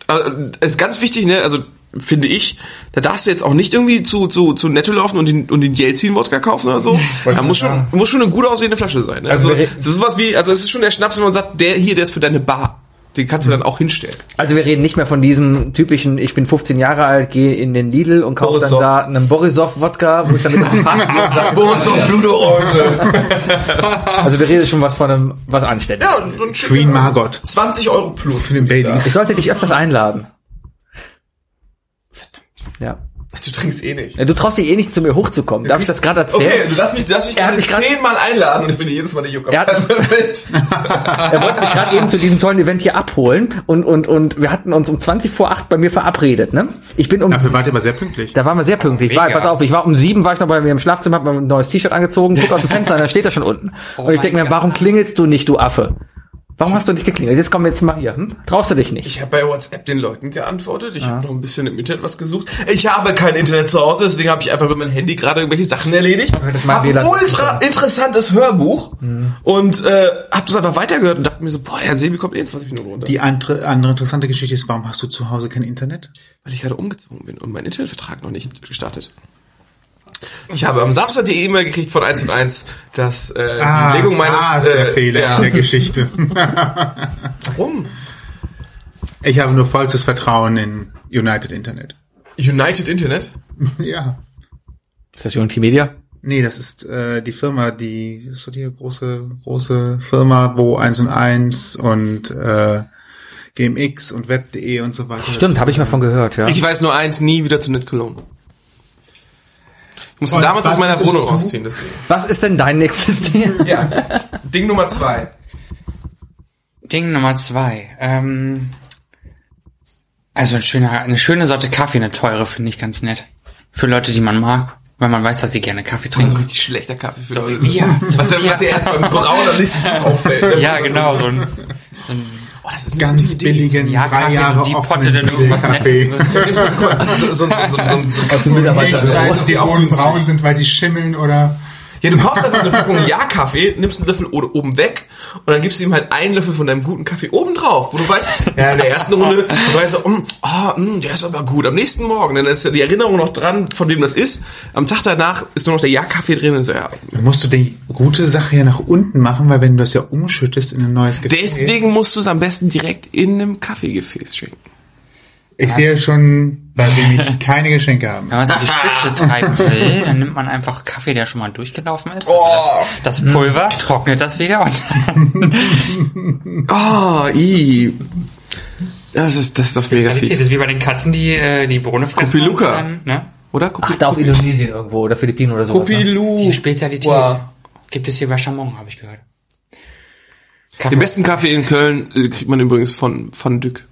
Speaker 3: Also, ist ganz wichtig, ne? Also finde ich, da darfst du jetzt auch nicht irgendwie zu, zu, zu Netto laufen und den, und den Jelzin-Wodka kaufen oder so. Da muss schon, muss schon eine gut aussehende Flasche sein. Ne? Also,
Speaker 8: Also wir-
Speaker 3: das ist was wie, also es ist schon der Schnaps, wenn man sagt, der hier, der ist für deine Bar. Den kannst du dann auch hinstellen.
Speaker 8: Also wir reden nicht mehr von diesem typischen, ich bin 15 Jahre alt, gehe in den Lidl und kaufe
Speaker 3: Borisov.
Speaker 8: dann da einen Borisov-Wodka, wo ich dann mit auf den Park gehe und sage,
Speaker 3: Boris und Pluto
Speaker 8: Also wir reden schon was von einem, was anständig.
Speaker 3: Ja, und, und
Speaker 1: Queen Margot.
Speaker 3: 20 Euro plus.
Speaker 1: Für den Baileys.
Speaker 8: Ich sollte dich öfters einladen. Ja.
Speaker 3: Du trinkst eh nicht.
Speaker 8: ja. Du traust dich eh nicht zu mir hochzukommen. Darf ich das gerade
Speaker 3: Okay,
Speaker 8: erzählen?
Speaker 3: du darfst mich, du darfst mich
Speaker 8: Er hat
Speaker 3: gerade
Speaker 8: mich grad-
Speaker 3: zehnmal einladen und ich bin jedes Mal der Jucker.
Speaker 8: Er hat- Er wollte mich gerade eben zu diesem tollen Event hier abholen und, und, und wir hatten uns um 20 vor 8 bei mir verabredet, ne? Ich bin um
Speaker 1: Dafür wart ihr aber sehr pünktlich.
Speaker 8: Da waren wir sehr pünktlich.
Speaker 6: Mega.
Speaker 8: War, pass auf, ich war um sieben, war ich noch bei mir im Schlafzimmer, hab mir ein neues T-Shirt angezogen, guck aus dem Fenster, da steht er schon unten. und ich
Speaker 6: mein
Speaker 8: denke mir,
Speaker 6: Gott.
Speaker 8: warum klingelst du nicht, du Affe? Warum hast du nicht geklingelt? Jetzt komm jetzt mal hier. Hm? Traust du dich nicht?
Speaker 3: Ich habe bei WhatsApp den Leuten geantwortet. Ich habe noch ein bisschen im Internet was gesucht. Ich habe kein Internet zu Hause, deswegen habe ich einfach mit meinem Handy gerade irgendwelche Sachen erledigt.
Speaker 8: das mal
Speaker 3: Hab ein
Speaker 8: WLAN
Speaker 3: ultra interessantes Hörbuch
Speaker 1: Mhm.
Speaker 3: und äh, habe das einfach weitergehört und dachte mir so, boah, Herr Sebi kommt eh in 20 Minuten runter.
Speaker 1: Die andere, andere interessante Geschichte ist, warum hast du zu Hause kein Internet?
Speaker 3: weil ich gerade umgezogen bin und mein Internetvertrag noch nicht gestartet. Ich habe am Samstag die E-Mail gekriegt von 1 und 1, dass äh, die Legung meines...
Speaker 1: ah, ist der
Speaker 3: äh,
Speaker 1: Fehler
Speaker 3: ja.
Speaker 1: in der Geschichte.
Speaker 3: Warum?
Speaker 1: Ich habe nur falsches Vertrauen in United Internet.
Speaker 3: United Internet?
Speaker 1: Ja.
Speaker 8: Ist das Unity Media?
Speaker 1: Nee, das ist äh, die Firma, die das ist so die große, große Firma, wo 1 und 1 und äh, GMX und Web.de E und so weiter.
Speaker 8: Stimmt, habe ich mal von gehört, ja.
Speaker 3: Ich weiß nur eins, nie wieder zu Ned Cologne. Ich musste
Speaker 1: Und
Speaker 3: damals aus
Speaker 1: was
Speaker 3: meiner
Speaker 1: ist
Speaker 3: Wohnung
Speaker 1: Fug?
Speaker 3: rausziehen, deswegen.
Speaker 8: Was ist denn dein nächstes Ding?
Speaker 3: Ja. Ding Nummer zwei.
Speaker 6: Ding Nummer zwei. Ähm, also ein schöner, eine schöne Sorte Kaffee, eine teure, finde ich ganz nett. Für Leute, die man mag, weil man weiß, dass sie gerne Kaffee
Speaker 3: So
Speaker 6: trinken.
Speaker 3: Also richtig schlechter Kaffee für
Speaker 6: So
Speaker 3: Leute.
Speaker 6: wie wir. So
Speaker 3: Was
Speaker 6: wie
Speaker 3: ja was ja
Speaker 6: wir.
Speaker 3: erst beim brauner Listentuch auffällt.
Speaker 6: Ja, genau, so ein, so ein
Speaker 3: Oh, das ist eine
Speaker 1: Ganz
Speaker 3: gute Idee.
Speaker 1: billigen,
Speaker 6: Ja,
Speaker 1: drei
Speaker 6: Kaffee,
Speaker 1: Jahre
Speaker 6: so die Potte, dann
Speaker 1: offenen
Speaker 6: irgendwas
Speaker 1: Kaffee.
Speaker 6: Nettes.
Speaker 3: Da gibt's so einen Kon- So, so, so, so, so, so
Speaker 1: Ich
Speaker 8: Mitarbeiter-
Speaker 1: weiß, dass die
Speaker 3: auch
Speaker 1: Bohnen
Speaker 3: günstig.
Speaker 1: braun sind, weil sie schimmeln oder...
Speaker 3: Ja, du kaufst einfach eine Packung Ja-Kaffee, nimmst einen Löffel o- oben weg und dann gibst du ihm halt einen Löffel von deinem guten Kaffee oben drauf, wo du weißt, ja, in der ersten Runde, du weißt so, mm, ah, mm, der ist aber gut. Am nächsten Morgen, dann ist ja die Erinnerung noch dran, von wem das ist. Am Tag danach ist nur noch der Ja-Kaffee drin und so, ja.
Speaker 1: Dann musst du die gute Sache ja nach unten machen, weil wenn du das ja umschüttest in ein neues Gefäß...
Speaker 3: Deswegen musst du es am besten direkt in einem Kaffeegefäß schenken.
Speaker 1: Ich sehe schon, bei wem ich keine Geschenke habe.
Speaker 6: Wenn man es auf die Spitze treiben will, dann nimmt man einfach Kaffee, der schon mal durchgelaufen ist. Also das, das Pulver trocknet das wieder und
Speaker 3: Oh, i. Das ist, das ist doch mega
Speaker 6: das
Speaker 3: fies.
Speaker 6: ist wie bei den Katzen, die äh, die Bohne fressen.
Speaker 3: Kopi
Speaker 6: und
Speaker 3: Luca.
Speaker 6: dann, Ne?
Speaker 3: Oder? Kopi-
Speaker 8: Ach, da auf Indonesien irgendwo oder Philippinen oder sowas. Ne?
Speaker 6: Die
Speaker 3: Kopilu.
Speaker 6: Spezialität
Speaker 3: Uh. Wow.
Speaker 6: gibt es hier bei Chamon, habe ich gehört. Kaffee,
Speaker 3: Den besten Kaffee in Köln äh, kriegt man übrigens von Van Dyck.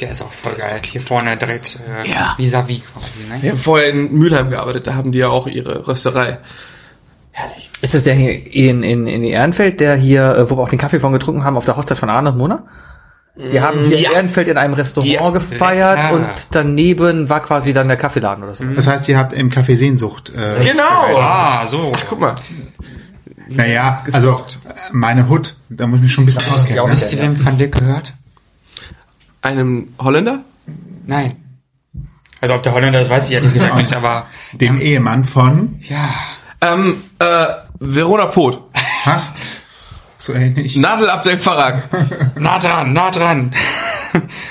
Speaker 6: der ist auch voll geil. Hier vorne direkt äh,
Speaker 3: Ja.
Speaker 6: vis-à-vis quasi. Ne?
Speaker 3: Ich habe vorher in Mülheim gearbeitet, da haben die ja auch ihre Rösterei.
Speaker 8: Ich Ist das der hier in, in, in Ehrenfeld, der hier, äh, wo wir auch den Kaffee von getrunken haben, auf der Hochzeit von Arne und Mona? Die haben hier
Speaker 3: ja.
Speaker 8: in Ehrenfeld in einem Restaurant
Speaker 3: Ja,
Speaker 8: gefeiert
Speaker 6: lecker.
Speaker 8: und daneben war quasi dann der Kaffeeladen oder so.
Speaker 7: Mhm.
Speaker 1: Das heißt, ihr habt im Café Sehnsucht. Äh,
Speaker 3: Genau.
Speaker 6: Ah, so.
Speaker 3: Guck mal.
Speaker 1: Naja, also äh, meine Hut, da muss ich mich schon ein bisschen auskennen.
Speaker 6: Hast du
Speaker 1: Ne?
Speaker 6: denn von Dirk gehört?
Speaker 3: Einem Holländer?
Speaker 6: Nein. Also ob der Holländer das weiß ich ehrlich gesagt nicht, aber
Speaker 1: Dem Ehemann von
Speaker 6: ja.
Speaker 3: Ähm, äh, Verona Pot.
Speaker 1: Hast, so ähnlich,
Speaker 3: Nadel Abdel Farag.
Speaker 6: Nah dran, nah dran.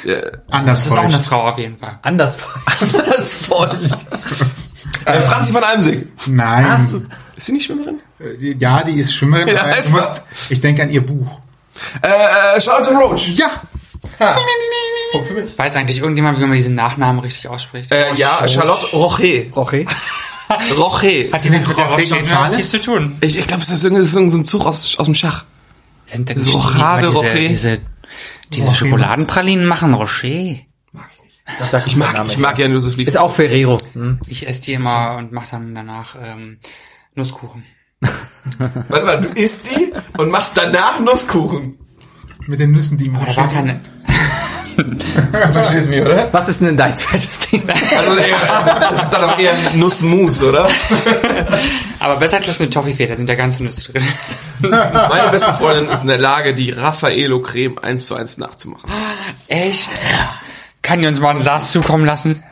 Speaker 6: Das
Speaker 1: anders
Speaker 6: ist auch eine
Speaker 1: feucht.
Speaker 6: Frau auf jeden Fall.
Speaker 8: Anders.
Speaker 3: Das ist feucht. äh, Franzi von Almsig.
Speaker 1: Nein,
Speaker 3: Ist sie nicht Schwimmerin?
Speaker 1: Äh, die- ja, die ist Schwimmerin,
Speaker 3: Ja,
Speaker 1: aber
Speaker 3: ist
Speaker 1: du musst, ich denke an ihr Buch.
Speaker 3: Äh, äh, Charlotte Roach.
Speaker 1: Ja,
Speaker 3: Punkt für mich.
Speaker 6: Weiß eigentlich irgendjemand, wie man diesen Nachnamen richtig ausspricht?
Speaker 3: Äh, ja, Charlotte Roche.
Speaker 8: Okay.
Speaker 3: Roche.
Speaker 6: Oh, Hat die nichts mit der
Speaker 1: Jorge
Speaker 6: Roche
Speaker 1: González?
Speaker 6: nichts zu tun?
Speaker 3: Ich, ich glaube, das ist irgendein das ist irgendein Zug aus, aus dem Schach.
Speaker 6: Sind denn
Speaker 3: So
Speaker 6: nicht
Speaker 3: Rade
Speaker 6: immer
Speaker 3: Rocher?
Speaker 6: diese, diese, diese Schokoladenpralinen machen Rocher?
Speaker 3: Ich mag, ich mag ja nur so fließen.
Speaker 8: Ist auch Ferrero. Hm.
Speaker 6: Ich esse die immer und mache dann danach ähm, Nusskuchen.
Speaker 3: Warte mal, du isst die und machst danach Nusskuchen.
Speaker 1: mit den Nüssen, die ihm
Speaker 6: Aber da war keine...
Speaker 3: Du verstehst mich, oder?
Speaker 8: Was ist denn dein zweites Ding?
Speaker 3: Also, eher, das ist dann auch eher ein Nussmus, oder?
Speaker 6: Aber besser als eine Toffifee, da sind ja ganze Nüsse drin.
Speaker 3: Meine beste Freundin ist in der Lage, die Raffaello Creme 1 zu 1 nachzumachen.
Speaker 6: Echt? Kann die uns mal ein Saß zukommen lassen?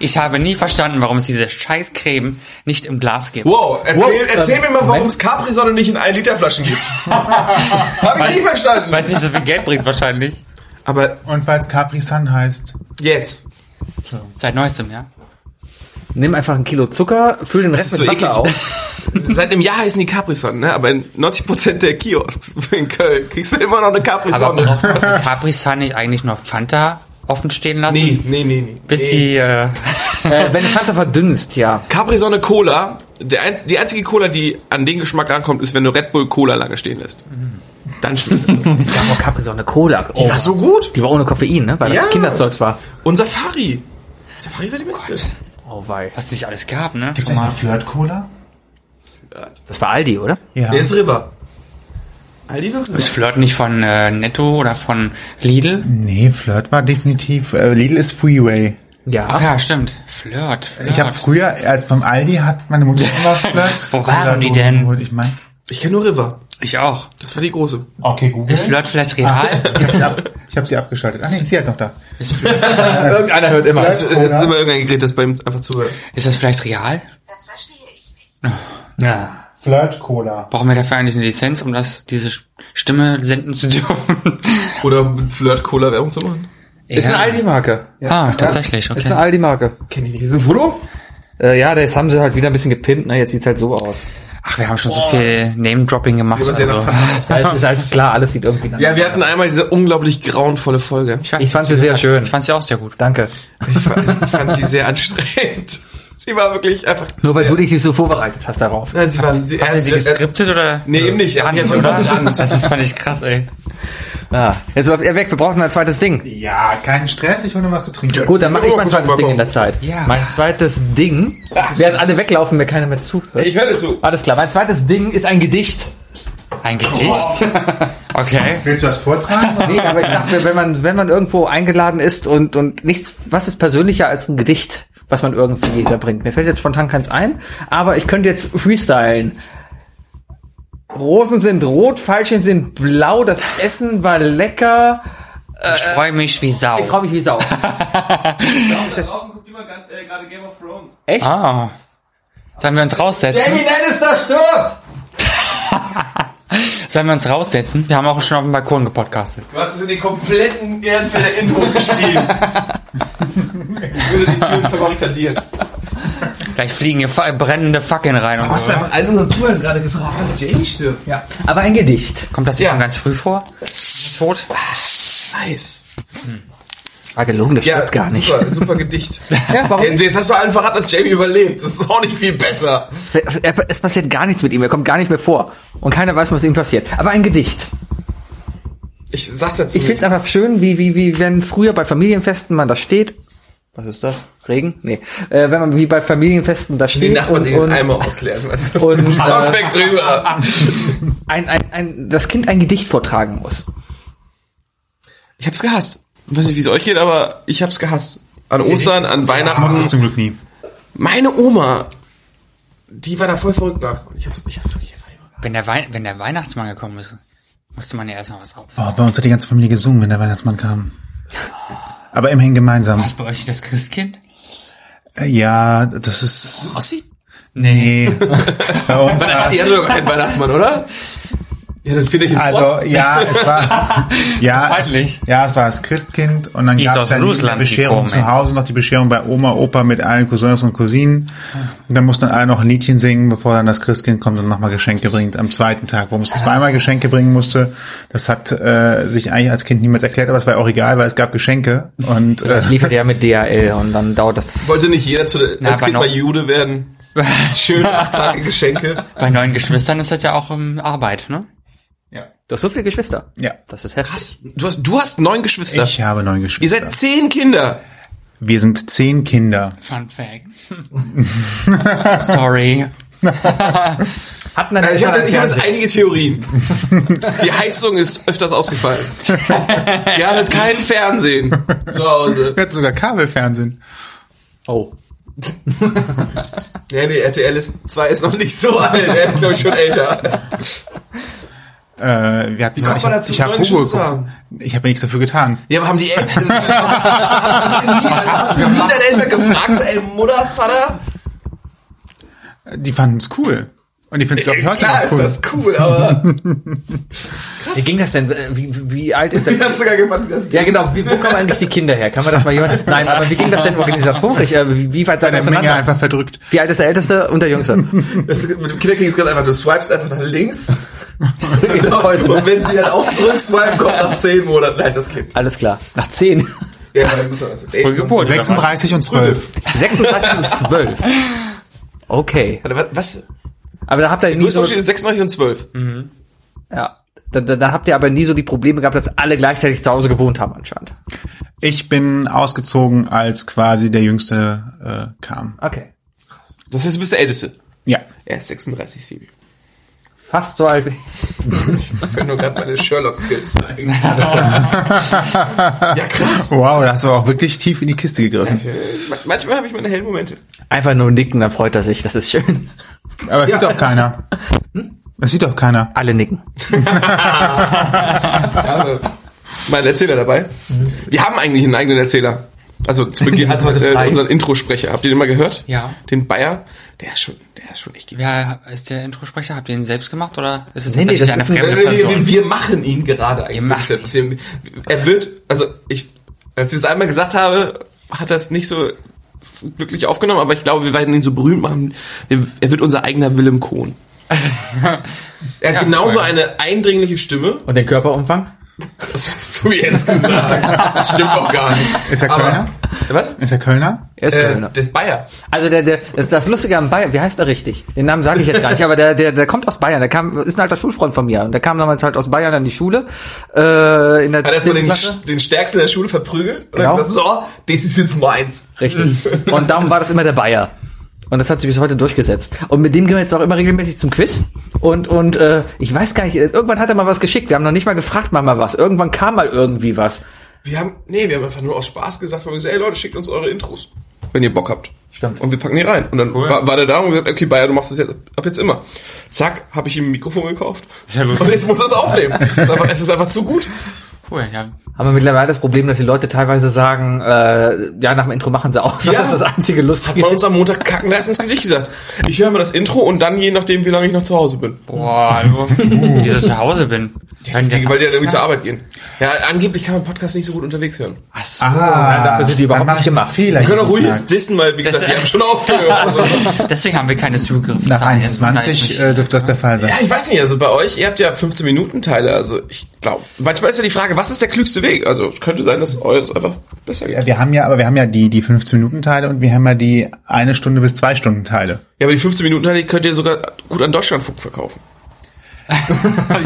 Speaker 6: ich habe nie verstanden, warum es diese Scheißcreme nicht im Glas gibt.
Speaker 3: Wow, erzähl, erzähl mir mal, warum es Capri-Sonne nicht in 1-Liter-Flaschen gibt. Hab ich nicht verstanden.
Speaker 6: Weil es nicht so viel Geld bringt wahrscheinlich.
Speaker 3: Aber
Speaker 1: Und weil es Capri Sun heißt.
Speaker 3: jetzt.
Speaker 6: Seit neuestem, ja?
Speaker 8: Nimm einfach ein Kilo Zucker, füll den Rest
Speaker 3: ist
Speaker 8: mit
Speaker 3: so
Speaker 8: Wasser
Speaker 3: eklig.
Speaker 8: auf.
Speaker 3: Seit einem Jahr heißen die Capri-Sonne, ne? aber in 90% der Kiosks in Köln kriegst du immer noch eine
Speaker 6: Aber braucht
Speaker 3: Capri-Sonne.
Speaker 6: man von Capri Sun nicht eigentlich nur Fanta offen stehen lassen?
Speaker 3: Nee, nee, nee, nee.
Speaker 6: Bis die... Äh,
Speaker 8: Äh, wenn du Fanta verdünnst, ja.
Speaker 3: Capri-Sonne Cola, der einz die einzige Cola, die an den Geschmack rankommt, ist, wenn du Red Bull Cola lange stehen lässt. Dann schmeckt es.
Speaker 8: Es gab auch Capri Sonne Cola. Oh.
Speaker 3: Die war so gut.
Speaker 8: Die war ohne Koffein, ne? Weil
Speaker 3: Ja.
Speaker 8: das Kinderzeugs war.
Speaker 3: Und Safari. Safari war die beste.
Speaker 8: Oh wei.
Speaker 6: was es nicht alles gab, ne?
Speaker 1: Gibt es eine Flirt-Cola?
Speaker 8: Das war Aldi, oder?
Speaker 1: Ja.
Speaker 3: Der ist River. Aldi war River.
Speaker 6: Ist Flirt nicht von äh, Netto oder von Lidl?
Speaker 1: Nee, Flirt war definitiv. Äh, Lidl ist Freeway.
Speaker 8: Ja.
Speaker 6: Ach ja, stimmt. Flirt. Flirt.
Speaker 1: Ich habe früher, äh, vom Aldi hat meine Mutter immer Flirt.
Speaker 6: Wo waren
Speaker 1: Cola
Speaker 6: die
Speaker 1: geholt,
Speaker 6: denn?
Speaker 1: geholt, Ich mein,
Speaker 3: Ich kenne nur River.
Speaker 6: Ich auch.
Speaker 3: Das war die große.
Speaker 1: okay, Google.
Speaker 6: Ist Flirt vielleicht real?
Speaker 1: Ich habe sie, ab, ich hab sie abgeschaltet. Ach nee, ist sie halt noch da.
Speaker 8: Irgendeiner hört immer.
Speaker 3: Das, das ist immer irgendein Gerät, das bei ihm einfach zuhört.
Speaker 6: Ist das vielleicht real?
Speaker 4: Das verstehe ich nicht.
Speaker 8: Ja.
Speaker 1: Flirt-Cola.
Speaker 6: Brauchen wir dafür eigentlich eine Lizenz, um das diese Stimme senden zu dürfen?
Speaker 3: Oder Flirt-Cola Werbung zu machen.
Speaker 8: Ist eine Aldi-Marke.
Speaker 6: Ah, tatsächlich,
Speaker 8: Ist eine
Speaker 6: okay.
Speaker 8: Aldi-Marke.
Speaker 3: Kenne ich nicht. Ist ein Foto?
Speaker 8: Äh, ja, jetzt haben sie halt wieder ein bisschen gepimpt, ne? Jetzt sieht's halt so aus.
Speaker 6: Ach, wir haben schon so viel Name-Dropping gemacht.
Speaker 3: Das ist ja
Speaker 6: Also.
Speaker 3: noch
Speaker 8: Das ist halt klar, alles sieht irgendwie nach.
Speaker 3: ja, wir hatten einmal diese unglaublich grauenvolle Folge.
Speaker 6: weiß
Speaker 8: Ich
Speaker 6: nicht,
Speaker 8: fand
Speaker 6: ob
Speaker 8: sie sehr schön.
Speaker 6: Ich fand sie auch sehr gut.
Speaker 8: Danke.
Speaker 3: Ich fand, ich fand sie sehr anstrengend. Sie war wirklich einfach.
Speaker 8: Nur weil du dich nicht so vorbereitet hast darauf.
Speaker 3: Nein, sie war. Die,
Speaker 6: Haben sie geskriptet oder?
Speaker 3: Nee, eben nicht. Er hat
Speaker 6: Hand,
Speaker 3: ja
Speaker 6: oder?
Speaker 3: nur Hand.
Speaker 6: Das ist, fand ich krass, ey.
Speaker 8: Ah, jetzt läuft er weg, wir brauchen ein zweites Ding.
Speaker 1: Ja, keinen Stress, ich hole nur was zu trinken.
Speaker 8: Gut, dann mache ich mein
Speaker 3: Oh,
Speaker 8: zweites
Speaker 3: guck mal,
Speaker 8: Ding in
Speaker 3: guck mal.
Speaker 8: der Zeit.
Speaker 6: Ja.
Speaker 8: Mein zweites Ding, während alle weglaufen, mir keiner mehr zuhört.
Speaker 3: ich höre dir zu.
Speaker 8: Alles klar, mein zweites Ding ist ein Gedicht.
Speaker 6: Ein Gedicht? Okay.
Speaker 1: Willst du das vortragen?
Speaker 8: Nee, aber ich dachte, wenn man, wenn man irgendwo eingeladen ist und, und nichts, was ist persönlicher als ein Gedicht, was man irgendwie da bringt? Mir fällt jetzt spontan keins ein, aber ich könnte jetzt freestylen. Rosen sind rot, Veilchen sind blau, das Essen war lecker.
Speaker 6: Ich freue mich wie Sau.
Speaker 8: Ich freue mich wie Sau.
Speaker 3: Draußen guckt jemand gerade Game of Thrones.
Speaker 8: Echt?
Speaker 6: Ah. Sollen wir uns raussetzen?
Speaker 8: Lannister stirbt!
Speaker 6: Sollen wir uns raussetzen? Wir haben auch schon auf dem Balkon gepodcastet.
Speaker 3: Du hast es in den kompletten Ehrenfelder Innenhof geschrieben. ich würde die Türen verbarrikadieren.
Speaker 6: Gleich fliegen hier fa- brennende Fackeln rein und so.
Speaker 3: einfach allen unseren Zuhörern gerade gefragt, dass Jamie stirbt. Ja.
Speaker 8: Aber ein Gedicht.
Speaker 6: Kommt das nicht
Speaker 3: Ja.
Speaker 6: schon ganz früh vor? Tot?
Speaker 3: Nice.
Speaker 8: War gelogen, das
Speaker 3: Ja,
Speaker 8: stirbt gar nicht.
Speaker 3: Super, super Gedicht.
Speaker 8: Ja, warum
Speaker 3: Jetzt,
Speaker 8: nicht?
Speaker 3: jetzt hast du allen verraten, dass Jamie überlebt. Das ist auch nicht viel besser.
Speaker 8: Er- Es passiert gar nichts mit ihm, er kommt gar nicht mehr vor. Und keiner weiß, was ihm passiert. Aber ein Gedicht.
Speaker 3: Ich sag dazu.
Speaker 8: Ich finde es einfach schön, wie, wie, wie wenn früher bei Familienfesten man da steht. Was ist das? Regen? Nee. Äh, wenn man wie bei Familienfesten da steht.
Speaker 3: Die Nachbarn,
Speaker 8: und,
Speaker 3: die
Speaker 8: und
Speaker 3: den Eimer ausleeren, weißt du?
Speaker 8: und, äh,
Speaker 3: Schaut weg drüber.
Speaker 8: ein, ein, ein, das Kind ein Gedicht vortragen muss.
Speaker 3: Ich hab's gehasst. Ich weiß nicht, wie es euch geht, aber ich hab's gehasst. An Ostern, an Weihnachten.
Speaker 1: Machst es zum Glück nie.
Speaker 3: Meine Oma, die war da voll verrückt nach. Und ich hab's, ich hab's wirklich einfach immer gehasst.
Speaker 6: Wenn der, Wei wenn der Weihnachtsmann gekommen ist, musste man ja erstmal was raus.
Speaker 1: Oh, bei uns hat die ganze Familie gesungen, wenn der Weihnachtsmann kam. Aber immerhin gemeinsam.
Speaker 6: Was bei euch das Christkind?
Speaker 1: Äh, Ja, das ist.
Speaker 3: Ossi?
Speaker 1: Nee. bei uns.
Speaker 3: Die
Speaker 1: Äh,
Speaker 3: hatte doch keinen Weihnachtsmann, oder? Ja, das finde ich in
Speaker 1: also ja, es war ja, es,
Speaker 6: Weiblich.
Speaker 1: ja, es war das Christkind und dann
Speaker 6: Die ist
Speaker 1: gab es
Speaker 6: aus
Speaker 1: dann die
Speaker 6: Russland
Speaker 1: Bescherung
Speaker 6: gekommen,
Speaker 1: zu Hause, noch die Bescherung bei Oma, Opa mit allen Cousins und Cousinen.
Speaker 6: Ah.
Speaker 1: Und dann mussten alle noch ein Liedchen singen, bevor dann das Christkind kommt und nochmal Geschenke bringt. Am zweiten Tag, wo man zweimal Geschenke bringen musste, das hat äh, sich eigentlich als Kind niemals erklärt, aber es war auch egal, weil es gab Geschenke und äh,
Speaker 8: Liefert er mit DHL und dann dauert das.
Speaker 3: Wollte nicht jeder zu,
Speaker 6: Na,
Speaker 3: als
Speaker 6: aber
Speaker 3: Kind
Speaker 6: noch-
Speaker 3: mal Jude werden. Schön acht Tage Geschenke.
Speaker 6: Bei neuen Geschwistern ist das ja auch ähm, Arbeit, ne?
Speaker 8: Du hast so viele Geschwister.
Speaker 1: ja,
Speaker 8: Das ist heftig.
Speaker 3: Was? Du hast, du hast neun Geschwister.
Speaker 1: ich habe neun
Speaker 3: Ihr
Speaker 1: Geschwister.
Speaker 3: seid zehn Kinder.
Speaker 1: Wir sind zehn Kinder.
Speaker 6: Fun Fact. Sorry.
Speaker 8: Hatten dann
Speaker 3: Ja, Ich habe
Speaker 8: Eltern
Speaker 3: ich hab
Speaker 8: einen
Speaker 3: jetzt einige Theorien. Die Heizung ist öfters ausgefallen. Ihr hattet kein Fernsehen zu Hause.
Speaker 1: Wir hatten sogar Kabelfernsehen.
Speaker 8: Fernseher. Oh.
Speaker 3: Nee, nee, RTL ist 2 ist noch nicht so alt. Er ist, glaube ich, schon älter.
Speaker 1: Äh, wir hatten sogar,
Speaker 3: kommt
Speaker 1: ich habe ich
Speaker 3: man dazu,
Speaker 1: hab
Speaker 3: neun
Speaker 1: Hugo
Speaker 3: Geschwister
Speaker 1: geguckt. Ich habe ja nichts dafür getan.
Speaker 3: Ja, aber haben die Eltern... Hast du nie deine Eltern gefragt? so, Ey, Mutter, Vater?
Speaker 1: Die fanden es cool. Und die finden es, glaube ich, heute
Speaker 3: Klar
Speaker 1: noch
Speaker 3: ist
Speaker 1: cool.
Speaker 3: das cool, aber...
Speaker 8: Wie ging das denn? Äh, Wie, wie- wie alt ist
Speaker 3: Ich
Speaker 8: denn?
Speaker 3: hab's sogar gefallen, wie das
Speaker 8: Ja, genau. Wie, wo kommen eigentlich die Kinder her? Kann man das mal jemand? Nein, aber wie ging das denn organisatorisch? Äh, Wie, wie weit seid ihr
Speaker 1: Eine Menge
Speaker 8: auseinander?
Speaker 1: einfach verdrückt.
Speaker 8: Wie alt ist der Älteste und der Jüngste?
Speaker 3: Das, mit dem Kinderkrieg ist ganz einfach, du swipest einfach nach links. Genau.
Speaker 8: Heute,
Speaker 3: Und
Speaker 8: ne?
Speaker 3: wenn sie dann auch zurückswipen, kommt nach 10 Monaten halt das Kind.
Speaker 8: Alles klar. Nach 10.
Speaker 3: Ja, aber dann muss man das mit
Speaker 6: Frühe
Speaker 3: Ey,
Speaker 6: Geburt. oder was?
Speaker 1: 36 und 12.
Speaker 8: 36 und 12. Okay.
Speaker 3: Warte, wa- was? Mhm.
Speaker 8: Aber da habt ihr nie so,
Speaker 3: Größenunterschied ist 36 und 12.
Speaker 8: ja, da, da, da habt ihr aber nie so die Probleme gehabt, dass alle gleichzeitig zu Hause gewohnt haben anscheinend.
Speaker 1: Ich bin ausgezogen, als quasi der Jüngste äh, kam.
Speaker 8: Okay.
Speaker 3: Das heißt, du bist der Älteste.
Speaker 1: Ja.
Speaker 3: Er ist 36, Sebi.
Speaker 8: Fast so alt wie
Speaker 3: Ich kann nur gerade meine Sherlock-Skills zeigen. ja, krass.
Speaker 1: Wow, da hast du auch wirklich tief in die Kiste gegriffen.
Speaker 3: Ma- Manchmal habe ich meine hellen Momente.
Speaker 8: Einfach nur nicken, dann freut er sich. Das ist schön.
Speaker 1: Aber es sieht doch keiner. Es sieht doch keiner.
Speaker 8: Alle nicken.
Speaker 3: Ja, mein Erzähler dabei. Wir haben eigentlich einen eigenen Erzähler. Also zu Beginn
Speaker 8: Mhm. hat heute
Speaker 3: äh,
Speaker 8: frei.
Speaker 3: unseren Introsprecher. Habt ihr den mal gehört?
Speaker 6: Ja.
Speaker 3: Den Bayer. Der ist schon, der ist schon echt gigantisch.
Speaker 6: Wer ist der Introsprecher? Habt ihr ihn selbst gemacht oder ist es
Speaker 8: Nee, nee,
Speaker 6: tatsächlich eine
Speaker 8: das ist ein-
Speaker 6: fremde
Speaker 3: Wir, wir,
Speaker 6: Person?
Speaker 3: wir machen ihn gerade eigentlich.
Speaker 6: Ihr macht ihn.
Speaker 3: Deswegen, er wird, also ich, als ich es einmal gesagt habe, hat das nicht so glücklich aufgenommen, aber ich glaube, wir werden ihn so berühmt machen. Wir, er wird unser eigener Willem Kohn. Er hat genauso
Speaker 6: voll.
Speaker 3: eine eindringliche Stimme.
Speaker 8: Und den Körperumfang?
Speaker 3: Das hast du jetzt gesagt. Das stimmt auch gar nicht.
Speaker 1: Ist er
Speaker 3: Aber-
Speaker 1: Kölner?
Speaker 3: Was?
Speaker 1: Ist er Kölner?
Speaker 8: Er ist
Speaker 3: Äh,
Speaker 8: Kölner.
Speaker 3: das ist Bayer.
Speaker 8: Also der, der, das, das Lustige am Bayern, wie heißt er richtig? Den Namen sage ich jetzt gar nicht, aber der, der, der kommt aus Bayern. Der kam, ist ein alter Schulfreund von mir. Und der kam damals halt aus Bayern an die Schule. Äh, in der
Speaker 3: Hat erstmal
Speaker 8: 10.
Speaker 3: den,
Speaker 8: Klasse.
Speaker 3: den Stärksten der Schule verprügelt und
Speaker 8: Genau.
Speaker 3: hat gesagt, so, das ist jetzt meins.
Speaker 8: Richtig. Und darum war das immer der Bayer. Und das hat sich bis heute durchgesetzt. Und mit dem gehen wir jetzt auch immer regelmäßig zum Quiz. Und, und äh, ich weiß gar nicht, irgendwann hat er mal was geschickt. Wir haben noch nicht mal gefragt, mach mal was. Irgendwann kam mal irgendwie was.
Speaker 3: Wir haben, nee, wir haben einfach nur aus Spaß gesagt, wir haben gesagt, ey Leute, schickt uns eure Intros, wenn ihr Bock habt. Stimmt. Und wir packen die rein. Und dann war, war der da und gesagt, okay, Bayer, du machst das jetzt ab jetzt immer. Zack, habe ich ihm ein Mikrofon gekauft.
Speaker 6: Sehr gut.
Speaker 3: Und jetzt muss er es aufnehmen. es, ist einfach, es ist einfach zu gut.
Speaker 6: Cool, ja.
Speaker 8: Haben wir mittlerweile das Problem, dass die Leute teilweise sagen, äh, ja, nach dem Intro machen sie aus.
Speaker 3: Ja.
Speaker 8: Das ist das einzige
Speaker 3: Hat man
Speaker 8: Lustige.
Speaker 3: uns am Montag kacken da ist ins Gesicht gesagt. Ich höre mir das Intro und dann je nachdem, wie lange ich noch zu Hause bin.
Speaker 6: Boah, hallo. Wie Uh. ich zu Hause bin. Hören das
Speaker 3: Weil die dann irgendwie
Speaker 6: an?
Speaker 3: zur Arbeit gehen. Ja, angeblich kann man Podcast nicht so gut unterwegs hören.
Speaker 6: Ach so.
Speaker 1: Ah,
Speaker 8: dafür sind die überhaupt
Speaker 1: dann mach
Speaker 8: nicht
Speaker 1: ich einen
Speaker 8: gemacht.
Speaker 1: Fehler.
Speaker 3: Wir können auch
Speaker 1: diesen
Speaker 3: ruhig
Speaker 1: Tag.
Speaker 3: jetzt dissen, weil, wie
Speaker 6: Das-
Speaker 3: gesagt, die haben schon aufgehört. Also,
Speaker 6: Deswegen haben wir keine Zugriff.
Speaker 1: Nach 21 äh, dürfte das der Fall sein.
Speaker 3: ja, ich weiß nicht, also bei euch, ihr habt ja 15-Minuten-Teile, also ich glaube, manchmal ist ja die Frage, was ist der klügste Weg? Also es könnte sein, dass eures einfach besser geht.
Speaker 1: Ja, wir haben ja, aber wir haben ja die, die 15-Minuten-Teile und wir haben ja die eine Stunde bis zwei Stunden Teile.
Speaker 3: Ja, aber die 15-Minuten-Teile die könnt ihr sogar gut an Deutschlandfunk verkaufen.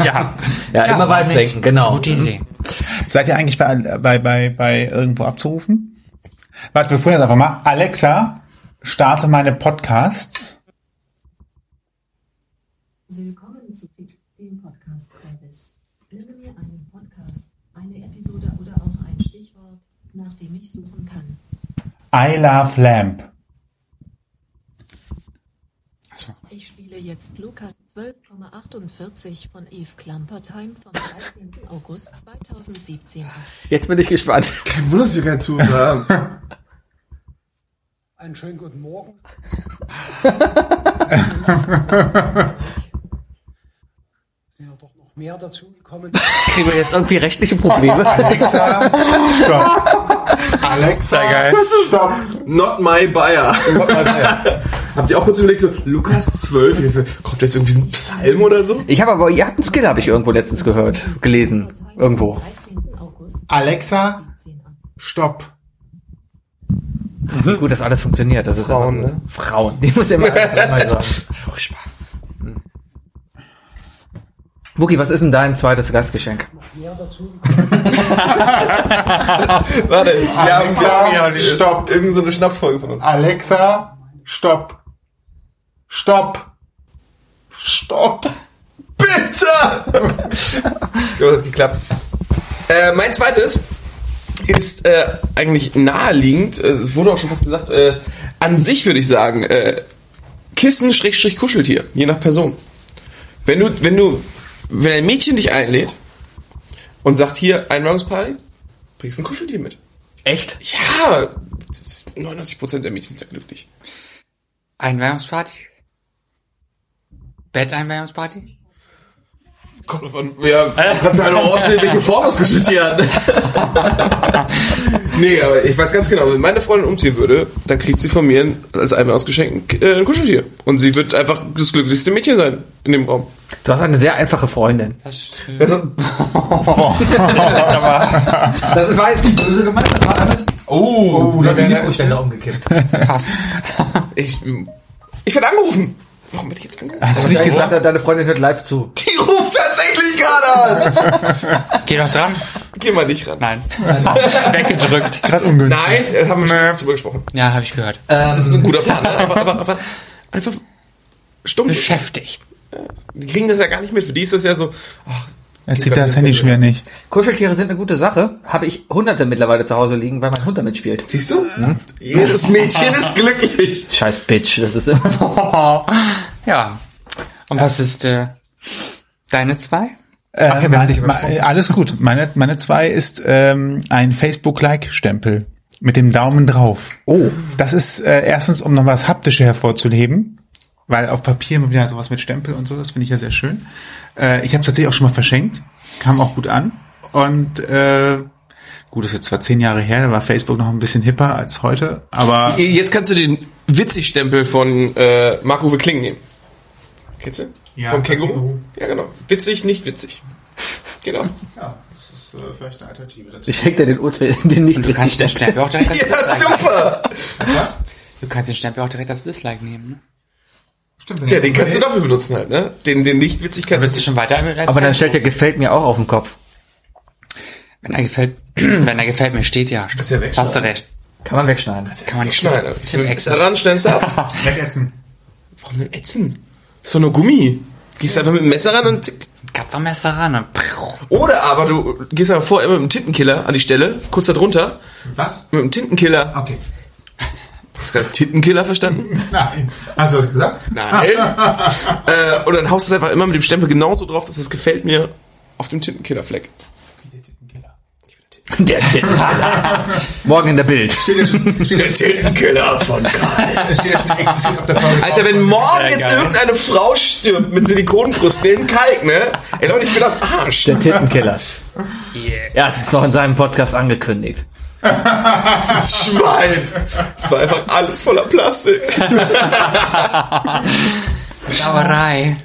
Speaker 6: ja.
Speaker 8: Ja, immer
Speaker 6: warum
Speaker 8: weit
Speaker 6: nicht?
Speaker 8: denken, genau.
Speaker 6: Gute Idee.
Speaker 1: Seid ihr eigentlich bei, bei, bei, bei irgendwo abzurufen? Warte, wir probieren das einfach mal. Alexa, starte meine Podcasts.
Speaker 14: Willkommen zu Fit, dem Podcast-Service. Nenne mir einen Podcast, eine Episode oder auch ein Stichwort, nach dem ich suchen kann.
Speaker 1: I love Lamp.
Speaker 14: Ich spiele jetzt Lukas 12,48 von Eve Klampertheim vom 13. August 2017.
Speaker 7: Jetzt bin ich gespannt.
Speaker 3: Kein Wunder, dass wir keinen Zuhörer haben.
Speaker 15: Einen schönen guten Morgen. Sind ja doch noch mehr dazu gekommen.
Speaker 7: Kriegen wir jetzt irgendwie rechtliche Probleme?
Speaker 1: Alexa, stopp. Alexa, geil.
Speaker 3: Das ist Stop. not my buyer. Habt ihr auch kurz überlegt, so Lukas 12, ich so, kommt jetzt irgendwie so ein Psalm oder so?
Speaker 7: Ich habe aber, ihr habt einen Skill, habe ich irgendwo letztens gehört, gelesen. Irgendwo.
Speaker 1: Alexa, stopp.
Speaker 7: Gut, dass alles funktioniert. Das ist
Speaker 3: Frauen,
Speaker 7: immer gut. Mhm. Frauen. Die muss immer alles dreimal sagen.
Speaker 3: Furchtbar.
Speaker 7: Wookie, was ist denn dein zweites Gastgeschenk?
Speaker 15: Mehr dazu
Speaker 3: Warte, wir haben, wir haben ja dieses-
Speaker 1: stopp.
Speaker 3: irgend so eine Schnapsfolge von uns.
Speaker 1: Alexa, stopp. Stopp. Stopp.
Speaker 3: Bitte! ich glaube, das hat geklappt. Äh, mein zweites ist äh, eigentlich naheliegend. Äh, Es wurde auch schon fast gesagt. Äh, an sich würde ich sagen, äh, Kissen-Kuscheltier, je nach Person. Wenn du, wenn du, wenn ein Mädchen dich einlädt und sagt, hier, Einweihungsparty, bringst ein Kuscheltier mit.
Speaker 7: Echt?
Speaker 3: Ja, das ist- 99% der Mädchen sind da glücklich.
Speaker 6: Einweihungsparty? Betteinweihungsparty?
Speaker 3: Kommt drauf an, ja, du kannst du halt auch auswählen, welche Form das Kuscheltier hat. ne? nee, aber ich weiß ganz genau, wenn meine Freundin umziehen würde, dann kriegt sie von mir ein- als einmal ausgeschenkt äh, ein Kuscheltier. Und sie wird einfach das glücklichste Mädchen sein in dem Raum.
Speaker 7: Du hast eine sehr einfache Freundin.
Speaker 6: äh,
Speaker 5: Also, Das war jetzt nicht böse gemeint, das war alles. Oh,
Speaker 1: Oh,
Speaker 5: oh
Speaker 1: da
Speaker 5: das ist die
Speaker 1: wär-
Speaker 5: Mikroständer umgekippt.
Speaker 6: Fast.
Speaker 3: Ich, ich werde angerufen. Warum werde ich jetzt angerufen?
Speaker 1: Hast du nicht gesagt?
Speaker 7: Deine Freundin hört live zu.
Speaker 3: Die ruft tatsächlich gerade an.
Speaker 6: Geh doch dran.
Speaker 3: Geh mal nicht ran.
Speaker 6: Nein. Weggedrückt.
Speaker 1: Gerade ungünstig.
Speaker 3: Nein, äh, haben wir schon drüber gesprochen.
Speaker 6: Ja, habe ich gehört.
Speaker 3: Das ist ein guter Plan. Ne? Einfach, einfach, einfach, einfach stumm.
Speaker 6: Beschäftigt.
Speaker 3: Die kriegen das ja gar nicht mit. Für die ist das ja so, ach,
Speaker 1: Er zieht das Handy schwer nicht.
Speaker 7: Kuscheltiere sind eine gute Sache. Habe ich hunderte mittlerweile zu Hause liegen, weil mein Hund damit spielt.
Speaker 3: Siehst du? Jedes Mädchen ist glücklich.
Speaker 7: Scheiß Bitch, das ist immer.
Speaker 6: ja. Und was ist äh, deine zwei?
Speaker 1: Äh, mein, mein, alles gut. Meine, meine zwei ist ähm, ein Facebook-Like-Stempel mit dem Daumen drauf. Oh. Das ist äh, erstens, um noch was Haptische hervorzuheben, weil auf Papier immer wieder sowas mit Stempel und so, das finde ich ja sehr schön. Äh, ich habe es tatsächlich auch schon mal verschenkt, kam auch gut an. Und äh, gut, das ist jetzt zwar zehn Jahre her, da war Facebook noch ein bisschen hipper als heute, aber
Speaker 3: Jetzt kannst du den Witzig-Stempel von äh, Marc-Uwe Kling nehmen. Kennst du?
Speaker 1: Ja,
Speaker 3: Vom
Speaker 1: das
Speaker 3: Känguru?
Speaker 1: Känguru.
Speaker 3: Ja, genau. Witzig, nicht witzig. Genau.
Speaker 1: ja, das ist äh, vielleicht eine Alternative dazu.
Speaker 7: Ich schenke dir den Urteil, den nicht
Speaker 6: Du kannst den
Speaker 7: richtig
Speaker 6: Stempel auch direkt als
Speaker 3: Ja,
Speaker 6: Dislike.
Speaker 3: super!
Speaker 6: Du kannst den Stempel auch direkt als Dislike nehmen. Ne?
Speaker 1: Stimmt, wenn
Speaker 3: Ja,
Speaker 1: du
Speaker 3: den kannst du
Speaker 1: willst.
Speaker 3: dafür benutzen halt, ne? Den, den nicht witzig
Speaker 6: Dann
Speaker 3: kannst
Speaker 6: bist du schon weiter. als-
Speaker 7: Aber dann stellt dir gefällt mir auch auf den Kopf.
Speaker 6: wenn er gefällt, wenn er gefällt mir steht ja.
Speaker 3: ist ja weg,
Speaker 6: Hast du recht.
Speaker 7: Kann man wegschneiden.
Speaker 6: Kann man nicht
Speaker 3: Nein,
Speaker 6: schneiden.
Speaker 3: ich bin extra ran, stellst du ab.
Speaker 1: Wegätzen.
Speaker 3: Warum denn ätzen? Ist doch nur Gummi. Gehst einfach mit dem Messer ran und zick.
Speaker 6: Gattermesser ran. ne? und prrr.
Speaker 3: Oder aber du gehst einfach vor immer mit dem Tintenkiller an die Stelle, kurz da drunter,
Speaker 1: Was?
Speaker 3: mit dem Tintenkiller.
Speaker 1: Okay.
Speaker 3: Hast du gerade Tintenkiller verstanden?
Speaker 1: Nein. Hast du was gesagt?
Speaker 3: Nein. äh, und dann haust du es einfach immer mit dem Stempel genauso drauf, dass es gefällt mir auf dem Tintenkillerfleck.
Speaker 7: Der Tipp. Morgen in der Bild.
Speaker 1: Steht ja schon, steht ja,
Speaker 3: Tintenkiller von Karl.
Speaker 1: steht ja schon explizit auf der Folge.
Speaker 3: Alter, wenn morgen jetzt irgendeine Frau stirbt mit Silikonbrüsten in Kalk, ne? Ey Leute, ich bin am Arsch.
Speaker 7: Der Tittenkiller. Er hat es noch in seinem Podcast angekündigt.
Speaker 3: Das Schwein. Es war einfach alles voller Plastik.
Speaker 6: Sauerei.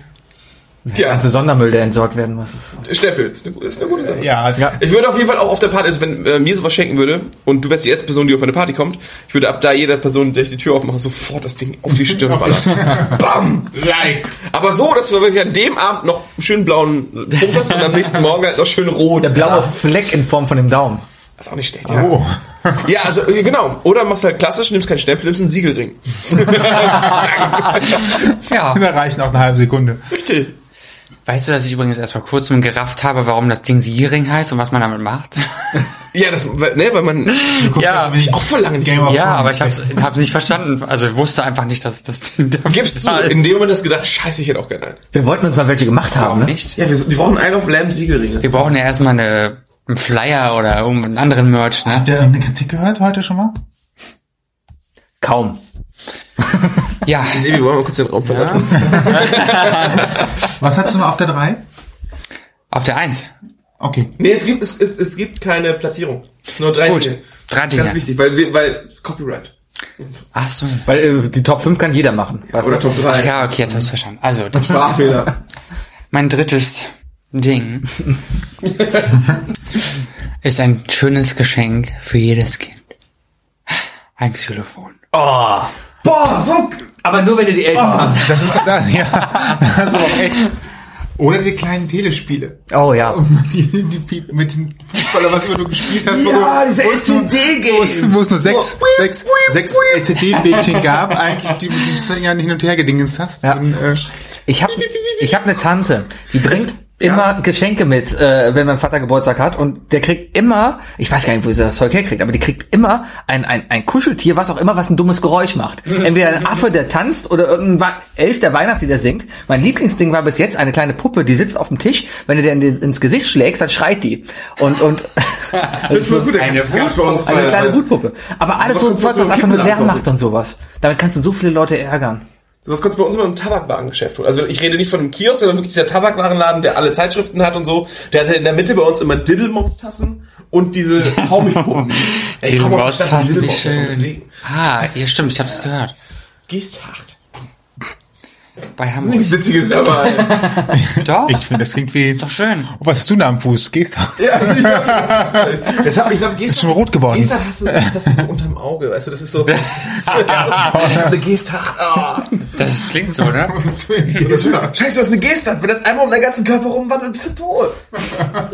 Speaker 7: Der
Speaker 3: Ja,
Speaker 7: ganze Sondermüll, der entsorgt werden muss. ist-
Speaker 3: Stempel. Ist eine, ist eine gute Sache.
Speaker 1: Ja, es,
Speaker 3: Ich würde auf jeden Fall auch auf der Party, also wenn äh, mir sowas schenken würde und du wärst die erste Person, die auf eine Party kommt, ich würde ab da jeder Person, der ich die Tür aufmache, sofort das Ding auf die Stirn ballern. Bam!
Speaker 1: Like.
Speaker 3: Aber so, dass wir wirklich an dem Abend noch einen schönen blauen Punkt hast und am nächsten Morgen halt noch schön rot.
Speaker 7: Der blaue Fleck in Form von dem Daumen.
Speaker 3: Ist auch nicht schlecht, ja. Ja, also äh, genau. Oder machst halt klassisch, nimmst keinen Stempel, nimmst einen Siegelring.
Speaker 1: ja. Da reichen auch eine halbe Sekunde.
Speaker 3: Richtig.
Speaker 6: Weißt du, dass ich übrigens erst vor kurzem gerafft habe, warum das Ding Siering heißt und was man damit macht?
Speaker 3: Ja, das, weil- ne, weil man. ja, also, ich auch vor lange nicht. Game
Speaker 6: ja, aber ich hab's, hab's nicht verstanden. Also ich wusste einfach nicht, dass das Ding da
Speaker 3: Gibst du in dem Moment das gedacht, scheiße, ich hätte auch gerne einen.
Speaker 8: Wir wollten uns mal welche gemacht haben, ne?
Speaker 6: nicht.
Speaker 3: Ja, wir, wir brauchen einen auf Lamb Siegelringe.
Speaker 6: Wir brauchen ja erstmal eine, einen Flyer oder irgendeinen anderen Merch, ne?
Speaker 1: Habt ihr irgendeine Kritik gehört heute schon mal?
Speaker 8: Kaum.
Speaker 6: Ja.
Speaker 3: Sebi, wollen wir kurz den Raum verlassen?
Speaker 1: Was hast du noch auf der 3?
Speaker 6: Auf der Eins.
Speaker 1: Okay.
Speaker 3: Nee, es gibt, es, es, es gibt keine Platzierung. Nur drei
Speaker 6: Gut,
Speaker 3: Dinge.
Speaker 6: drei Dinge.
Speaker 3: Ganz wichtig, weil, wir- weil Copyright.
Speaker 6: Ach so.
Speaker 8: Weil äh, die Top 5 kann jeder machen. weißt
Speaker 3: Oder
Speaker 8: du?
Speaker 3: Top 3.
Speaker 6: Ach ja, okay, jetzt habe ich verstanden. Also, das war
Speaker 3: Sprachfehler.
Speaker 6: mein drittes Ding. ist ein schönes Geschenk für jedes Kind. Ein Xylophon.
Speaker 8: Oh.
Speaker 3: Boah, so.
Speaker 8: Aber nur wenn du die Eltern hast.
Speaker 1: Das ist, das, ja, das ist aber auch echt. Oder die kleinen Telespiele.
Speaker 8: Oh ja.
Speaker 1: Die, die, Pie- mit dem Fußballer, was immer du gespielt hast, wo
Speaker 3: Ja,
Speaker 1: du-
Speaker 3: diese
Speaker 1: wo es nur- wo es-
Speaker 3: LCD-Games.
Speaker 1: wo es nur sechs, sechs, sechs LCD-Bildchen gab, eigentlich die du die zehn Jahren hin und her gedingens hast. Ja. Und, äh,
Speaker 8: Ich habe ich hab eine Tante, die bringt immer Geschenke mit, äh, wenn mein Vater Geburtstag hat und der kriegt immer, ich weiß gar nicht, wo sie das Zeug herkriegt, aber die kriegt immer ein, ein, ein Kuscheltier, was auch immer, was ein dummes Geräusch macht. Entweder ein Affe, der tanzt oder irgendein Wa- Elch, der Weihnachtslieder singt. Mein Lieblingsding war bis jetzt eine kleine Puppe, die sitzt auf dem Tisch, wenn du der in den, ins Gesicht schlägst, dann schreit die. Und, und
Speaker 3: Das ist mal gut, der
Speaker 6: Eine
Speaker 3: gab's bei uns.
Speaker 8: eine
Speaker 3: weil-
Speaker 8: kleine Wutpuppe. Aber alles
Speaker 3: was
Speaker 8: so ein
Speaker 3: kommt
Speaker 8: Zeug,
Speaker 3: so
Speaker 8: was einfach nur
Speaker 3: Kippenladen
Speaker 8: Lärm
Speaker 3: kommt.
Speaker 8: macht und sowas. Damit kannst du so viele Leute ärgern.
Speaker 3: Sowas konntest du bei uns mal im Tabakwarengeschäft holen. Also ich rede nicht von einem Kiosk, sondern wirklich dieser Tabakwarenladen, der alle Zeitschriften hat und so. Der hatte in der Mitte bei uns immer Diddlemouse-Tassen und diese Haumich-Puppen. Ey, ich komm aus der Stadt, die
Speaker 6: Diddlemouse-Tassen, wie
Speaker 3: Diddlemouse-Puppen,
Speaker 6: schön.
Speaker 3: deswegen.
Speaker 6: Ah, ja, stimmt, ich hab's gehört.
Speaker 3: Gehst hart. Das
Speaker 6: Bei
Speaker 3: ist
Speaker 6: Hamburg.
Speaker 3: nichts Witziges dabei.
Speaker 6: Doch,
Speaker 1: ich finde, das klingt wie.
Speaker 6: doch schön.
Speaker 1: Oh, was hast du da am Fuß? Gehst du?
Speaker 3: ja, ich hab das, das hab, ich glaube, Gehst
Speaker 1: Ist schon rot geworden.
Speaker 3: Gestart hast du ist das so unterm Auge, weißt du, das ist so. ich hab eine Gestart. ah.
Speaker 6: Das klingt so, ne?
Speaker 1: Was tue ich hier?
Speaker 3: Scheiße, du hast eine Gestart. Wenn das einmal um deinen ganzen Körper rumwandelt, bist du tot.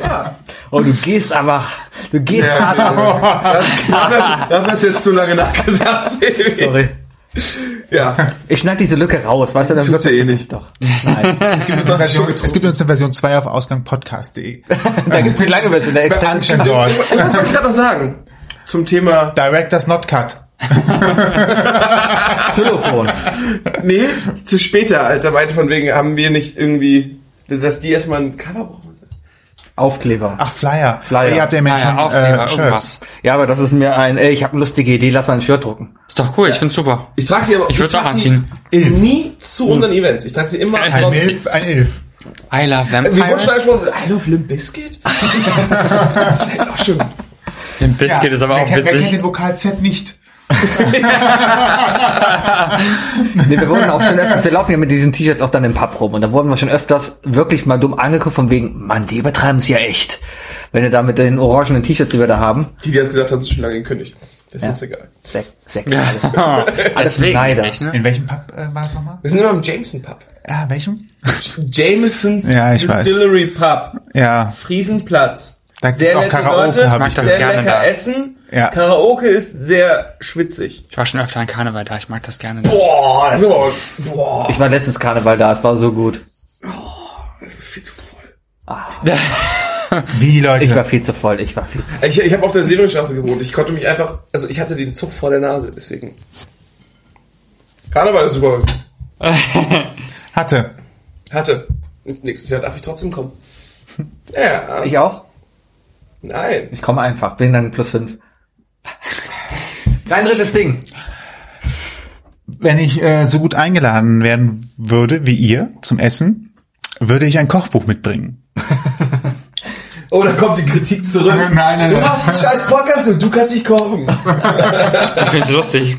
Speaker 3: Ja.
Speaker 8: Oh, du gehst aber, du gehst hart ab.
Speaker 3: genau. Dafür hast du jetzt zu lange nachgesagt, Sebi.
Speaker 8: Sorry.
Speaker 3: Ja.
Speaker 8: Ich schneide diese Lücke raus, weißt du, dann
Speaker 3: Tust
Speaker 8: wird
Speaker 3: du eh
Speaker 8: das-
Speaker 3: nicht.
Speaker 8: Doch. Nein.
Speaker 1: Es gibt uns eine Version, es gibt uns eine Version 2 auf ausgangpodcast.de.
Speaker 8: da gibt's eine kleine Version, der
Speaker 1: Bei
Speaker 8: Extended Cut.
Speaker 1: Uncensors.
Speaker 3: Und was wollte ich gerade noch sagen? Zum Thema.
Speaker 1: Directors Not Cut.
Speaker 8: Telefon.
Speaker 3: Nee, zu später, als er meinte, von wegen haben wir nicht irgendwie. Dass die erstmal ein Cover brauchen.
Speaker 8: Aufkleber.
Speaker 1: Ach, Flyer.
Speaker 8: Flyer.
Speaker 1: Ihr habt ja immerhin
Speaker 6: Naja,
Speaker 1: schon
Speaker 6: Aufkleber,
Speaker 1: äh, Shirts.
Speaker 6: irgendwas.
Speaker 8: Ja, aber das ist mir ein, ey, ich habe eine lustige Idee, lass mal ein Shirt drucken.
Speaker 6: Ist doch cool, ich find's super.
Speaker 3: Ich trage die aber.
Speaker 6: Ich würd's
Speaker 3: trag
Speaker 6: auch
Speaker 3: die
Speaker 6: anziehen.
Speaker 1: Ilf.
Speaker 3: Nie zu unseren Events. Ich trage sie immer. Äh,
Speaker 1: Ein Milf, ein Ilf.
Speaker 6: I love
Speaker 3: Wir wurden schon
Speaker 6: Vampires.
Speaker 3: angesprochen, I love Limp Biscuit? das ist halt auch schon.
Speaker 6: Den Biscuit ist aber
Speaker 1: wer,
Speaker 6: auch
Speaker 1: kennt- wer kennt
Speaker 6: witzig.
Speaker 1: den Vokal Z nicht?
Speaker 8: Nee, wir wurden auch schon öfters, wir laufen ja mit diesen T-Shirts auch dann im Pub rum und da wurden wir schon öfters wirklich mal dumm angeguckt von wegen, Mann, die übertreiben es ja echt. Wenn ihr da mit den orangenen T-Shirts, die wir da haben,
Speaker 3: Die, die das gesagt haben, sind schon lange gekündigt. Das ist uns egal.
Speaker 8: Sek, Sek,
Speaker 6: Ja. Deswegen,
Speaker 8: Neider.
Speaker 6: nämlich, ne?
Speaker 1: In welchem Pub äh, war es nochmal?
Speaker 3: Wir sind immer im Jameson Pub.
Speaker 1: Ja, welchem?
Speaker 3: Jamesons
Speaker 1: Ja, ich weiß.
Speaker 3: Distillery Pub.
Speaker 1: Ja,
Speaker 3: Friesenplatz.
Speaker 1: Da gibt's auch Karaoke, hab ich
Speaker 6: das
Speaker 3: sehr
Speaker 6: gerne
Speaker 3: lecker
Speaker 6: da.
Speaker 3: essen.
Speaker 1: Ja.
Speaker 3: Karaoke ist sehr schwitzig.
Speaker 6: Ich war schon öfter an Karneval da, ich mag das gerne.
Speaker 3: Boah, das ist aber, boah,
Speaker 8: Ich war letztes Karneval da, es war so gut.
Speaker 3: das ist viel zu voll.
Speaker 1: wie die
Speaker 8: Ich war
Speaker 1: Leute.
Speaker 8: viel zu voll, ich war viel zu
Speaker 3: Ich, ich habe auf der Severingstraße gewohnt. Ich konnte mich einfach, also ich hatte den Zug vor der Nase, deswegen. Karneval ist super.
Speaker 1: Hatte.
Speaker 3: Hatte. Und Nächstes Jahr darf ich trotzdem kommen. Ja,
Speaker 8: Ich auch?
Speaker 3: nein.
Speaker 8: Ich komme einfach, bin dann plus fünf. Dein drittes Ding.
Speaker 1: Wenn ich äh, so gut eingeladen werden würde wie ihr zum Essen, würde ich ein Kochbuch mitbringen.
Speaker 3: Oh, da kommt die Kritik zurück.
Speaker 1: Nein, nein, nein.
Speaker 3: Du machst einen scheiß Podcast und du kannst nicht kochen.
Speaker 6: Ich find's lustig.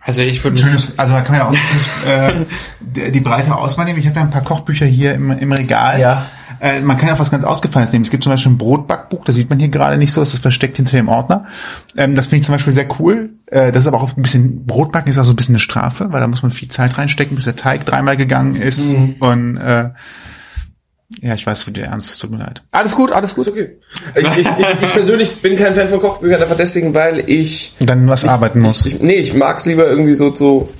Speaker 6: Also ich würde
Speaker 1: Schönes, also man kann ja auch nicht, äh, die die breite Auswahl nehmen. Ich habe ja ein paar Kochbücher hier im, im Regal.
Speaker 8: Ja.
Speaker 1: Äh, man kann ja auch was ganz Ausgefallenes nehmen. Es gibt zum Beispiel ein Brotbackbuch, das sieht man hier gerade nicht so, es ist versteckt hinter dem Ordner. Ähm, das finde ich zum Beispiel sehr cool. Äh, das ist aber auch ein bisschen, Brotbacken ist auch so ein bisschen eine
Speaker 3: Mhm.
Speaker 1: Strafe, weil da muss man viel Zeit reinstecken, bis der Teig dreimal gegangen ist. Und äh, Ja, ich weiß, wie der ernst ist, tut mir leid.
Speaker 8: Alles gut, alles gut.
Speaker 3: okay. Ich, ich, ich, ich persönlich bin kein Fan von Kochbüchern, einfach deswegen, weil ich.
Speaker 1: Dann was arbeiten muss.
Speaker 3: Ich, nee, ich mag's lieber irgendwie so, so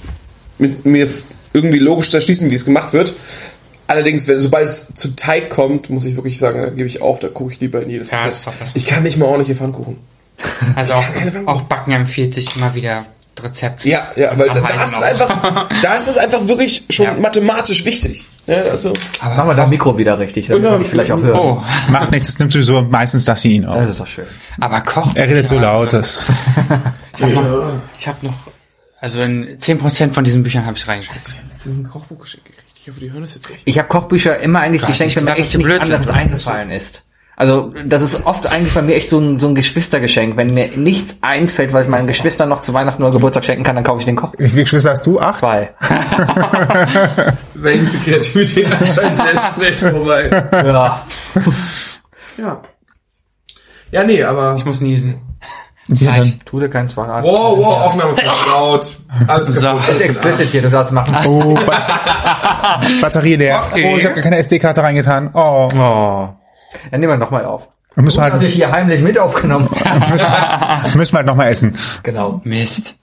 Speaker 3: mit mir irgendwie logisch zu erschließen, wie es gemacht wird. Allerdings, wenn, sobald es zu Teig kommt, muss ich wirklich sagen, dann gebe ich auf, da gucke ich lieber in jedes
Speaker 6: Ja,
Speaker 3: Rezept.
Speaker 6: ist doch besser.
Speaker 3: Ich kann nicht mal ordentliche Pfannkuchen.
Speaker 6: Also auch, auch Backen empfiehlt sich immer wieder Rezept.
Speaker 3: Ja, ja, weil da,
Speaker 6: Abhalten
Speaker 3: da ist es
Speaker 6: auch.
Speaker 3: einfach, da ist es einfach wirklich schon mathematisch wichtig. Ja, also,
Speaker 8: Machen wir da Mikro wieder richtig, damit man dich vielleicht auch hören.
Speaker 6: Oh,
Speaker 1: Macht nichts, es nimmt sowieso meistens das hier ihn auf.
Speaker 8: Das
Speaker 3: Also-
Speaker 8: ist doch schön.
Speaker 6: aber kochen.
Speaker 1: Er redet so laut, das.
Speaker 6: Ich habe noch, ich hab noch, also in 10% von diesen Büchern habe ich reingeschrieben.
Speaker 3: das ist ein Kochbuch geschenkt gekriegt. Ich hoffe, die hören das jetzt nicht.
Speaker 8: Ich habe Kochbücher immer eigentlich
Speaker 6: Du hast
Speaker 8: geschenkt, wenn
Speaker 6: nicht
Speaker 8: mir
Speaker 6: gesagt, dass
Speaker 8: echt
Speaker 6: die
Speaker 8: nichts
Speaker 6: blöd sind.
Speaker 8: anderes eingefallen ist. Also das ist oft eigentlich bei mir echt so ein, so ein Geschwistergeschenk. Wenn mir nichts einfällt, weil ich meinen Geschwistern noch zu Weihnachten oder Geburtstag schenken kann, dann kaufe ich den Koch.
Speaker 1: Wie viele Geschwister hast du? Acht?
Speaker 8: Zwei.
Speaker 3: Welche Kreativität anscheinend sehr schnell vorbei.
Speaker 8: Ja.
Speaker 3: Ja. Ja, nee, aber.
Speaker 6: Ich muss niesen. Halt.
Speaker 1: Ja, dann-
Speaker 8: Tu dir keinen Zwang an.
Speaker 3: Wow, wow, Aufnahme von laut. Alles
Speaker 6: So.
Speaker 3: kaputt.
Speaker 8: Das ist explicit hier, du sollst machen.
Speaker 1: Oh, Ba- Batterie leer.
Speaker 3: Okay.
Speaker 1: Oh, ich habe gar keine SD-Karte reingetan. Oh,
Speaker 8: Oh. Dann nehmen wir nochmal auf.
Speaker 1: dann müssen wir
Speaker 8: Hat
Speaker 1: halt,
Speaker 8: sich hier heimlich mit aufgenommen.
Speaker 1: müssen wir halt nochmal essen.
Speaker 8: genau.
Speaker 6: Mist.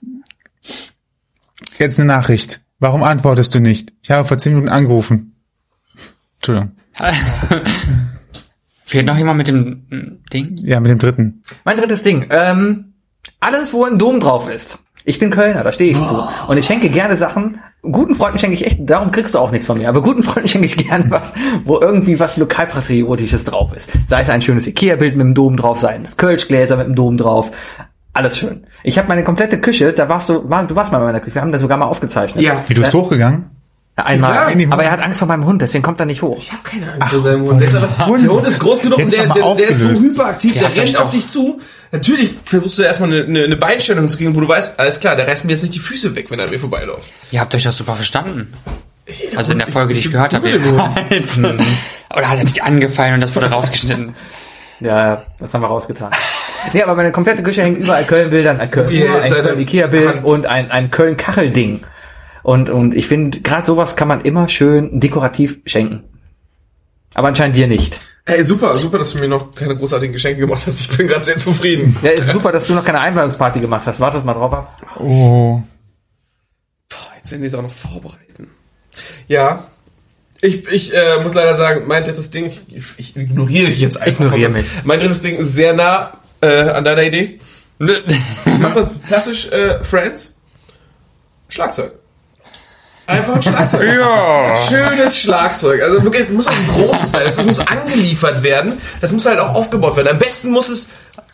Speaker 1: Jetzt eine Nachricht. Warum antwortest du nicht? Ich habe vor zehn Minuten angerufen. Entschuldigung.
Speaker 6: Fehlt noch jemand mit dem mm, Ding?
Speaker 1: Ja, mit dem dritten.
Speaker 8: Mein drittes Ding. Ähm, alles, wo ein Dom drauf ist. Ich bin Kölner, da stehe ich zu. Und ich schenke gerne Sachen. Guten Freunden schenke ich echt, darum kriegst du auch nichts von mir. Aber guten Freunden schenke ich gerne was, wo irgendwie was lokalpatriotisches drauf ist. Sei es ein schönes Ikea-Bild mit dem Dom drauf, sei es Kölschgläser mit dem Dom drauf. Alles schön. Ich habe meine komplette Küche, da warst du, war, du warst mal in meiner Küche, wir haben da sogar mal aufgezeichnet.
Speaker 3: Ja.
Speaker 1: Wie, du bist hochgegangen?
Speaker 8: Einmal.
Speaker 1: Ja, in die Wohnung.
Speaker 8: aber er hat Angst vor meinem Hund, deswegen kommt er nicht hoch.
Speaker 3: Ich hab keine Angst vor seinem Hund. Der ist, aber,
Speaker 1: Hund.
Speaker 3: der Hund ist groß genug
Speaker 1: Jetzt
Speaker 3: und der,
Speaker 1: aber
Speaker 3: der, der ist so
Speaker 1: aufgelöst.
Speaker 3: hyperaktiv,
Speaker 6: Ja,
Speaker 3: der rennt
Speaker 6: doch.
Speaker 3: auf dich zu. Natürlich versuchst du erstmal eine, eine, eine Beinstellung zu kriegen, wo du weißt, alles klar, der reißt mir jetzt nicht die Füße weg, wenn er an mir vorbeiläuft.
Speaker 6: Ihr habt euch das super verstanden. Also in der Folge, die ich gehört habe,
Speaker 3: Hund.
Speaker 6: jedenfalls. Oder hat er dich angefallen und das wurde rausgeschnitten?
Speaker 8: Ja, das haben wir rausgetan. Nee, aber meine komplette Küche hängt überall Köln-Bildern, ein Köln,
Speaker 3: Wie
Speaker 8: ein
Speaker 3: jetzt eine
Speaker 8: Köln Ikea-Bild
Speaker 3: Hand.
Speaker 8: und ein, ein Köln-Kachel-Ding. Und, und ich finde, gerade sowas kann man immer schön dekorativ schenken. Aber anscheinend dir nicht.
Speaker 3: Ey, super, super, dass du mir noch keine großartigen Geschenke gemacht hast. Ich bin gerade sehr zufrieden.
Speaker 8: Ja, ist super, dass du noch keine Einweihungsparty gemacht hast. Wartet mal drauf ab.
Speaker 1: Oh.
Speaker 3: Boah, jetzt werden die es auch noch vorbereiten. Ja. Ich, ich äh, muss leider sagen, mein drittes Ding, ich, ich ignoriere dich jetzt einfach.
Speaker 8: Ignoriere
Speaker 3: von-
Speaker 8: mich.
Speaker 3: Mein drittes Ding ist sehr nah äh, an deiner Idee. Ich mach das klassisch äh, Friends. Schlagzeug. Einfach ein Schlagzeug.
Speaker 6: ja.
Speaker 3: Schönes Schlagzeug. Also wirklich, es muss auch ein großes sein. Es muss angeliefert werden. Das muss halt auch aufgebaut werden. Am besten muss es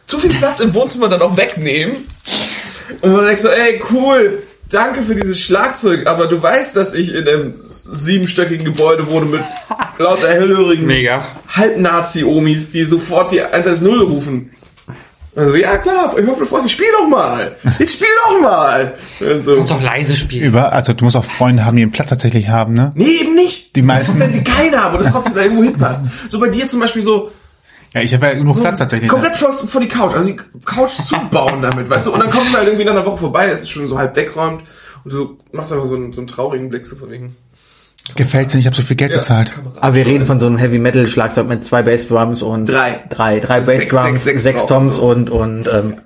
Speaker 3: zu viel Platz im Wohnzimmer dann auch wegnehmen. Und man denkt so, ey, cool, danke für dieses Schlagzeug, aber du weißt, dass ich in einem siebenstöckigen Gebäude wohne mit lauter hellhörigen
Speaker 6: Mega.
Speaker 3: Halbnazi-Omis, die sofort die 110 rufen. Also, ja klar, ich hoffe, du freust dich, spiel doch mal! Jetzt spiel doch mal! Und so.
Speaker 6: Kannst auch leise spielen.
Speaker 1: Über, also du musst auch Freunde haben, die den Platz tatsächlich haben, ne?
Speaker 3: Nee, eben nicht.
Speaker 1: Die meisten-
Speaker 3: Das ist, wenn sie keine haben und das trotzdem da irgendwo hinpasst. So bei dir zum Beispiel so,
Speaker 1: Ja, ich habe ja genug
Speaker 3: so
Speaker 1: Platz tatsächlich. ne?
Speaker 3: komplett vor, vor die Couch. Also die Couch zubauen damit, weißt du? Und dann kommst du halt irgendwie nach einer Woche vorbei, es ist schon so halb wegräumt und du machst einfach so einen, so einen traurigen Blick so von wegen.
Speaker 1: Gefällt's dir nicht, ich habe so viel Geld bezahlt.
Speaker 8: Aber wir reden von so einem Heavy-Metal-Schlagzeug mit zwei Bassdrums und...
Speaker 3: Drei.
Speaker 8: Drei, drei
Speaker 3: Also sechs-
Speaker 8: Bassdrums,
Speaker 3: sechs- sechs
Speaker 8: sechs,
Speaker 3: drauf,
Speaker 8: Toms
Speaker 3: so.
Speaker 8: und, und, ähm,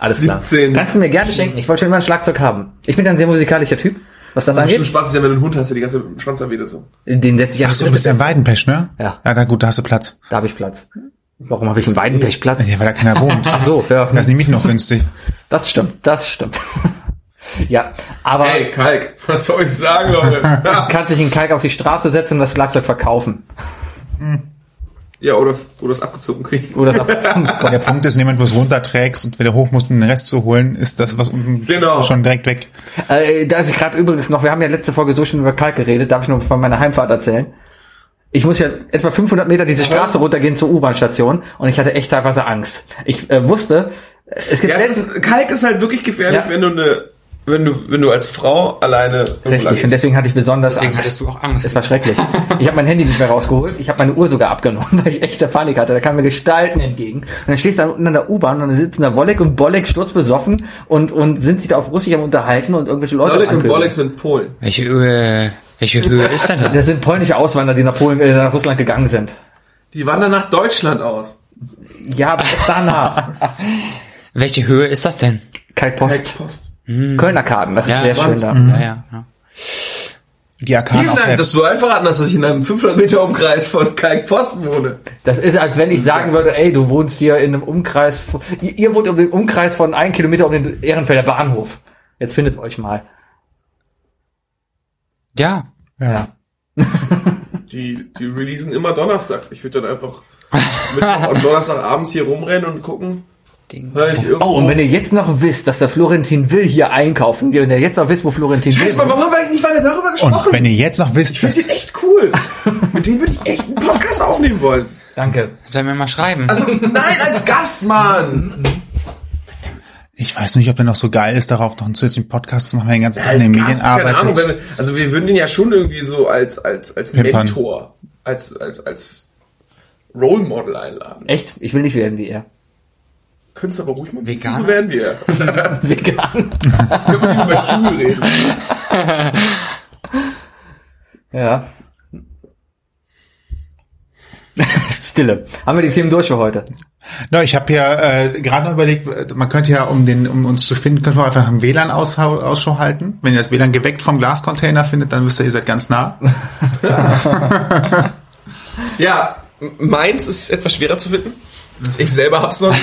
Speaker 8: alles
Speaker 3: Siebzehn.
Speaker 8: klar. Kannst du mir gerne schenken. Ich wollte schon immer ein Schlagzeug haben. Ich bin ja ein sehr musikalischer Typ, was das
Speaker 3: Bestimmt
Speaker 8: angeht.
Speaker 3: Spaß ist ja, wenn du einen Hund hast, der die ganze Schwanz erwidert so.
Speaker 8: Den setze ich
Speaker 1: Ach
Speaker 8: einfach
Speaker 1: so, du bist ja in Weidenpech, ne?
Speaker 8: Ja.
Speaker 1: Ja, na gut, da hast du Platz.
Speaker 8: Da habe ich Platz. Warum habe ich in Weidenpech Platz?
Speaker 1: Ja, weil da keiner wohnt.
Speaker 8: Ach so, ja.
Speaker 1: Da ist die Mieten noch günstig.
Speaker 8: Das stimmt, das stimmt. ja, aber
Speaker 3: Ey, Kalk, was soll ich sagen, Leute?
Speaker 8: kannst dich in Kalk auf die Straße setzen und das Schlagzeug verkaufen.
Speaker 3: ja, oder, oder es abgezogen kriegen.
Speaker 8: Oder das abziehen.
Speaker 1: Der Punkt ist, wenn du was runterträgst und wieder hoch musst, um den Rest zu holen, ist das, was unten
Speaker 3: Genau.
Speaker 1: schon direkt weg.
Speaker 8: äh, darf ich gerade übrigens noch, wir haben ja letzte Folge so schon über Kalk geredet, darf ich noch von meiner Heimfahrt erzählen? Ich muss ja etwa 500 Meter diese Straße runtergehen zur U-Bahn-Station und ich hatte echt teilweise Angst. Ich äh, wusste, es gibt
Speaker 3: Ja, es ist, Kalk ist halt wirklich gefährlich,
Speaker 8: Ja.
Speaker 3: wenn du eine wenn du, wenn du als Frau alleine irgendwo
Speaker 8: Richtig, und
Speaker 3: landest.
Speaker 8: deswegen hatte ich besonders
Speaker 6: Deswegen
Speaker 8: Angst.
Speaker 6: hattest du auch Angst.
Speaker 8: Es war schrecklich. Ich habe mein Handy nicht mehr rausgeholt. Ich habe meine Uhr sogar abgenommen, weil ich echte Panik hatte. Da kamen mir Gestalten entgegen. Und dann stehst du da unten an der U-Bahn und dann sitzen da Wollek und Bollek sturzbesoffen und, und sind sich da auf Russisch am Unterhalten und irgendwelche Leute
Speaker 3: Lolek und
Speaker 8: anpöbeln.
Speaker 3: Bolek sind Polen.
Speaker 6: Welche, Höhe- welche Höhe ist denn da?
Speaker 8: Das sind polnische Auswanderer, die nach Polen, äh, nach Russland gegangen sind.
Speaker 3: Die wandern nach Deutschland aus.
Speaker 8: Ja, aber erst danach.
Speaker 6: Welche Höhe ist das denn?
Speaker 8: Kai Post.
Speaker 3: Post.
Speaker 8: Kölner Karten, das Hm.
Speaker 6: Ja,
Speaker 8: ist sehr
Speaker 6: Mann.
Speaker 8: schön da.
Speaker 6: Ja, ja, ja.
Speaker 1: Die Arkan
Speaker 3: Die sagen, dass du einfach anders, dass ich in einem 500 Meter Umkreis von Kalk Post wohne.
Speaker 8: Das ist, als wenn ich sagen würde, ey, du wohnst hier in einem Umkreis, von- ihr, ihr wohnt um den Umkreis von einem Kilometer um den Ehrenfelder Bahnhof. Jetzt findet euch mal.
Speaker 6: Ja.
Speaker 8: Ja.
Speaker 3: Die, die releasen immer donnerstags. Ich würde dann einfach Mittwoch und Donnerstagabends hier rumrennen und gucken.
Speaker 6: Ding.
Speaker 3: Hör ich irgendwo.
Speaker 8: Oh, und wenn ihr jetzt noch wisst, dass der Florentin Will hier einkaufen, wenn ihr jetzt noch wisst, wo Florentin
Speaker 3: Scheiße,
Speaker 8: Will
Speaker 3: Mann, warum haben wir eigentlich nicht weiter darüber
Speaker 1: Und
Speaker 3: gesprochen?
Speaker 1: wenn ihr jetzt noch wisst,
Speaker 3: Die
Speaker 1: dass,
Speaker 3: sind echt cool. Mit denen würde ich echt einen Podcast aufnehmen wollen.
Speaker 8: Danke.
Speaker 6: Soll mir mal schreiben.
Speaker 3: Also, nein, als Gast, Mann.
Speaker 1: ich weiß nicht, ob er noch so geil ist, darauf noch einen zusätzlichen Podcast zu machen, wenn er den ganzen Tag in
Speaker 3: als
Speaker 1: den Medien
Speaker 3: Gast, keine Ahnung.
Speaker 1: arbeitet.
Speaker 3: Wenn, also, wir würden den ja schon irgendwie so als, als, als
Speaker 1: Pimpern.
Speaker 3: Mentor, als, als, als Role Model einladen.
Speaker 8: Echt? Ich will nicht werden wie er.
Speaker 3: Könntest du aber ruhig mal
Speaker 6: Veganer?
Speaker 3: So werden wir.
Speaker 8: Vegan.
Speaker 3: Können wir über Hume reden.
Speaker 8: Ja. Stille. Haben wir die Themen durch für heute?
Speaker 1: Na, ich habe ja äh, gerade noch überlegt, äh, man könnte ja, um, den, um uns zu finden, könnte man einfach nach dem WLAN Ausschau, Ausschau halten. Wenn ihr das WLAN geweckt vom Glascontainer findet, dann wisst ihr, ihr seid ganz nah.
Speaker 3: Ja, m- meins ist etwas schwerer zu finden. Ich selber hab's noch.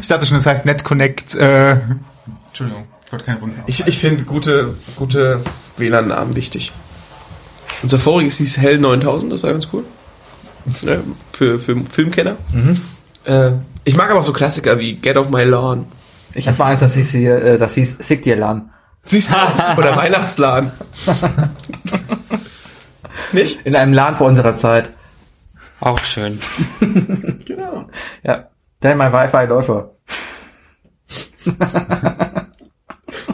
Speaker 1: Ich dachte schon, das heißt NetConnect. Äh, Entschuldigung, ich wollte keine Wunder.
Speaker 3: Ich, ich finde gute, gute WLAN-Namen wichtig. Unser voriges hieß Hell 9000, das war ganz cool. Ne, für, für Filmkenner. Äh, ich mag aber auch so Klassiker wie Get Off My Lawn.
Speaker 8: Ich habe mal eins, das hieß hier, äh, das hieß Sick Dir Lan.
Speaker 3: Siehst du? Oder Weihnachtsladen. Nicht?
Speaker 8: In einem Lan vor unserer Zeit.
Speaker 6: Auch schön.
Speaker 3: Genau.
Speaker 8: Ja. Denn mein Wi-Fi-Läufer.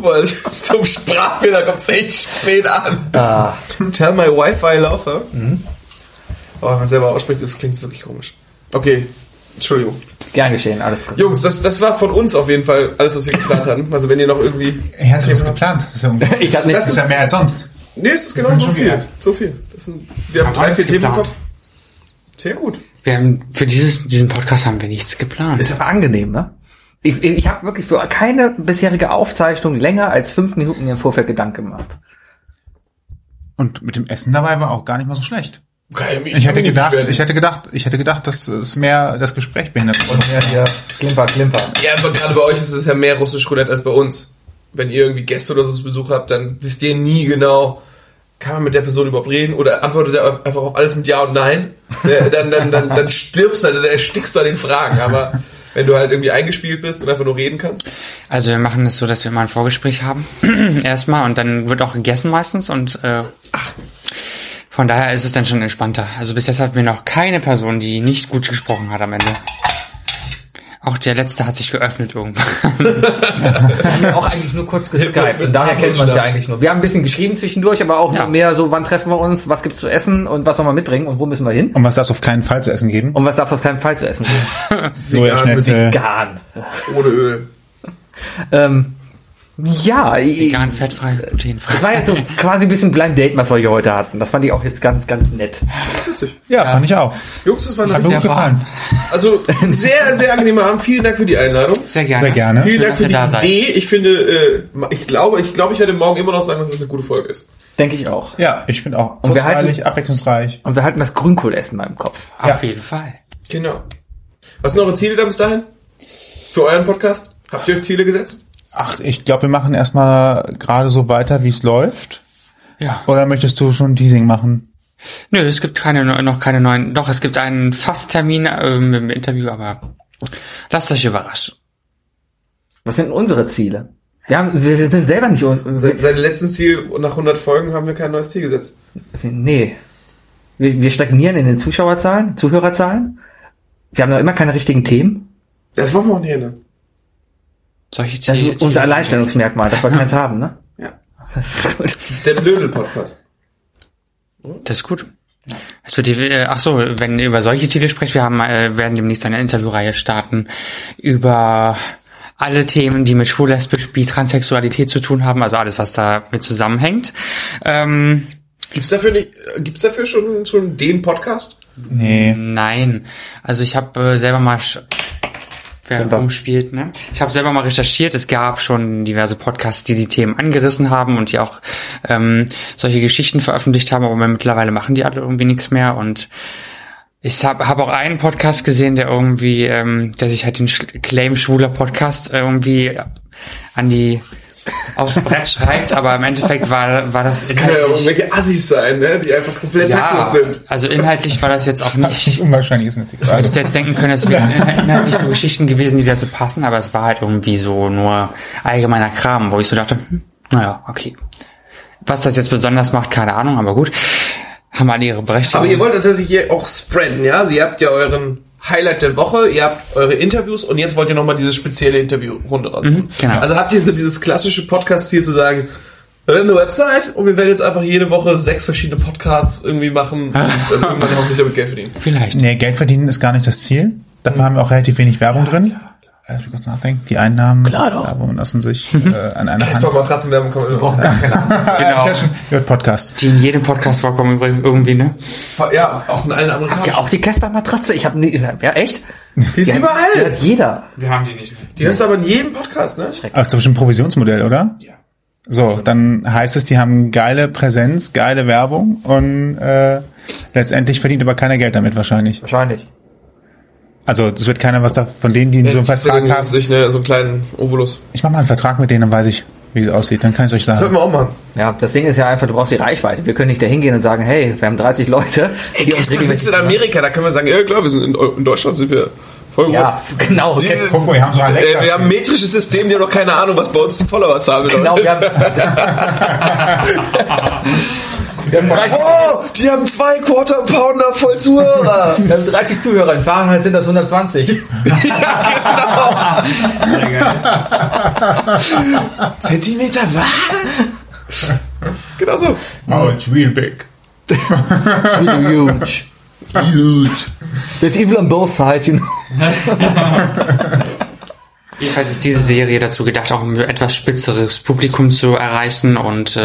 Speaker 3: Boah, so ein Sprachfehler kommt's echt spät an.
Speaker 8: Ah.
Speaker 3: Tell my Wi-Fi laufe.
Speaker 1: Mhm.
Speaker 3: Oh, wenn man selber ausspricht, das klingt wirklich komisch. Okay, Entschuldigung.
Speaker 8: Gern geschehen, alles gut.
Speaker 3: Jungs, das, das war von uns auf jeden Fall alles, was wir geplant hatten. Also wenn ihr noch irgendwie...
Speaker 1: Er hatte das geplant. Das ist ja, unglaublich.
Speaker 8: Ich hatte
Speaker 1: das ist
Speaker 8: nichts.
Speaker 1: ja mehr als sonst.
Speaker 3: Nee, es ist genau
Speaker 1: haben
Speaker 3: so
Speaker 1: schon
Speaker 3: viel.
Speaker 1: gelernt.
Speaker 3: So viel. Das sind, wir haben
Speaker 6: Hat
Speaker 3: drei,
Speaker 6: alles
Speaker 3: vier Themen im
Speaker 6: geplant.
Speaker 3: Kopf. Sehr gut.
Speaker 6: Wir haben, für dieses, diesen Podcast haben wir nichts geplant.
Speaker 8: Ist aber angenehm, ne? Ich, ich habe wirklich für keine bisherige Aufzeichnung länger als fünf Minuten im Vorfeld Gedanken gemacht.
Speaker 1: Und mit dem Essen dabei war auch gar nicht mal so schlecht.
Speaker 3: Geil,
Speaker 1: Ich hätte gedacht, ich hätte gedacht, ich hätte gedacht, dass es mehr das Gespräch behindert.
Speaker 8: Ja, ja. Klimper, klimper.
Speaker 3: Ja, aber gerade bei euch ist es ja mehr russisch Roulette als bei uns. Wenn ihr irgendwie Gäste oder so zu Besuch habt, dann wisst ihr nie genau, kann man mit der Person überhaupt reden oder antwortet er einfach auf alles mit Ja und Nein. Äh, Dann, dann, dann, dann stirbst du, dann erstickst du an den Fragen. Aber wenn du halt irgendwie eingespielt bist und einfach nur reden kannst.
Speaker 6: Also wir machen es so, dass wir mal ein Vorgespräch haben. Erstmal und dann wird auch gegessen meistens und äh, von daher ist es dann schon entspannter. Also bis jetzt hatten wir noch keine Person, die nicht gut gesprochen hat am Ende. Auch der letzte hat sich geöffnet irgendwann.
Speaker 8: haben ja auch eigentlich nur kurz geskypt. Und daher
Speaker 3: Ach,
Speaker 8: kennt
Speaker 3: so
Speaker 8: man es ja
Speaker 3: schnaps.
Speaker 8: eigentlich nur. Wir haben ein bisschen geschrieben zwischendurch, aber auch
Speaker 6: Ja.
Speaker 8: mehr so, wann treffen wir uns, was gibt's zu essen und was sollen wir mitbringen und wo müssen wir hin?
Speaker 1: Und was darf es auf keinen Fall zu essen geben?
Speaker 8: Und was darf auf keinen Fall zu essen geben?
Speaker 1: Sojaschnitzel.
Speaker 8: Vegan.
Speaker 3: Ohne Öl.
Speaker 8: Ähm, ja, ich,
Speaker 6: Vegan, fettfrei,
Speaker 8: das
Speaker 6: glutenfrei.
Speaker 8: war jetzt so quasi ein bisschen Blind Date, was wir hier heute hatten. Das fand ich auch jetzt ganz, ganz nett.
Speaker 3: Das ist witzig.
Speaker 1: Ja, fand ich auch.
Speaker 3: Jungs, das war
Speaker 1: Hat
Speaker 3: das.
Speaker 1: mir gut gefallen.
Speaker 3: Also sehr, sehr angenehmer Abend. Vielen Dank für die Einladung.
Speaker 6: Sehr gerne.
Speaker 1: Sehr gerne.
Speaker 3: Vielen
Speaker 6: Schön,
Speaker 3: Dank
Speaker 6: dass
Speaker 3: für
Speaker 6: ihr da seid.
Speaker 3: die Idee. Ich finde, äh, ich glaube, ich glaube, ich werde morgen immer noch sagen, dass es das eine gute Folge ist.
Speaker 8: Denke ich auch.
Speaker 1: Ja, ich finde auch
Speaker 8: Und wir
Speaker 1: kurzweilig, abwechslungsreich.
Speaker 8: Und wir halten das Grünkohlessen mal im Kopf.
Speaker 6: Auf jeden Fall.
Speaker 3: Genau. Was sind eure Ziele da bis dahin? Für euren Podcast? Habt ihr euch Ziele gesetzt?
Speaker 1: Ach, ich glaube, wir machen erstmal gerade so weiter, wie es läuft.
Speaker 6: Ja.
Speaker 1: Oder möchtest du schon ein Teasing machen?
Speaker 6: Nö, es gibt keine, neu- noch keine neuen. Doch, es gibt einen Fasttermin ähm, im Interview, aber lasst euch überraschen.
Speaker 8: Was sind denn unsere Ziele? Wir, haben, wir sind selber nicht... Un
Speaker 3: Seit, seit dem letzten Ziel und nach 100 Folgen haben wir kein neues Ziel gesetzt.
Speaker 8: Nee. Wir, wir stagnieren in den Zuschauerzahlen, Zuhörerzahlen. Wir haben noch immer keine richtigen Themen.
Speaker 3: Das wollen wir auch nicht ändern.
Speaker 6: Solche
Speaker 8: Das ist unser Alleinstellungsmerkmal, dass wir keins haben, ne?
Speaker 11: Ja.
Speaker 8: Das ist gut.
Speaker 3: Der Blödel-Podcast.
Speaker 6: Das ist gut. Es wird die, äh, ach so, wenn ihr über solche Titel sprecht, wir haben, äh, werden demnächst eine Interviewreihe starten über alle Themen, die mit schwul, lesbisch, bi, Transsexualität zu tun haben, also alles, was da mit zusammenhängt. Ähm,
Speaker 3: Gibt's dafür nicht, äh, gibt's dafür schon, schon den Podcast?
Speaker 1: Nee.
Speaker 6: Hm. Nein. Also ich habe äh, selber mal sch- wer rumspielt, ne? Ich habe selber mal recherchiert, es gab schon diverse Podcasts, die die Themen angerissen haben und die auch ähm, solche Geschichten veröffentlicht haben, aber mittlerweile machen die alle irgendwie nichts mehr und ich habe hab auch einen Podcast gesehen, der irgendwie, ähm, der sich halt den Sch Claim schwuler Podcast irgendwie an die aufs Brett schreibt, aber im Endeffekt war war das
Speaker 3: Das kann ja
Speaker 6: inhaltlich-
Speaker 3: irgendwelche Assis sein, ne? Die einfach komplett taktlos sind.
Speaker 6: also inhaltlich war das jetzt auch nicht.
Speaker 1: Unwahrscheinlich ist eine
Speaker 6: Du
Speaker 1: Zigarette.
Speaker 6: hättest jetzt denken können, es wären inhalt- inhaltlich so Geschichten gewesen, die dazu passen, aber es war halt irgendwie so nur allgemeiner Kram, wo ich so dachte, hm, naja, okay. Was das jetzt besonders macht, keine Ahnung, aber gut. Haben alle ihre Berechtigung.
Speaker 3: Aber ihr wollt natürlich hier auch spreaden, ja? Sie habt ja euren Highlight der Woche, ihr habt eure Interviews und jetzt wollt ihr nochmal dieses spezielle Interview-Runde ran.
Speaker 6: Mhm, genau.
Speaker 3: Also habt ihr so dieses klassische Podcast-Ziel zu sagen, wir haben eine Website und wir werden jetzt einfach jede Woche sechs verschiedene Podcasts irgendwie machen und dann irgendwann hoffentlich damit Geld verdienen.
Speaker 6: Vielleicht.
Speaker 1: Nee, Geld verdienen ist gar nicht das Ziel. Dafür haben wir auch relativ wenig Werbung drin. Lass mich kurz nachdenken. Die Einnahmen aus Werbung lassen sich äh, an einer
Speaker 3: Jetzt
Speaker 1: Hand.
Speaker 3: mal Matratzenwerbung kommen wir
Speaker 8: Oh,
Speaker 3: immer noch.
Speaker 1: Genau. Hört Podcast.
Speaker 6: Die in jedem Podcast vorkommen übrigens irgendwie, ne?
Speaker 3: Ja, auch in allen
Speaker 8: Habt ihr
Speaker 3: amerikanischen.
Speaker 8: auch die Casper-Matratze? Ich habe nie. Ja, echt?
Speaker 3: Die ist
Speaker 8: Ja, Die
Speaker 3: überall.
Speaker 8: hat jeder.
Speaker 6: Wir haben die nicht.
Speaker 3: Die hörst du aber in jedem Podcast, ne?
Speaker 1: Aber ist doch bestimmt ein Provisionsmodell, oder? Ja. So, dann heißt es, die haben geile Präsenz, geile Werbung und äh, letztendlich verdient aber keiner Geld damit wahrscheinlich.
Speaker 8: Wahrscheinlich.
Speaker 1: Also es wird keiner was da von denen, die so einen Vertrag
Speaker 3: Deswegen
Speaker 1: haben.
Speaker 3: sich ne, so einen kleinen Ovolus.
Speaker 1: Ich mache mal einen Vertrag mit denen, dann weiß ich, wie es aussieht. Dann kann ich euch
Speaker 3: Das
Speaker 1: sagen.
Speaker 3: sollten wir auch machen.
Speaker 8: Ja, das Ding ist ja einfach, du brauchst die Reichweite. Wir können nicht da hingehen und sagen, hey, wir haben 30 Leute.
Speaker 3: Ey,
Speaker 8: die uns
Speaker 3: Casper
Speaker 8: regelmäßig
Speaker 3: sitzt in Amerika, da können wir sagen, ja klar, wir sind in, in Deutschland sind wir voll groß.
Speaker 8: Ja, genau.
Speaker 3: Die-
Speaker 8: Okay.
Speaker 1: Guck mal, wir haben so Alexa.
Speaker 3: Äh, wir haben ein metrisches System, die haben noch keine Ahnung, was bei uns die Followerzahl bedeutet.
Speaker 8: Genau, wir haben, wir haben 30,
Speaker 3: oh, die haben zwei Quarter Pounder voll Zuhörer.
Speaker 5: Wir haben 30 Zuhörer, in Fahrenheit sind das 120.
Speaker 3: Zentimeter was? genau so.
Speaker 1: Oh, it's real big.
Speaker 8: huge.
Speaker 1: Huge.
Speaker 8: There's evil on both sides, you know.
Speaker 6: Jedenfalls ist diese Serie dazu gedacht, auch ein etwas spitzeres Publikum zu erreichen und äh,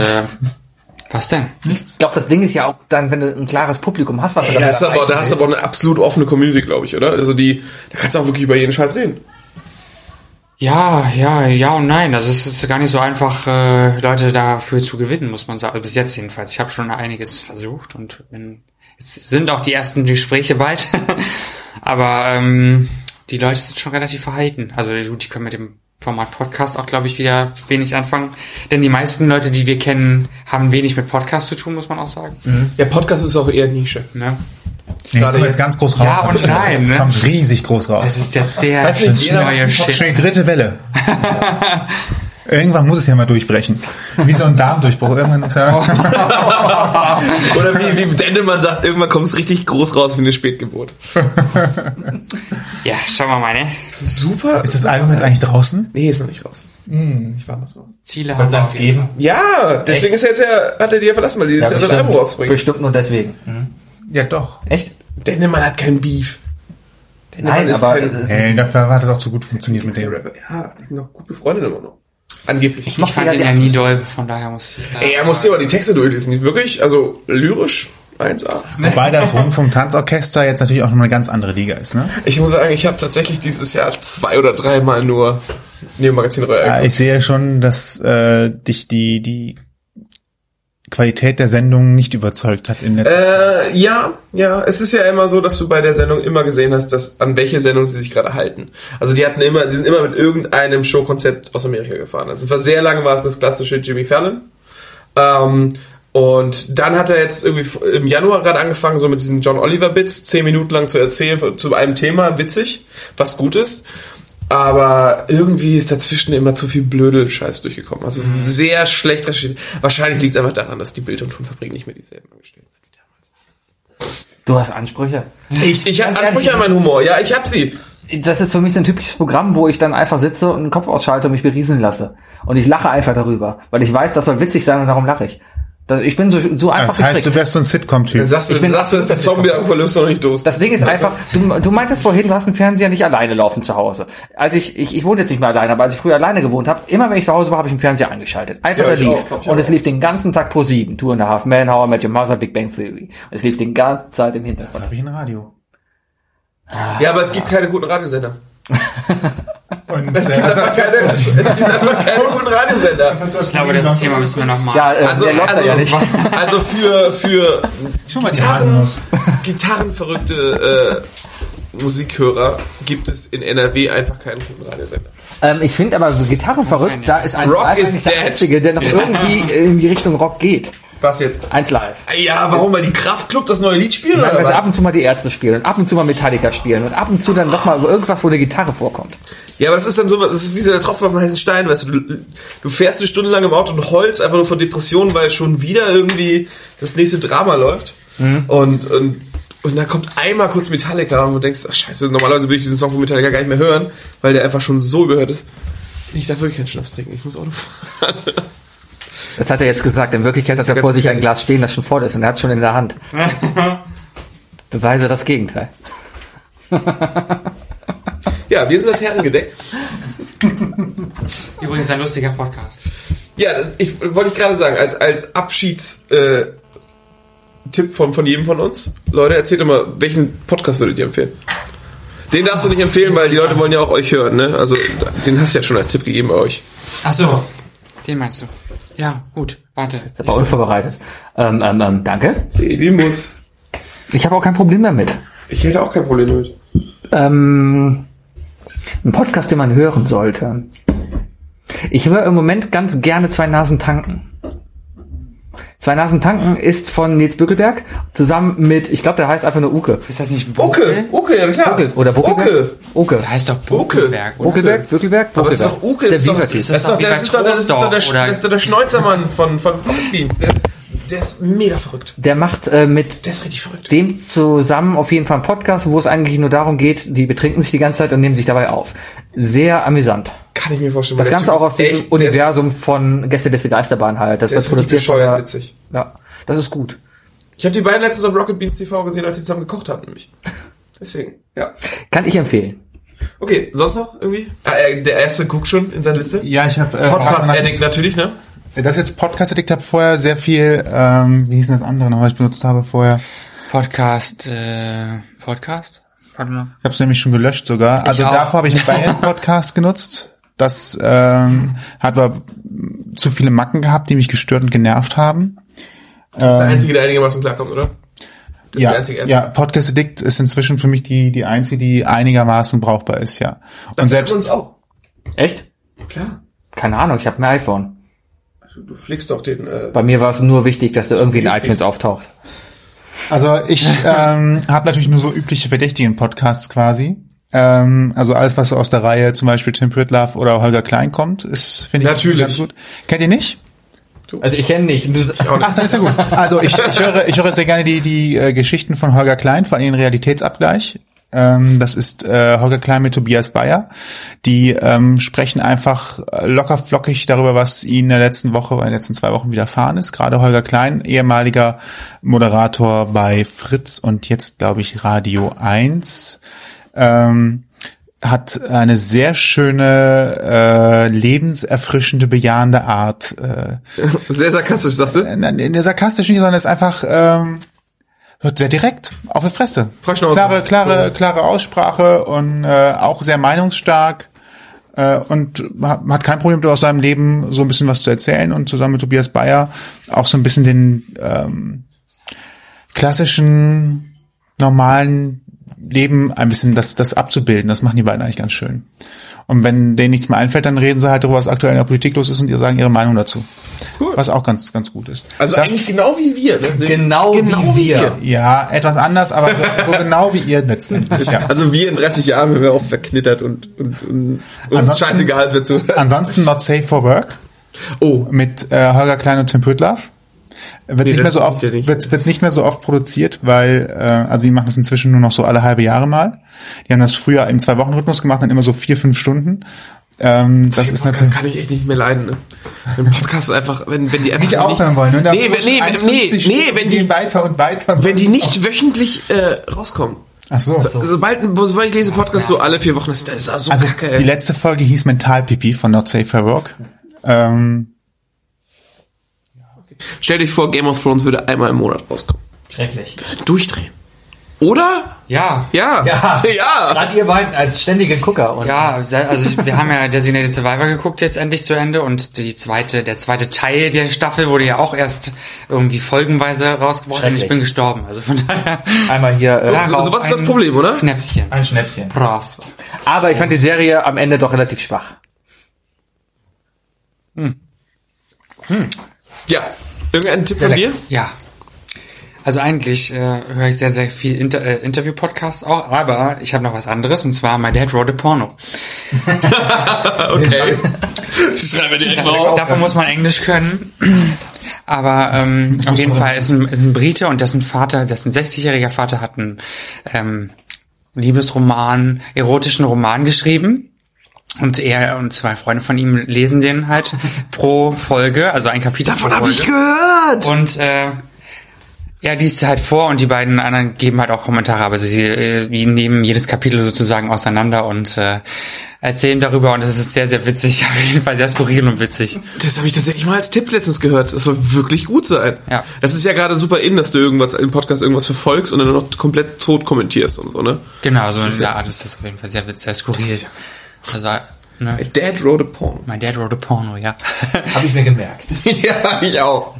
Speaker 6: was denn?
Speaker 8: Ich glaube, das Ding ist ja auch dann, wenn du ein klares Publikum hast, was du
Speaker 3: Ey, da
Speaker 8: damit
Speaker 3: hast du aber, da hast du aber eine absolut offene Community, glaube ich, oder? Also die, da kannst du auch wirklich über jeden Scheiß reden.
Speaker 6: Ja, ja, ja und nein. Also es ist gar nicht so einfach, äh, Leute dafür zu gewinnen, muss man sagen. Also Bis jetzt jedenfalls. Ich habe schon einiges versucht und bin, jetzt sind auch die ersten Gespräche bald. Aber ähm, die Leute sind schon relativ verhalten. Also gut, die können mit dem Format Podcast auch, glaube ich, wieder wenig anfangen. Denn die meisten Leute, die wir kennen, haben wenig mit Podcast zu tun, muss man auch sagen.
Speaker 3: Ja, Podcast ist auch eher Nische.
Speaker 6: Ne?
Speaker 1: Nee, das
Speaker 3: Gerade
Speaker 1: kommt
Speaker 3: jetzt.
Speaker 1: jetzt ganz groß raus.
Speaker 6: Ja und nein,
Speaker 1: Das
Speaker 6: ne?
Speaker 1: kommt riesig groß
Speaker 6: Das
Speaker 1: raus.
Speaker 6: ist jetzt der
Speaker 3: Weiß nicht, jeder
Speaker 6: neue
Speaker 3: macht einen
Speaker 6: Shit.
Speaker 1: Schnell dritte Welle. Irgendwann muss es ja mal durchbrechen. Wie so ein Darmdurchbruch. Irgendwann ist ja,
Speaker 3: Oder wie, wie Dendemann sagt, irgendwann kommt es richtig groß raus wie eine Spätgeburt.
Speaker 6: Ja, schauen wir mal, ne?
Speaker 3: Das ist super.
Speaker 1: ist das Album jetzt eigentlich draußen?
Speaker 3: Nee, ist noch nicht raus. Ich war noch so.
Speaker 6: Ziele haben wir uns
Speaker 5: geben?
Speaker 3: Ja, deswegen ist er jetzt ja, hat er die ja verlassen, weil die ist ja sein Album
Speaker 8: bestimmt,
Speaker 3: rausbringen.
Speaker 8: bestimmt nur deswegen.
Speaker 1: Ja, doch.
Speaker 8: Echt?
Speaker 3: Dendemann hat kein Beef.
Speaker 8: Nein,
Speaker 3: ist
Speaker 8: aber
Speaker 3: kein-
Speaker 8: äh,
Speaker 1: Ey, dafür hat es auch zu gut funktioniert mit
Speaker 3: Der
Speaker 1: dem.
Speaker 3: Rapper. Ja, die sind noch gut befreundet immer noch. Angeblich.
Speaker 6: Ich fand
Speaker 8: ja
Speaker 6: ihn
Speaker 8: die
Speaker 6: ja nie doll, von daher muss ich sagen.
Speaker 3: Ey, er muss dir mal die Texte durchlesen. Die wirklich, also lyrisch 1A.
Speaker 1: Wobei das Rundfunk-Tanzorchester jetzt natürlich auch nochmal eine ganz andere Liga ist, ne?
Speaker 3: Ich muss sagen, ich habe tatsächlich dieses Jahr zwei oder dreimal nur Neo Magazin Royal.
Speaker 1: Ja, Äh, ich sehe schon, dass äh, dich die, die Qualität der Sendung nicht überzeugt hat in letzter Zeit.
Speaker 3: Äh, ja, ja. Es ist ja immer so, dass du bei der Sendung immer gesehen hast, dass an welche Sendung sie sich gerade halten. Also die hatten immer, die sind immer mit irgendeinem Showkonzept aus Amerika gefahren. Also es war sehr lange war es das klassische Jimmy Fallon. Ähm, und dann hat er jetzt irgendwie im Januar gerade angefangen, so mit diesen John Oliver Bits zehn Minuten lang zu erzählen von- zu einem Thema, witzig, was gut ist. Aber irgendwie ist dazwischen immer zu viel blödel Scheiß durchgekommen. Also sehr schlecht recherchiert. Wahrscheinlich liegt es einfach daran, dass die Bild- und Tonfabrik nicht mehr dieselben angestellt hat.
Speaker 8: du hast Ansprüche.
Speaker 3: Ich, ich habe Ansprüche an meinen Humor. Ja, ich habe sie.
Speaker 8: das ist für mich so ein typisches Programm, wo ich dann einfach sitze und den Kopf ausschalte und mich beriesen lasse. Und ich lache einfach darüber, weil ich weiß, das soll witzig sein und darum lache ich. Das, ich bin so, so einfach
Speaker 1: Das heißt,
Speaker 8: gestrickt.
Speaker 1: du wärst so ein Sitcom-Typ.
Speaker 3: Dann sagst du,
Speaker 8: Ich bin
Speaker 3: sagst du dass der Zombie-Apokalypse noch nicht durch.
Speaker 8: Das Ding ist einfach, du, du meintest vorhin, du hast einen Fernseher nicht alleine laufen zu Hause. Als ich, ich, ich wohne jetzt nicht mehr alleine, aber als ich früher alleine gewohnt habe, immer wenn ich zu Hause war, habe ich den Fernseher eingeschaltet. Einfach
Speaker 3: Ja,
Speaker 8: der
Speaker 3: ich
Speaker 8: lief.
Speaker 3: auch, ich
Speaker 8: und
Speaker 3: auch.
Speaker 8: es lief den ganzen Tag pro sieben. Two and a Half Men, How I Met Your Mother, Big Bang Theory. Es lief den ganzen Zeit im Hintergrund.
Speaker 1: habe ich ein Radio.
Speaker 3: Ja, aber es gibt keine guten Radiosender.
Speaker 1: Und,
Speaker 3: Es gibt einfach keine, es gibt einfach keine guten Radiosender.
Speaker 6: Ich glaube, das Thema müssen wir nochmal.
Speaker 8: Ja, äh,
Speaker 3: Also,
Speaker 8: der läuft da
Speaker 3: also,
Speaker 8: ja nicht.
Speaker 3: also für, für
Speaker 1: mal die
Speaker 3: Gitarren,
Speaker 1: Haselnuss.
Speaker 3: gitarrenverrückte äh, Musikhörer gibt es in NRW einfach keinen guten Radiosender.
Speaker 8: Ähm, ich finde aber so Gitarre verrückt, da ist ein
Speaker 3: Rock
Speaker 8: Live
Speaker 3: is
Speaker 8: eigentlich der
Speaker 3: dead.
Speaker 8: einzige, der noch irgendwie in die Richtung Rock geht.
Speaker 3: Was jetzt?
Speaker 8: Eins live.
Speaker 3: Ja, warum? Weil die Kraftclub das neue Lied spielen?
Speaker 8: Nein,
Speaker 3: oder
Speaker 8: weil
Speaker 3: was?
Speaker 8: sie ab und zu mal die Ärzte spielen und ab und zu mal Metallica spielen und ab und zu dann nochmal irgendwas, wo eine Gitarre vorkommt.
Speaker 3: Ja, aber das ist dann so, das ist wie so der Tropfen auf den heißen Stein, weißt du, du, du fährst eine Stunde lang im Auto und heulst einfach nur vor Depressionen, weil schon wieder irgendwie das nächste Drama läuft. Und, und, und dann kommt einmal kurz Metallica und du denkst, ach scheiße, normalerweise würde ich diesen Song von Metallica gar nicht mehr hören, weil der einfach schon so gehört ist. Ich darf wirklich keinen Schnaps trinken, ich muss Auto fahren.
Speaker 8: Das hat er jetzt gesagt. In Wirklichkeit
Speaker 3: Das
Speaker 8: hat
Speaker 3: ist
Speaker 8: er
Speaker 3: ja
Speaker 8: vor
Speaker 3: ganz
Speaker 8: sich ein Glas stehen, das schon voll ist und er hat schon in der Hand. Beweise das Gegenteil.
Speaker 3: Ja, wir sind das Herrengedeck.
Speaker 6: Übrigens ein lustiger Podcast.
Speaker 3: Ja, das, ich wollte ich gerade sagen, als, als Abschiedstipp äh, Tipp von, von jedem von uns. Leute, erzählt doch mal, welchen Podcast würdet ihr empfehlen? Den darfst du nicht empfehlen, weil die Leute wollen ja auch euch hören, ne? Also, den hast du ja schon als Tipp gegeben bei euch.
Speaker 6: Ach so, den meinst du. Ja, gut, warte.
Speaker 8: Das war unvorbereitet. Ähm, ähm, ähm, danke.
Speaker 3: Sebi muss.
Speaker 8: Ich habe auch kein Problem damit.
Speaker 3: Ich hätte auch kein Problem damit.
Speaker 8: Ähm, ein Podcast, den man hören sollte. Ich höre im Moment ganz gerne Zwei Nasen tanken. Zwei Nasen tanken ist von Nils Bückelberg zusammen mit, ich glaube, der heißt einfach nur Uke.
Speaker 6: Ist das nicht
Speaker 3: Uke, Uke, ja klar.
Speaker 8: Uke oder Buckelberg?
Speaker 3: Uke.
Speaker 8: Uke.
Speaker 6: Der heißt doch
Speaker 3: Uke.
Speaker 6: Buckelberg, oder?
Speaker 8: Buckelberg, Bückelberg,
Speaker 3: Aber das ist
Speaker 8: Buckelberg.
Speaker 3: doch Uke,
Speaker 8: Der
Speaker 3: das ist doch, das
Speaker 8: Biberkies.
Speaker 3: ist doch,
Speaker 6: wie
Speaker 3: der-
Speaker 6: bei
Speaker 3: das ist doch, das ist doch der-
Speaker 6: Troisdorf, oder?
Speaker 3: das ist doch der Schneuzermann von, von, von Dienst. Der ist, der ist mega verrückt.
Speaker 8: Der macht äh, mit
Speaker 3: Der ist richtig verrückt.
Speaker 8: dem zusammen auf jeden Fall einen Podcast, wo es eigentlich nur darum geht, die betrinken sich die ganze Zeit und nehmen sich dabei auf. Sehr amüsant.
Speaker 3: Kann ich mir vorstellen.
Speaker 8: Das
Speaker 3: weil der
Speaker 8: Ganze
Speaker 3: Typ
Speaker 8: auch aus
Speaker 3: ist
Speaker 8: dem
Speaker 3: echt- der ist-
Speaker 8: Universum von Gästeliste Geisterbahn halt. Das
Speaker 3: Der
Speaker 8: wird
Speaker 3: ist richtig
Speaker 8: produziert. von
Speaker 3: bescheuert
Speaker 8: der-
Speaker 3: witzig.
Speaker 8: Ja, das ist gut.
Speaker 3: Ich habe die beiden letztens auf Rocket Beans TV gesehen, als sie zusammen gekocht haben, nämlich. Deswegen, ja.
Speaker 8: Kann ich empfehlen.
Speaker 3: Okay, sonst noch irgendwie? Ah, äh, der erste guckt schon in seine Liste.
Speaker 1: Ja, ich habe äh,
Speaker 3: Podcast
Speaker 1: Tatsache-
Speaker 3: Addict natürlich, ne?
Speaker 1: Das jetzt Podcast Addict habe vorher sehr viel, ähm, wie hieß denn das andere noch, was ich benutzt habe vorher?
Speaker 6: Podcast, äh, Podcast? Warte mal.
Speaker 1: Ich habe es nämlich schon gelöscht sogar. Also
Speaker 6: auch.
Speaker 1: davor habe ich einen Bayern Podcast genutzt. Das ähm, hat aber zu viele Macken gehabt, die mich gestört und genervt haben.
Speaker 3: Das ist der einzige, der einigermaßen klarkommt, oder? Das
Speaker 1: Ähm, ja,
Speaker 3: ist die einzige App.
Speaker 1: ja, Podcast Addict ist inzwischen für mich die die einzige, die einigermaßen brauchbar ist, ja. Und
Speaker 3: Uns
Speaker 1: selbst
Speaker 3: auch.
Speaker 8: Echt?
Speaker 3: Klar.
Speaker 8: Keine Ahnung, ich habe ein iPhone.
Speaker 3: Du flickst doch den. Äh,
Speaker 8: Bei mir war es nur wichtig, dass da irgendwie in
Speaker 3: Richtig.
Speaker 8: iTunes auftaucht.
Speaker 1: Also ich ähm, habe natürlich nur so übliche verdächtigen Podcasts quasi. Ähm, also alles, was so aus der Reihe zum Beispiel Tim Pritlove oder Holger Klein kommt, ist finde ich
Speaker 3: Natürlich.
Speaker 1: ganz gut. Kennt ihr nicht?
Speaker 8: Also ich kenne nicht.
Speaker 1: Ach, dann ist ja gut. Also ich, ich höre ich höre sehr gerne die die äh, Geschichten von Holger Klein, vor allem den Realitätsabgleich. Ähm, das ist äh, Holger Klein mit Tobias Bayer. Die ähm, sprechen einfach äh, locker flockig darüber, was ihnen in der letzten Woche, in den letzten zwei Wochen widerfahren ist. Gerade Holger Klein, ehemaliger Moderator bei Fritz und jetzt glaube ich Radio 1. Ähm, hat eine sehr schöne, äh, lebenserfrischende, bejahende Art äh,
Speaker 3: sehr sarkastisch, sagst du?
Speaker 1: in, in der sarkastischen, nicht, sondern ist einfach ähm, wird sehr direkt auf die Fresse.
Speaker 3: Freischnauze.
Speaker 1: Klare, klare, klare Aussprache und äh, auch sehr meinungsstark äh, und ha- hat kein Problem aus seinem Leben so ein bisschen was zu erzählen und zusammen mit Tobias Bayer auch so ein bisschen den ähm, klassischen normalen Leben ein bisschen das, das abzubilden. Das machen die beiden eigentlich ganz schön. Und wenn denen nichts mehr einfällt, dann reden sie halt darüber, was aktuell in der Politik los ist und ihr sagen ihre Meinung dazu.
Speaker 3: Cool.
Speaker 1: Was auch ganz, ganz gut ist.
Speaker 3: Also
Speaker 1: Das-
Speaker 3: eigentlich genau wie wir. Ne?
Speaker 8: Genau, wie, wir.
Speaker 1: Ja, etwas anders, aber so, so genau wie ihr letztendlich. Ja.
Speaker 3: Also wir in 30 Jahren, wenn wir auch verknittert und, und, und uns
Speaker 1: Ansonsten-
Speaker 3: scheißegal ist, wer zuhört.
Speaker 1: Ansonsten Not Safe for Work
Speaker 3: Oh,
Speaker 1: mit äh, Holger Klein und Tim Pütlaff. Wird,
Speaker 3: Nee,
Speaker 1: nicht mehr
Speaker 3: das
Speaker 1: so oft,
Speaker 3: stimmt ja nicht.
Speaker 1: Wird, wird nicht mehr so oft produziert, weil, äh, also die machen das inzwischen nur noch so alle halbe Jahre mal. Die haben das früher im Zwei-Wochen-Rhythmus gemacht, dann immer so vier, fünf Stunden. Ähm, das ist natürlich.
Speaker 3: Podcast kann ich echt nicht mehr leiden. Ne? Wenn Podcasts einfach, wenn, wenn die einfach
Speaker 1: Die aufhören wollen, ne? Da
Speaker 3: Nee, wenn, nee, wenn, nee,
Speaker 1: 1,50
Speaker 3: nee, wenn die
Speaker 1: weiter und weiter.
Speaker 3: Wenn die nicht wöchentlich äh, rauskommen.
Speaker 1: Ach so.
Speaker 3: so. Sobald, sobald ich lese Podcasts so alle vier Wochen, das ist das ist so
Speaker 1: also
Speaker 3: kacke. ey.
Speaker 1: die letzte Folge hieß Mentalpipi von Not Safe for Work. Ähm,
Speaker 3: Stell dich vor, Game of Thrones würde einmal im Monat rauskommen.
Speaker 5: Schrecklich.
Speaker 3: Durchdrehen. Oder?
Speaker 6: Ja.
Speaker 3: Ja.
Speaker 5: Ja.
Speaker 3: Ja.
Speaker 5: Gerade ihr beiden als ständige Gucker. Und
Speaker 6: Ja, se- also ich, wir haben ja Designated Survivor geguckt jetzt endlich zu Ende und die zweite, der zweite Teil der Staffel wurde ja auch erst irgendwie folgenweise rausgebracht und ich
Speaker 5: Schrecklich.
Speaker 6: bin gestorben. Also von daher.
Speaker 8: Einmal hier. Äh,
Speaker 6: Darauf
Speaker 3: So, so was ist das
Speaker 6: ein
Speaker 3: Problem, oder?
Speaker 6: Schnäpschen.
Speaker 5: Ein Schnäpschen.
Speaker 6: Prost.
Speaker 8: aber ich fand die Serie am Ende doch relativ schwach.
Speaker 3: Ja. Irgendein Tipp
Speaker 6: Sehr
Speaker 3: von dir?
Speaker 6: lecker. Ja. Also eigentlich äh, höre ich sehr, sehr viel Inter äh, Interview-Podcasts auch, aber ich habe noch was anderes und zwar My Dad Wrote a Porno.
Speaker 3: Ah, Okay. Das schreiben wir direkt mal auf.
Speaker 6: Davon muss man Englisch können. Aber ähm, auf jeden Fall ist ein, ist ein Brite und dessen Vater, dessen 60-jähriger Vater hat einen ähm, Liebesroman, erotischen Roman geschrieben. Und er und zwei Freunde von ihm lesen den halt pro Folge, also ein Kapitel
Speaker 3: Davon
Speaker 6: pro
Speaker 3: habe ich
Speaker 6: Folge.
Speaker 3: gehört.
Speaker 6: Und äh, er liest halt vor und die beiden anderen geben halt auch Kommentare, aber sie äh, die nehmen jedes Kapitel sozusagen auseinander und äh, erzählen darüber und es ist sehr, sehr witzig, auf jeden Fall sehr skurril und witzig.
Speaker 3: Das habe ich tatsächlich mal als Tipp letztens gehört. Das soll wirklich gut sein.
Speaker 6: Ja.
Speaker 3: Das ist ja gerade super in, dass du irgendwas im Podcast irgendwas verfolgst und dann noch komplett tot kommentierst und so, ne?
Speaker 6: Genau, so in der Art ist das auf jeden Fall sehr witzig, sehr skurril. Also, ne?
Speaker 3: Dad wrote a porn.
Speaker 6: My Dad wrote a Porno, ja.
Speaker 5: Habe ich mir gemerkt.
Speaker 3: ja, ich auch.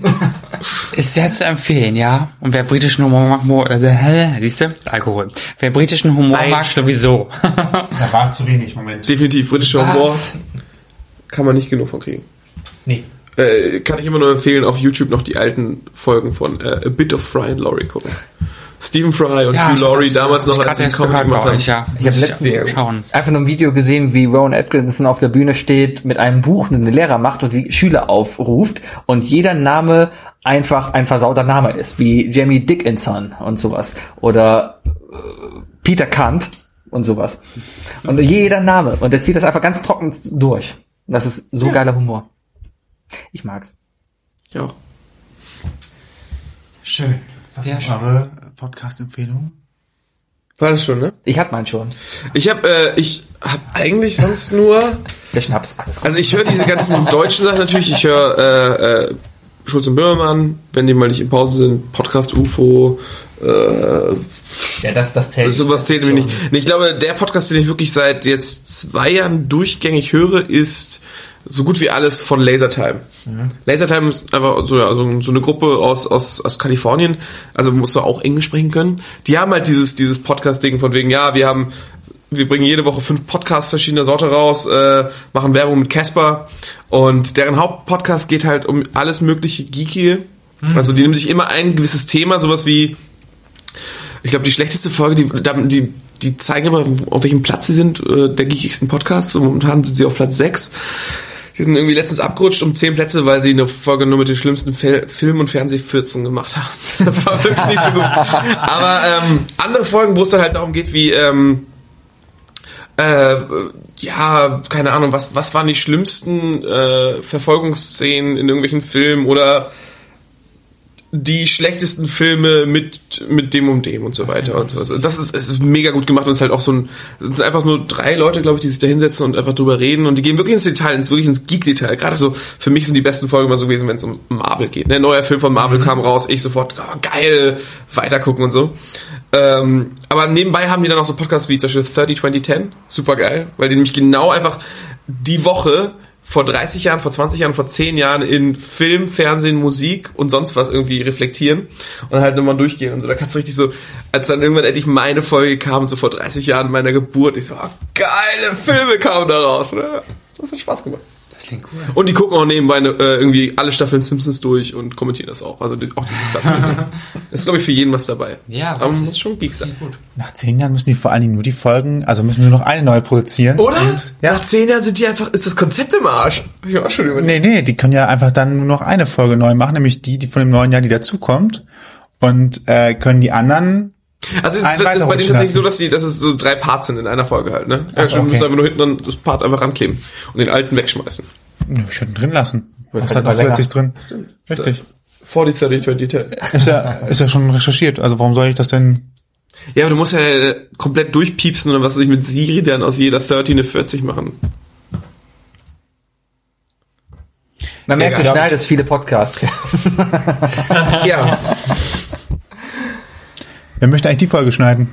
Speaker 6: Ist sehr zu empfehlen, ja. Und wer britischen Humor mag, mo- äh, siehst du? Alkohol. Wer britischen Humor mag, sowieso.
Speaker 1: da war es zu wenig, Moment.
Speaker 3: Definitiv britischer Humor
Speaker 6: Was?
Speaker 3: kann man nicht genug von kriegen.
Speaker 5: Nee.
Speaker 3: Äh, kann ich immer nur empfehlen, auf YouTube noch die alten Folgen von äh, A Bit of Fry and Laurie gucken. Stephen Fry und Hugh
Speaker 6: ich hab
Speaker 3: Laurie
Speaker 6: das-
Speaker 3: damals
Speaker 6: hab ich
Speaker 3: noch als
Speaker 6: gerade
Speaker 3: sie
Speaker 6: erst
Speaker 3: Comedy
Speaker 6: gehört
Speaker 3: gemacht
Speaker 6: bei
Speaker 3: haben.
Speaker 6: euch, ja.
Speaker 8: Ich habe
Speaker 6: Muss
Speaker 8: letztens
Speaker 6: schauen.
Speaker 8: einfach nur ein Video gesehen, wie Rowan Atkinson auf der Bühne steht mit einem Buch, den der Lehrer macht und die Schüler aufruft und jeder Name einfach ein versauter Name ist, wie Jamie Dickinson und sowas oder äh, Peter Kant und sowas. Und jeder Name und er zieht das einfach ganz trocken durch. Das ist so geiler Humor. Ich mag's.
Speaker 3: Ja.
Speaker 6: Schön. Sehr schön.
Speaker 1: Eure Podcast-Empfehlung?
Speaker 3: War das schon, ne?
Speaker 8: Ich hab meinen schon.
Speaker 3: Ich habe äh, ich hab eigentlich sonst nur
Speaker 8: Der Schnaps, alles gut.
Speaker 3: Also ich höre diese ganzen deutschen Sachen natürlich. Ich höre äh, äh, Schulz und Böhmermann, wenn die mal nicht in Pause sind, Podcast UFO, äh,
Speaker 5: Ja, das, das zählt.
Speaker 3: sowas zählt nämlich nicht. Nee, ich glaube, der Podcast, den ich wirklich seit jetzt zwei Jahren durchgängig höre, ist so gut wie alles von Lasertime. Lasertime ist einfach so, ja, so, so eine Gruppe aus, aus, aus Kalifornien, also musst du auch Englisch sprechen können. Die haben halt dieses, dieses Podcast-Ding von wegen, ja, wir haben, wir bringen jede Woche fünf Podcasts verschiedener Sorte raus, äh, machen Werbung mit Casper und deren Hauptpodcast geht halt um alles mögliche Geeky. Also die nehmen sich immer ein gewisses Thema, sowas wie ich glaube, die schlechteste Folge, die, da- die, die zeigen immer, auf welchem Platz sie sind, äh, der geekigsten Podcasts. Und Momentan sind sie auf Platz 6. Die sind irgendwie letztens abgerutscht um 10 Plätze, weil sie eine Folge nur mit den schlimmsten Fel Film- und Fernsehfürzen gemacht haben. Das war wirklich nicht so gut. Aber ähm, andere Folgen, wo es dann halt darum geht, wie... Ähm, äh, ja, keine Ahnung, was, was waren die schlimmsten äh, Verfolgungsszenen in irgendwelchen Filmen oder die schlechtesten Filme mit, mit dem und dem und so weiter und so. Also das ist, es ist mega gut gemacht und es ist halt auch so ein, es sind einfach nur drei Leute, glaube ich, die sich da hinsetzen und einfach drüber reden und die gehen wirklich ins Detail, ins, wirklich ins Geek-Detail. Gerade so, für mich sind die besten Folgen immer so gewesen, wenn es um Marvel geht. Ne? Neuer Film von Marvel kam raus, ich sofort, oh, geil, weitergucken und so. Ähm, aber nebenbei haben die dann auch so Podcasts wie zum Beispiel 30 2010, super geil, weil die nämlich genau einfach die Woche vor 30 Jahren, vor 20 Jahren, vor 10 Jahren in Film, Fernsehen, Musik und sonst was irgendwie reflektieren und halt nochmal durchgehen und so. Da kannst du richtig so, als dann irgendwann endlich meine Folge kam, so vor 30 Jahren meiner Geburt, ich so, ah, geile Filme kamen da raus, oder? ne? Das hat Spaß gemacht.
Speaker 6: Das Klingt cool.
Speaker 3: Und die gucken auch nebenbei äh, irgendwie alle Staffeln Simpsons durch und kommentieren das auch. Also die, auch diese Staffeln. ist, glaube ich, für jeden was dabei.
Speaker 6: Ja,
Speaker 3: Aber man muss schon Geek sein.
Speaker 1: Nach zehn Jahren müssen die vor allen Dingen nur die Folgen, also müssen nur noch eine neue produzieren.
Speaker 3: Oder? Nach zehn Jahren sind die einfach, ist das Konzept im Arsch. Hab ich auch schon überlegt.
Speaker 1: Nee, nee, die können ja einfach dann nur noch eine Folge neu machen, nämlich die, die von dem neuen Jahr, die dazukommt. Und äh, können die anderen
Speaker 3: Also es
Speaker 1: einen
Speaker 3: ist, ist bei
Speaker 1: weiterrutschen
Speaker 3: denen tatsächlich so,
Speaker 1: lassen.
Speaker 3: dass, die, dass es so drei Parts sind in einer Folge halt, ne?
Speaker 1: Ach so,
Speaker 3: Also, du musst
Speaker 1: okay.
Speaker 3: einfach nur hinten dann das Part einfach rankleben und den alten wegschmeißen.
Speaker 1: Nö, Ich würde ihn drin lassen.
Speaker 3: Wird
Speaker 1: Was
Speaker 3: halt
Speaker 1: hat noch
Speaker 3: immer länger.
Speaker 1: zusätzlich drin? Richtig.
Speaker 3: 40, 30, 20, 10.
Speaker 1: Ist ja, ist ja schon recherchiert. Also warum soll ich das denn?
Speaker 3: Ja, aber du musst ja äh, komplett durchpiepsen oder was weiß ich mit Siri dann aus jeder 30 eine 40 machen.
Speaker 8: Man merkt,
Speaker 3: Ja,
Speaker 8: du
Speaker 3: glaub ich.
Speaker 8: schneidest viele Podcasts.
Speaker 3: ja.
Speaker 1: Wer möchte eigentlich die Folge schneiden?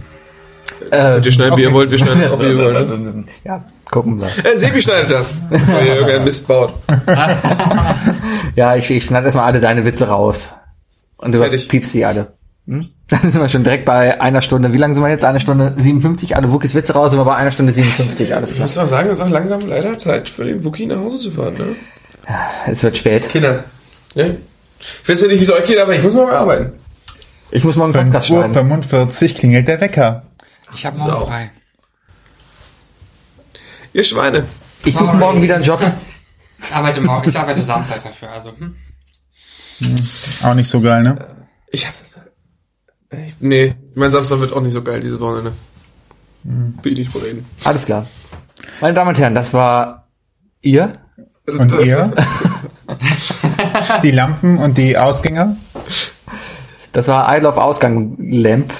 Speaker 3: Könnt ihr schneiden, wie ihr
Speaker 1: okay.
Speaker 3: wollt, wir schneiden auch, wie ihr wollt. Ne?
Speaker 8: Ja, gucken wir.
Speaker 3: Äh, Sebi schneidet das, bevor ihr irgendeinen Mist baut.
Speaker 8: Ja, ich, ich schneide erstmal alle deine Witze raus. Und du piepst die alle. Hm? Dann sind wir schon direkt bei einer Stunde. Wie lange sind wir jetzt? Eine Stunde 57? Alle Wookies Witze raus, sind wir bei einer Stunde 57. Alles
Speaker 3: Ich
Speaker 8: klar.
Speaker 3: muss auch sagen, es ist auch langsam leider Zeit für den Wookie nach Hause zu fahren, ne?
Speaker 8: Es wird spät.
Speaker 3: Kinders. Ne? Ich weiß ja nicht, wie es euch geht, aber ich muss morgen arbeiten.
Speaker 8: Ich muss morgen
Speaker 1: 5 Uhr 45 klingelt der Wecker.
Speaker 6: Ich habe morgen
Speaker 3: So.
Speaker 6: frei.
Speaker 3: Ihr Schweine.
Speaker 8: Ich suche morgen wieder einen Job.
Speaker 6: Arbeite morgen, ich arbeite Samstag dafür, also. Hm.
Speaker 1: Auch nicht so geil, ne?
Speaker 3: Ich hab's. Ich, nee, mein Samstag wird auch nicht so geil dieses Wochenende.
Speaker 1: Hm.
Speaker 3: Will ich nicht drüber reden.
Speaker 8: Alles klar. Meine Damen und Herren, das war ihr.
Speaker 1: Und ihr? die Lampen und die Ausgänger?
Speaker 8: Das war I Love Ausgang Lamp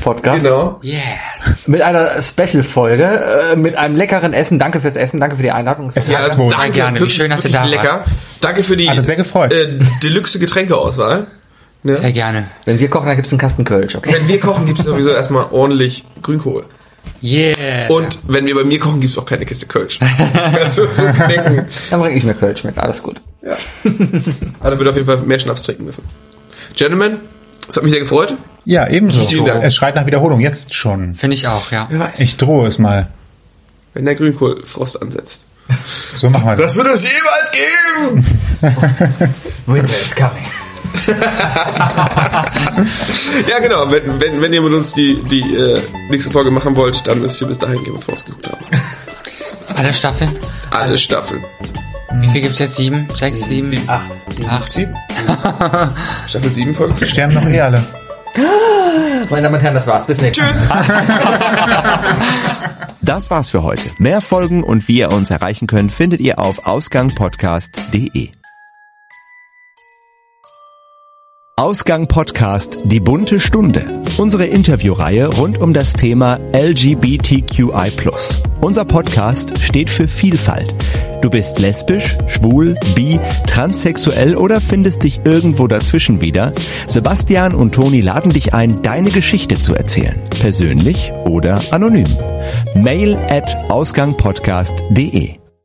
Speaker 8: Podcast.
Speaker 3: Genau.
Speaker 6: Yes.
Speaker 8: Mit einer Special-Folge, äh, mit einem leckeren Essen. Danke fürs Essen, danke für die Einladung.
Speaker 1: Es hat wohl.
Speaker 6: Sehr gerne. Wie
Speaker 3: also wirklich-
Speaker 6: schön, dass ihr
Speaker 3: wirklich
Speaker 6: da
Speaker 3: lecker.
Speaker 6: wart.
Speaker 3: Danke für die
Speaker 1: Hat uns Also sehr gefreut.
Speaker 3: äh, deluxe Getränkeauswahl. Ne?
Speaker 6: Sehr gerne.
Speaker 8: Wenn wir kochen, dann gibt's einen Kasten Kölsch, okay?
Speaker 3: Wenn wir kochen, gibt's sowieso erstmal ordentlich Grünkohl.
Speaker 6: Yeah.
Speaker 3: Und wenn wir bei mir kochen, gibt's auch keine Kiste Kölsch. Das kannst du so knicken.
Speaker 8: Dann bringe ich mir Kölsch mit, alles gut.
Speaker 3: Ja. Alle wird auf jeden Fall mehr Schnaps trinken müssen. Gentlemen, es hat mich sehr gefreut.
Speaker 1: Ja, ebenso.
Speaker 3: Vielen Dank.
Speaker 1: Es schreit nach Wiederholung, jetzt schon.
Speaker 6: Finde ich auch, ja.
Speaker 3: Wer weiß,
Speaker 1: Ich drohe es mal.
Speaker 3: wenn der Grünkohl Frost ansetzt.
Speaker 1: So machen wir das.
Speaker 3: Das wird es jemals geben!
Speaker 8: Winter is coming.
Speaker 3: Ja, genau. Wenn, wenn, wenn ihr mit uns die, die äh, nächste Folge machen wollt, dann müsst ihr bis dahin Game of Thrones geguckt haben.
Speaker 6: Alle Staffeln?
Speaker 3: Alle Staffeln.
Speaker 6: Wie viel gibt's jetzt? Sieben? Sechs, sieben?
Speaker 8: Acht.
Speaker 6: Acht.
Speaker 3: Sieben. Staffel 7 folgt.
Speaker 1: Sterben noch eh alle.
Speaker 8: Meine Damen und Herren, das war's. Bis nächstes Mal.
Speaker 16: Das war's für heute. Mehr Folgen und wie ihr uns erreichen könnt, findet ihr auf ausgangpodcast.de. Ausgang Podcast Die bunte Stunde. Unsere Interviewreihe rund um das Thema LGBTQI+. Unser Podcast steht für Vielfalt. Du bist lesbisch, schwul, bi, transsexuell oder findest dich irgendwo dazwischen wieder? Sebastian und Toni laden dich ein, deine Geschichte zu erzählen. Persönlich oder anonym. Mail at ausgangpodcast.de